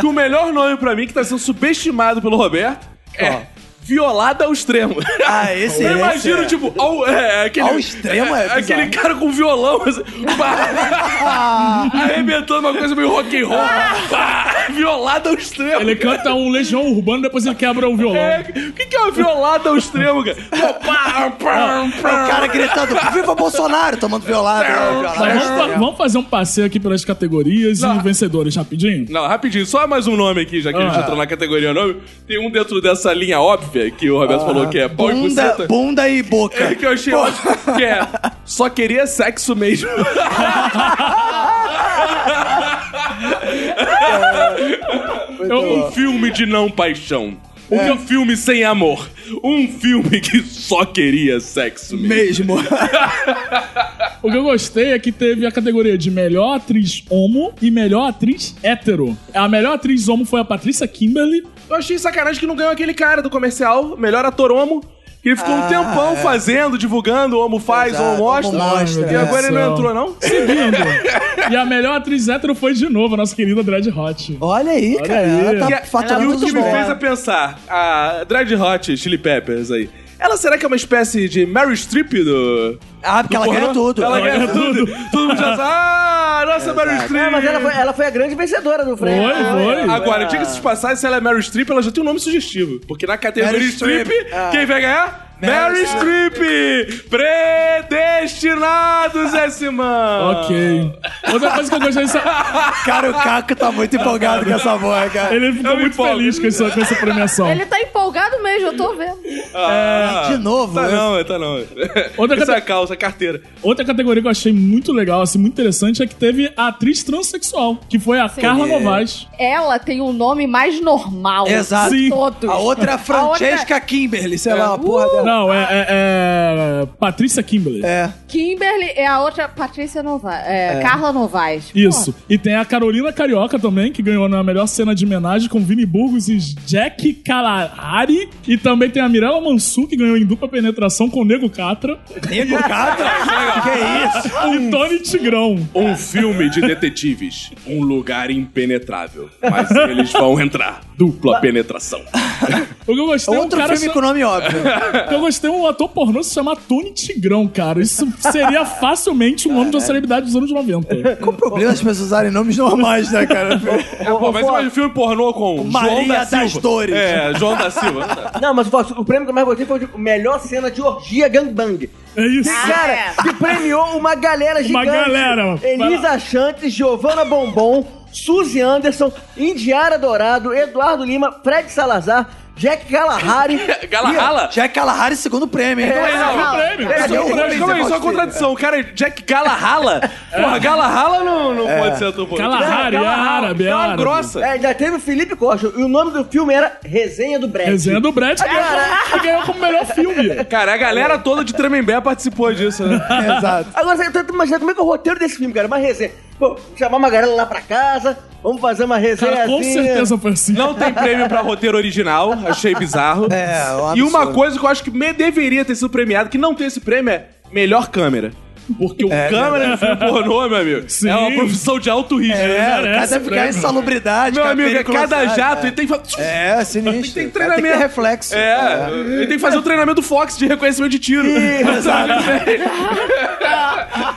que o melhor nome pra mim, que tá sendo subestimado pelo Roberto, é Violada ao Extremo.
Ah, esse
Eu
é.
imagino, tipo, ao, é, aquele,
Ao extremo é bizarro.
aquele cara com violão assim, pá, arrebentando uma coisa meio rock and roll. pá, violada ao extremo.
Ele canta um Legião Urbano, depois ele quebra o violão.
É, o que, que é uma violada ao extremo, cara? Pô, pá, pá,
É
pá.
o cara gritando, viva Bolsonaro, tomando violado. né, violado.
Mas vamos, fa- vamos fazer um passeio aqui pelas categorias e
Não.
vencedores rapidinho?
Não, rapidinho, só mais um nome aqui, já que a gente
Ah.
entrou na categoria nome. Tem um dentro dessa linha óbvia que o Roberto falou que é pau e
Bunda,
buceta.
bunda e
É
boca.
que eu achei ótimo, que é só queria sexo mesmo. um filme de não paixão. Um filme sem amor. Um filme que só queria sexo mesmo.
Mesmo.
O que eu gostei é que teve a categoria de melhor atriz homo e melhor atriz hétero. A melhor atriz homo foi a Patrícia Kimberly.
Eu achei sacanagem que não ganhou aquele cara do comercial, melhor ator homo. Que ele ficou um tempão fazendo, divulgando, o homo faz, o
Ah, é. Exato,
homo mostra.
homo mostra,
e agora ele
é.
não entrou, não?
Segundo. e a melhor atriz hétero foi de novo a nossa querida Dread Hot.
Olha aí, cara. Ela
aí.
tá
e
faturando
o que
muito
me
bom.
fez a pensar, a Dread Hot Chili Peppers aí, ela será que é uma espécie de Mary Streep do...
Ah, porque
do
ela
pornô?
ganhou tudo.
Ela ganha tudo. Todo mundo já sabe, ah, nossa Mary Streep.
Ah, mas ela foi, ela foi a grande vencedora do Frank.
Foi,
Ah,
foi.
ela-
Agora, diga-se de passagem, se ela é Mary Streep, ela já tem um nome sugestivo. Porque na categoria
Meryl
Streep,
Streep, ah.
quem vai ganhar? Mary Streep! Predestinados é, esse
Ah.
mano!
Ok. Outra coisa que eu gostei é dessa.
Cara, o Caco tá muito empolgado com essa voz, cara.
Ele ficou
Eu me
muito
empolgo.
feliz com essa, com essa premiação.
Ele tá empolgado mesmo, eu tô vendo.
Ah,
De novo,
Tá
eu-
não, tá não.
Outra
Essa é
cate-
a calça, a carteira.
Outra categoria que eu achei muito legal, assim, muito interessante, é que teve a atriz transexual, que foi a Carla
É.
Novaes.
Ela tem um nome mais normal.
Exato.
de
Sim.
Todos.
A outra é Uh! Francesca Kimberly, sei lá, uma porra dela.
Não, é, é- é Patrícia Kimberly.
É.
Kimberly é a outra Patrícia Novaes. É, Carla Novaes.
Isso. E tem a Carolina Carioca também, que ganhou na melhor cena de homenagem com Vini Burgos e Jack Calahari. E também tem a Mirella Mansu, que ganhou em dupla penetração com o Nego Catra.
Nego Catra? que isso?
E Tony Tigrão.
Um filme de detetives. Um lugar impenetrável. Mas eles vão entrar. Dupla penetração.
O que eu gostei é um
Outro
cara...
filme
cha-
com nome óbvio.
o que Eu gostei é um ator pornô se chamar Tony Tigrão, cara. Isso seria facilmente um nome de uma celebridade dos anos 90.
Qual o problema das pessoas usarem nomes normais, né, cara?
Pô, mas imagina um filme pornô com João
Maria
da Silva.
das Dores.
É, João da Silva.
Não, mas Fox, o prêmio que eu mais gostei foi o de melhor cena de orgia gangbang.
É isso.
Ah,
Cara,
é.
que premiou uma galera gigante.
galera. Vai
Elisa Chantes, Giovana Bombom, Suzy Anderson, Indiara Dourado, Eduardo Lima, Fred Salazar, Jack Galahari.
Galahara?
Jack Kalahari, segundo prêmio, hein?
Não, É, não,
não.
Prêmio.
Peraí,
Cadê o
calma aí,
Robin?
calma aí,
Você
só uma
pode
contradição. O cara é Jack Galahalla. Porra, Galahalla não, não pode ser ator pornô.
Kalahari, é árabe, é
É. É uma
árabe.
grossa.
É, ainda teve o Felipe Costa. E o nome do filme era Resenha do Brad.
Resenha do Brad ganhou, que ganhou como melhor filme.
É, Cara, a galera toda de Tremembé participou disso, né?
Exato.
Agora, eu tô tentando imaginar como é que é o roteiro desse filme, cara. Uma resenha. Pô, chamar uma galera lá pra casa, vamos fazer uma resenha
Cara, com
assim.
certeza foi assim.
Não tem prêmio pra roteiro original, achei bizarro.
É, um
E uma
absurdo.
coisa que eu acho que me deveria ter sido premiado, que não tem esse prêmio, é melhor câmera. Porque o câmera de filme pornô, meu amigo,
Sim.
é uma profissão de alto risco. né?
É, o cara
merece
deve ficar em
prêmio.
salubridade,
Meu
cara,
amigo, é cada
periculosidade,
jato, ele tem que fa-
É, é sinistro.
Tem
Cara,
treinamento.
Tem que ter reflexo.
É, ele tem que fazer o treinamento do Fox de reconhecimento de tiro. Sabe?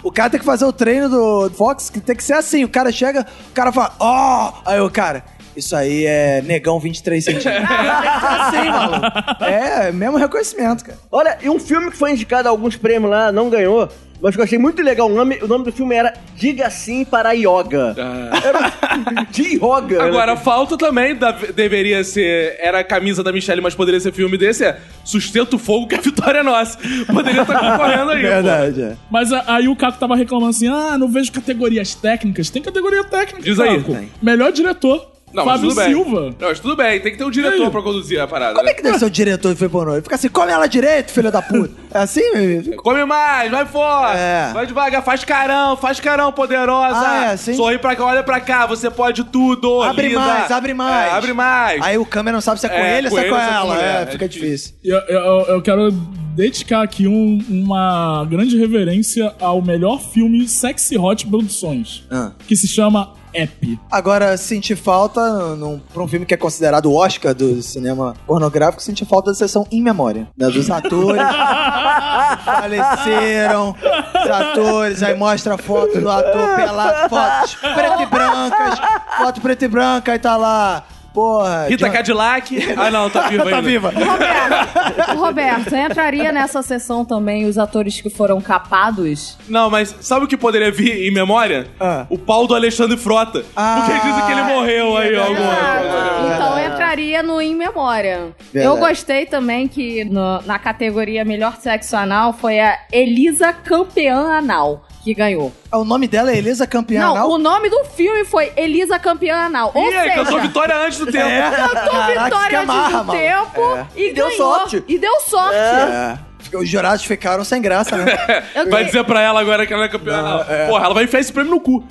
O cara tem que fazer o treino do Fox, que tem que ser assim. O cara chega, o cara fala, ó! Aí o cara, isso aí é negão 23 centímetros. assim, maluco. É, mesmo reconhecimento, cara.
Olha, e um filme que foi indicado a alguns prêmios lá, não ganhou, mas que eu achei muito legal o nome. O nome do filme era Diga Sim para Yoga. Era um de yoga.
Agora, falta também, da- deveria ser. Era a camisa da Michelle, mas poderia ser filme desse. É Sustenta o Fogo que a vitória é nossa. Poderia estar concorrendo aí. pô.
Verdade, é.
Mas a- aí o Caco tava reclamando assim: ah, não vejo categorias técnicas. Tem categoria técnica.
Diz aí.
Caco.
Tem.
Melhor diretor.
Não, mas
Fábio
tudo bem.
Silva.
Não, mas tudo bem, tem que ter um
E aí?
diretor pra conduzir a parada.
Como é
né?
que deve ser o diretor do filme pornô? Ele fica assim, come ela direito, filho da puta. É assim, meu amigo?
Come mais, vai fora,
É.
vai devagar, faz carão, faz carão, poderosa.
Ah, é assim?
Sorri pra cá, olha pra cá, você pode tudo,
Abre
linda.
mais, abre mais.
ah, É, abre mais.
Aí o câmera não sabe se é com
É,
ele ou se
com
é com
ele ou se é com
ela.
mulher.
É, fica difícil.
Eu, eu, eu quero dedicar aqui um- uma grande reverência ao melhor filme sexy hot produções,
Ah.
que se chama App.
Agora, senti falta, num, pra um filme que é considerado o Oscar do cinema pornográfico, senti falta da sessão em memória. Né, dos atores que faleceram, os atores, aí mostra a foto do ator pelado, fotos preto e brancas, foto preto e branca, aí tá lá, porra...
Rita
John-
Cadillac. Ah, não, tá viva ainda.
Tá viva.
Roberto, Roberto, entraria nessa sessão também os atores que foram capados?
Não, mas sabe o que poderia vir em memória?
Ah.
O pau do Alexandre Frota.
Ah. É
porque dizem que ele morreu aí, ó.
Exato. Então entraria no In Memória.
Verdade.
Eu gostei também que no- na categoria Melhor Sexo Anal foi a Elisa Campeã Anal que ganhou.
Ah, O nome dela é Elisa Campeã
Não,
Anal?
o nome do filme foi Elisa Campeã Anal. Ou
Ih, é,
seja,
cantou Vitória antes do tempo.
cantou
É. Caraca, que
é Vitória
amarra,
antes do
maluco.
tempo e,
E deu
ganhou.
sorte.
E deu sorte.
É. Os jurados ficaram sem graça, né?
Eu
Vai
que-
dizer pra ela agora que ela é campeã.
Ah,
Não, Porra, ela vai enfiar esse prêmio no cu.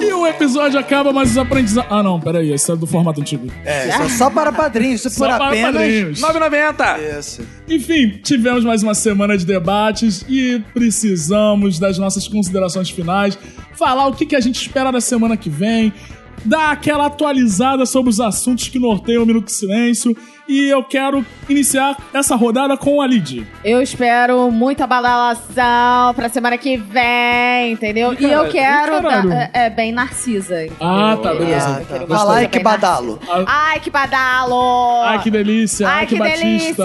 E o episódio acaba, mas os aprendizados... Ah, não, peraí, esse é do formato antigo.
É, só, só para padrinhos, isso por
Só para
apenas...
padrinhos.
9,90.
Isso.
Enfim, tivemos mais uma semana de debates e precisamos das nossas considerações finais, falar o que, que a gente espera da semana que vem, dar aquela atualizada sobre os assuntos que norteiam o Minuto de Silêncio. E eu quero iniciar essa rodada com a Lid.
Eu espero muita badalação pra semana que vem, entendeu? E eu
caralho,
quero.
ih, caralho.
dar- é, é bem narcisa.
Ah, tá, beleza.
Ah, tá.
Gostei.
Vai lá e que
Também narcisa.
badalo.
Ai, que badalo!
Ai, que delícia. Ai, que, batista.
delícia!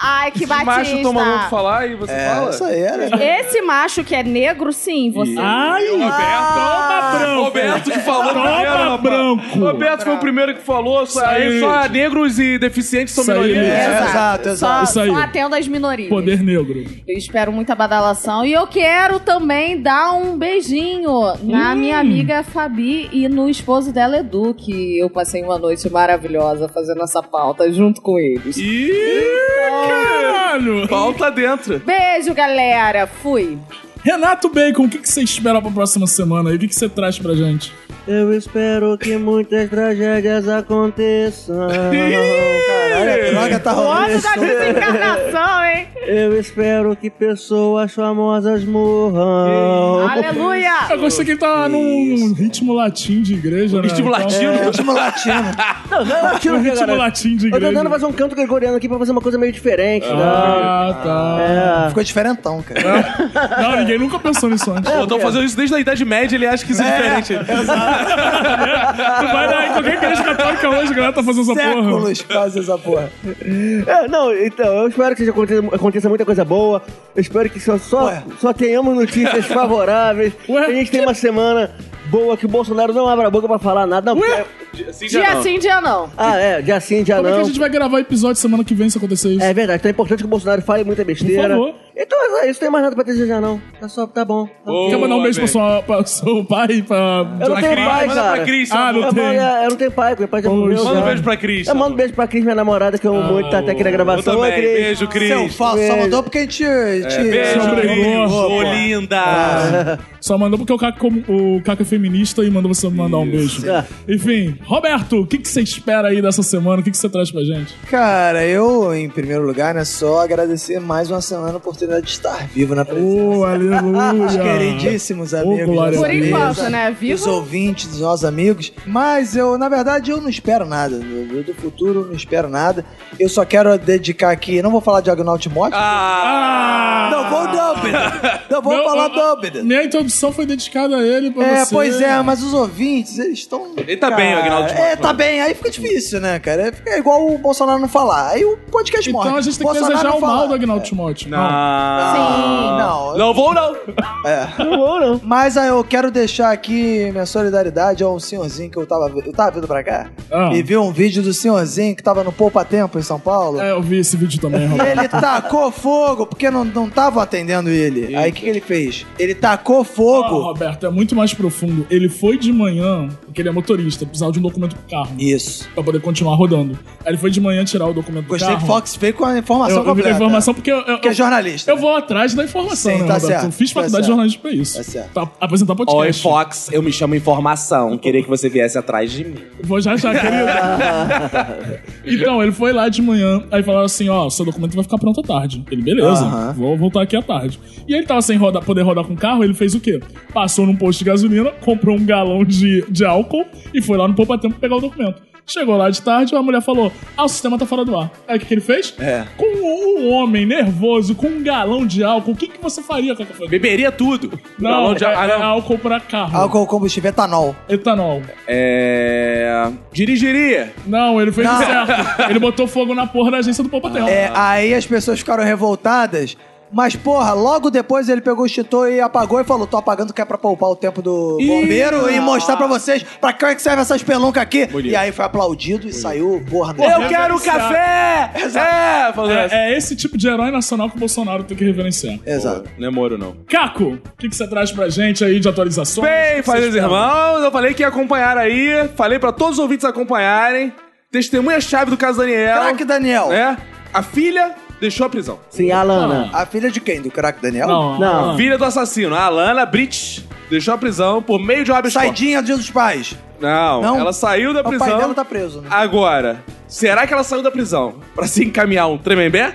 Ai, que
Esse macho toma louco
batista!
falar e você
É,
fala.
isso aí, era.
Esse macho que é negro, sim, você.
Ai, toma
Ah,
branco.
Roberto que falou
Toma
primeiro, rapaz.
branco.
Roberto foi o primeiro que falou, só, aí
aí.
só negros e deficientes são
Isso aí,
minorias.
Lid.
É, exato,
Só,
exato.
Isso aí.
só atendo as minorias.
Poder negro.
Eu espero muita badalação. E eu quero também dar um beijinho
Hum.
na minha amiga Fabi e no esposo dela, Edu, que eu passei uma noite maravilhosa fazendo essa pauta junto com eles.
Ih,
Caralho!
pauta tá
É,
dentro.
Beijo, galera. Fui.
Renato Bacon, o que, que você espera pra próxima semana? E o que, que você traz pra gente?
Eu espero que muitas tragédias aconteçam.
Caralho, a droga tá
O ano
rolando.
da desencarnação, hein?
Eu espero que pessoas famosas morram.
Aleluia.
Eu gostei que ele tá
Ah,
num ritmo latim de igreja, né?
Ritmo
Então,
latino.
Ritmo é latino.
Não, não é latino,
Um
aqui,
ritmo
galera.
latim de
Eu tô
igreja.
tentando fazer um canto gregoriano aqui pra fazer uma coisa meio diferente. né?
Ah, tá.
É.
Ficou diferentão, cara.
Não, ninguém nunca pensou nisso antes.
Pô, tô fazendo isso desde a Idade Média, ele acha que isso é, diferente.
Tu vai dar em qualquer igreja católica hoje, a galera tá fazendo essa
né?
porra.
Séculos quase essa porra.
É, não, então, eu espero que seja- aconteça, aconteça muita coisa boa. Eu espero que só, só,
Ué.
só tenhamos notícias favoráveis.
Ué.
Que a gente tenha uma semana boa que o Bolsonaro não abra a boca pra falar nada. Não, é-
Assim já
Dia
não.
sim, dia não.
ah, é, dia sim, dia
Como é que
não.
a gente vai gravar episódio semana que vem se acontecer isso?
É verdade, então é importante que o Bolsonaro fale muita besteira.
Por favor.
Então é isso, não tem mais nada pra desejar, não. Tá só, tá bom. Tá
Boa,
Quer mandar um beijo
velho.
pra, sua, pra seu pai? Pra
Eu não
Johnny
tenho
Cris?
pai,
Manda pra
cara.
Cris,
Ah, não
Eu, é,
tem.
eu não tenho pai, meu pai já
Poxa.
morreu.
Manda um
já.
beijo pra Cris. Ah,
Eu mando um beijo pra Cris, minha namorada, que eu amo muito, tá até aqui na
Eu
gravação.
também.
Oi, Cris.
Beijo,
Seu
Cris.
falso só
Beijo.
mandou porque a gente te
Beijo,
te
Sobre-
Cris.
Boa,
Ô,
pô.
linda.
Só mandou porque o Caco, como- o Caco é feminista e mandou você mandar um beijo.
É.
Enfim, Roberto, o que, que você espera aí dessa semana? O que, que você traz pra gente?
Cara, eu, em primeiro lugar, né, só agradecer mais uma semana a oportunidade de estar vivo na presença.
Ô, aleluia!
Os queridíssimos amigos.
glória
da
a Deus. Por enquanto,
mesa,
né, vivo?
Os ouvintes, os nossos amigos. Mas eu, na verdade, eu não espero nada. Do, do futuro, eu não espero nada. Eu só quero dedicar aqui. Não vou falar de Agnaldo Timóteo.
Ah,
Não vou dúvida. Não vou
Não,
falar
eu- eu-
dúvida.
Minha introdução foi dedicada a ele, pra
É,
você.
pois é, mas os ouvintes, eles estão.
Ele tá bem, o Agnaldo Timóteo.
É, tá bem. Aí fica difícil, né, cara? Fica igual o Bolsonaro não falar. Aí o podcast morre.
Então a gente tem que
Bolsonaro
desejar
não
o mal
fala.
do Agnaldo Timóteo.
Não.
Ah, não.
Não vou, não.
Não vou, não.
Mas ah, eu quero deixar aqui minha solidariedade ao senhorzinho que eu tava, eu tava vindo pra cá.
Ah.
E vi um vídeo do senhorzinho que tava no Poupa Tempo em São Paulo.
É, eu vi esse vídeo também,
E
Roberto.
Ele tacou fogo porque não estavam atendendo ele. Aí o que, que ele fez? Ele tacou
Ah,
fogo.
Roberto, é muito mais profundo. Ele foi de manhã, porque ele é motorista, precisava de um documento pro carro.
Isso.
Pra poder continuar rodando. Aí ele foi de manhã tirar o documento do
Gostei
carro.
que Fox veio com a
eu,
informação
eu vi
completa.
a informação porque eu, eu,
Porque é jornalista.
eu vou atrás da informação,
Sim,
né,
tá
Roberto?
certo,
Eu fiz
tá
faculdade
certo.
de jornalismo pra isso.
Tá certo.
Pra apresentar podcast.
Oi, Fox, eu me chamo Informação. Queria que você viesse atrás de mim.
Vou já já, querido. então, ele foi lá de manhã, aí falaram assim: ó, seu documento vai ficar pronto à tarde. Ele, beleza,
Aham.
vou voltar aqui à tarde. E ele tava sem rodar, poder rodar com o carro, ele fez o quê? Passou num posto de gasolina, comprou um galão de, de álcool e foi lá no Poupa Tempo pegar o documento. Chegou lá de tarde, a mulher falou: Ah, o sistema tá fora do ar. Aí o que, que ele fez? É. Com um um homem nervoso, com um galão de álcool, o que, que você faria com a café?
Beberia tudo.
Não,
de-
é,
ah,
é
não.
álcool pra carro.
Álcool, combustível, etanol.
Etanol.
É. Dirigiria.
Não, ele fez
Não.
o certo. Ele botou fogo na porra da agência do Poupa Tempo.
É, aí as pessoas ficaram revoltadas. Mas, porra, logo depois ele pegou o extintor e apagou e falou: tô apagando que é pra poupar o tempo do bombeiro e mostrar pra vocês pra que é que serve essas peluncas aqui. E aí foi aplaudido e saiu, porra, né?
Eu quero café! É, falando assim.
É, é esse tipo de herói nacional que o Bolsonaro tem que reverenciar.
Exato.
Não é Moro, não.
Caco, o que, que você traz pra gente aí de atualizações?
Bem,
faz
fazeres irmãos, eu falei que ia acompanhar aí. Falei pra todos os ouvintes acompanharem. Testemunha-chave do caso Daniel.
Craque Daniel.
né? A filha deixou a prisão.
Sim, a
Ah.
Alana.
A filha de quem? Do craque Daniel?
Não,
Não.
não.
Filha do assassino, a Alana Brit, deixou a prisão por meio de um habeas corpus.
Saidinha dia dos pais.
Não,
Não?
ela saiu da
O pai
prisão.
dela tá preso, né?
Agora, será que ela saiu da prisão pra se encaminhar um tremembé?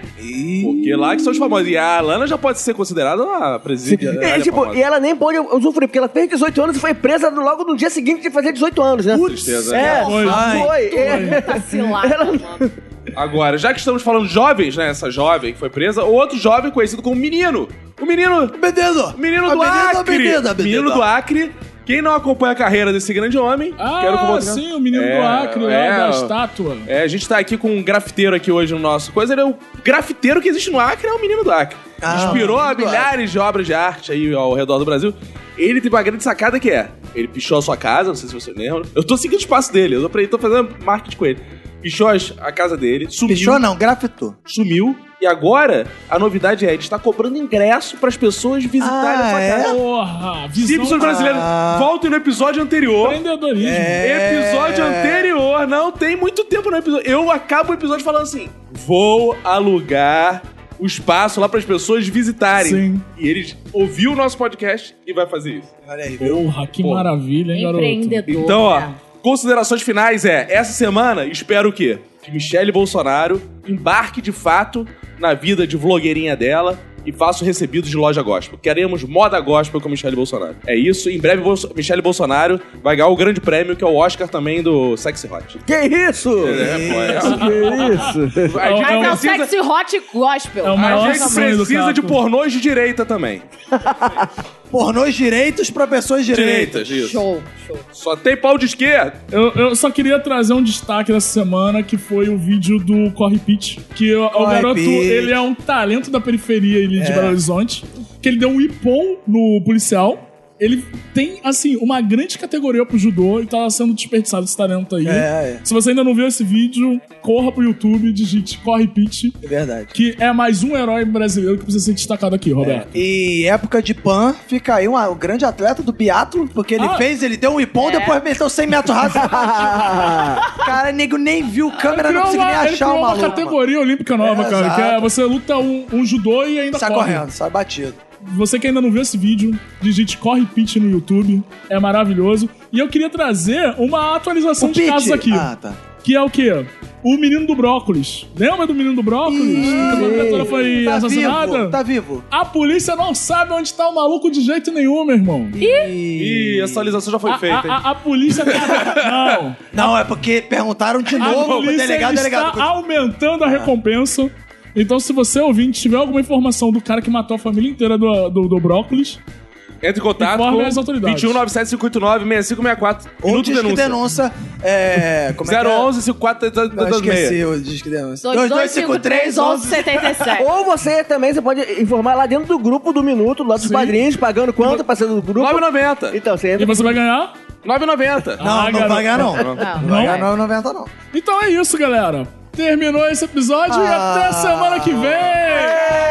Porque lá que são os famosos. E a Alana já pode ser considerada uma presídia. né,
É,
E, tipo, e ela nem pode usufruir, porque ela fez 18 anos e foi presa logo no dia seguinte de fazer 18 anos, né?
Tristeza.
É,
Foi.
foi. É.
Tá cilada, mano.
Agora, já que estamos falando de jovens, né? Essa jovem que foi presa, o outro jovem conhecido como menino. O menino.
Menino!
O menino
A
do
menina, a
Acre.
menina, a menina.
Menino do Acre. Quem não acompanha a carreira desse grande homem,
Ah,
quero que eu volte-
sim, o menino
É,
do Acre,
é,
lá da
ó.
estátua.
É, a gente tá aqui com um grafiteiro aqui hoje no nosso coisa. Ele é o grafiteiro que existe no Acre, é o menino do Acre.
Ah,
Inspirou
o menino
a
do Acre.
milhares de obras de arte aí ao redor do Brasil. Ele tem uma grande sacada que é: ele pichou a sua casa, não sei se você lembra. Eu tô seguindo o espaço dele, eu tô, pra ele, tô fazendo marketing com ele. Pichou as- a casa dele, sumiu,
Pichou não, grafitou.
sumiu. E agora, a novidade é: ele está cobrando ingresso pras pessoas visitarem
Ah,
a sua
é?
casa.
Porra, visão...
Simples brasileiro.
Ah.
Voltem no episódio anterior.
Empreendedorismo.
É.
Episódio anterior, não tem muito tempo no episódio. Eu acabo o episódio falando assim: vou alugar o espaço lá para as pessoas visitarem.
Sim.
E ele ouviu o nosso podcast e vai fazer isso.
Olha aí, viu?
Porra, que
Porra.
maravilha,
É
hein, garoto?
Empreendedor.
Então, ó,
cara.
considerações finais é: essa semana espero o quê? Que Michelle Bolsonaro embarque de fato na vida de vlogueirinha dela. E faça o recebido de loja gospel. Queremos moda gospel com Michelle Bolsonaro. É isso. Em breve, Bolso Michelle Bolsonaro vai ganhar o grande prêmio, que é o Oscar também do Sexy Hot.
Que
É,
isso?
É
Que isso?
A gente
Mas é o
precisa- um
sexy hot gospel.
É o
A
maior
gente
sonho do
precisa
Caco.
de pornôs de direita também.
Pornôs direitos pra pessoas direitas.
isso.
Show, show.
Só tem pau de esquerda.
Eu, eu só queria trazer um destaque dessa semana, que foi o vídeo do Corre Pitch. Que o- o
Corre
garoto,
Pitch. É.
ele é um talento da periferia ele, de Belo Horizonte. Que ele deu um ipom no policial. Ele tem, assim, uma grande categoria pro judô e tá sendo desperdiçado esse talento aí.
É, é.
Se você ainda não viu esse vídeo, corra pro YouTube, digite Corre Pitch,
É verdade.
que é mais um herói brasileiro que precisa ser destacado aqui, Roberto.
É. E época de Pan, fica aí uma- o grande atleta do biatlo, porque ele
Ah.
fez, ele deu um ipom, depois meteu 100 metros rasos. cara, nego nem viu câmera, não consegui nem
ele
achar
criou
o
uma
maluco. mano.
categoria olímpica nova,
É,
cara. Que é
exato.
você luta um, um judô e ainda
Sai
corre.
correndo, sai batido.
Você que ainda não viu esse vídeo, digite Corre Pitch no YouTube, é maravilhoso. E eu queria trazer uma atualização
O
de
Pete-
casos aqui,
Ah, tá.
que é o quê? O menino do brócolis. Lembra do menino do brócolis? que a criatura foi
Tá
assassinada?
vivo, tá vivo.
A polícia não sabe onde tá o maluco de jeito nenhum, meu irmão.
Ih, essa atualização já foi
A,
feita, hein?
a, a, a polícia tá... Não.
Não, é porque perguntaram de
A
novo pro
polícia
delegado,
está
delegado. Ah.
aumentando a recompensa. Então, se você ouvinte tiver alguma informação do cara que matou a família inteira do, do, do brócolis,
Entre em contato
Informe
com
é as autoridades.
21975896564.
Ou
Minuto
diz que
denúncia.
denúncia. É. Como é que é?
011
Não,
54336.
esqueci o diz que denúncia.
2253 1177.
Ou você também, você pode informar lá dentro do grupo do Minuto, lá dos padrinhos, pagando quanto, passando do grupo.
990.
Então, você
e
entra.
você vai ganhar?
990.
Não,
Ah,
não
garoto.
vai ganhar não.
Não,
Não vai
é.
ganhar 9,90 não.
Então é isso, galera. Terminou esse episódio e
Ah.
até semana que vem!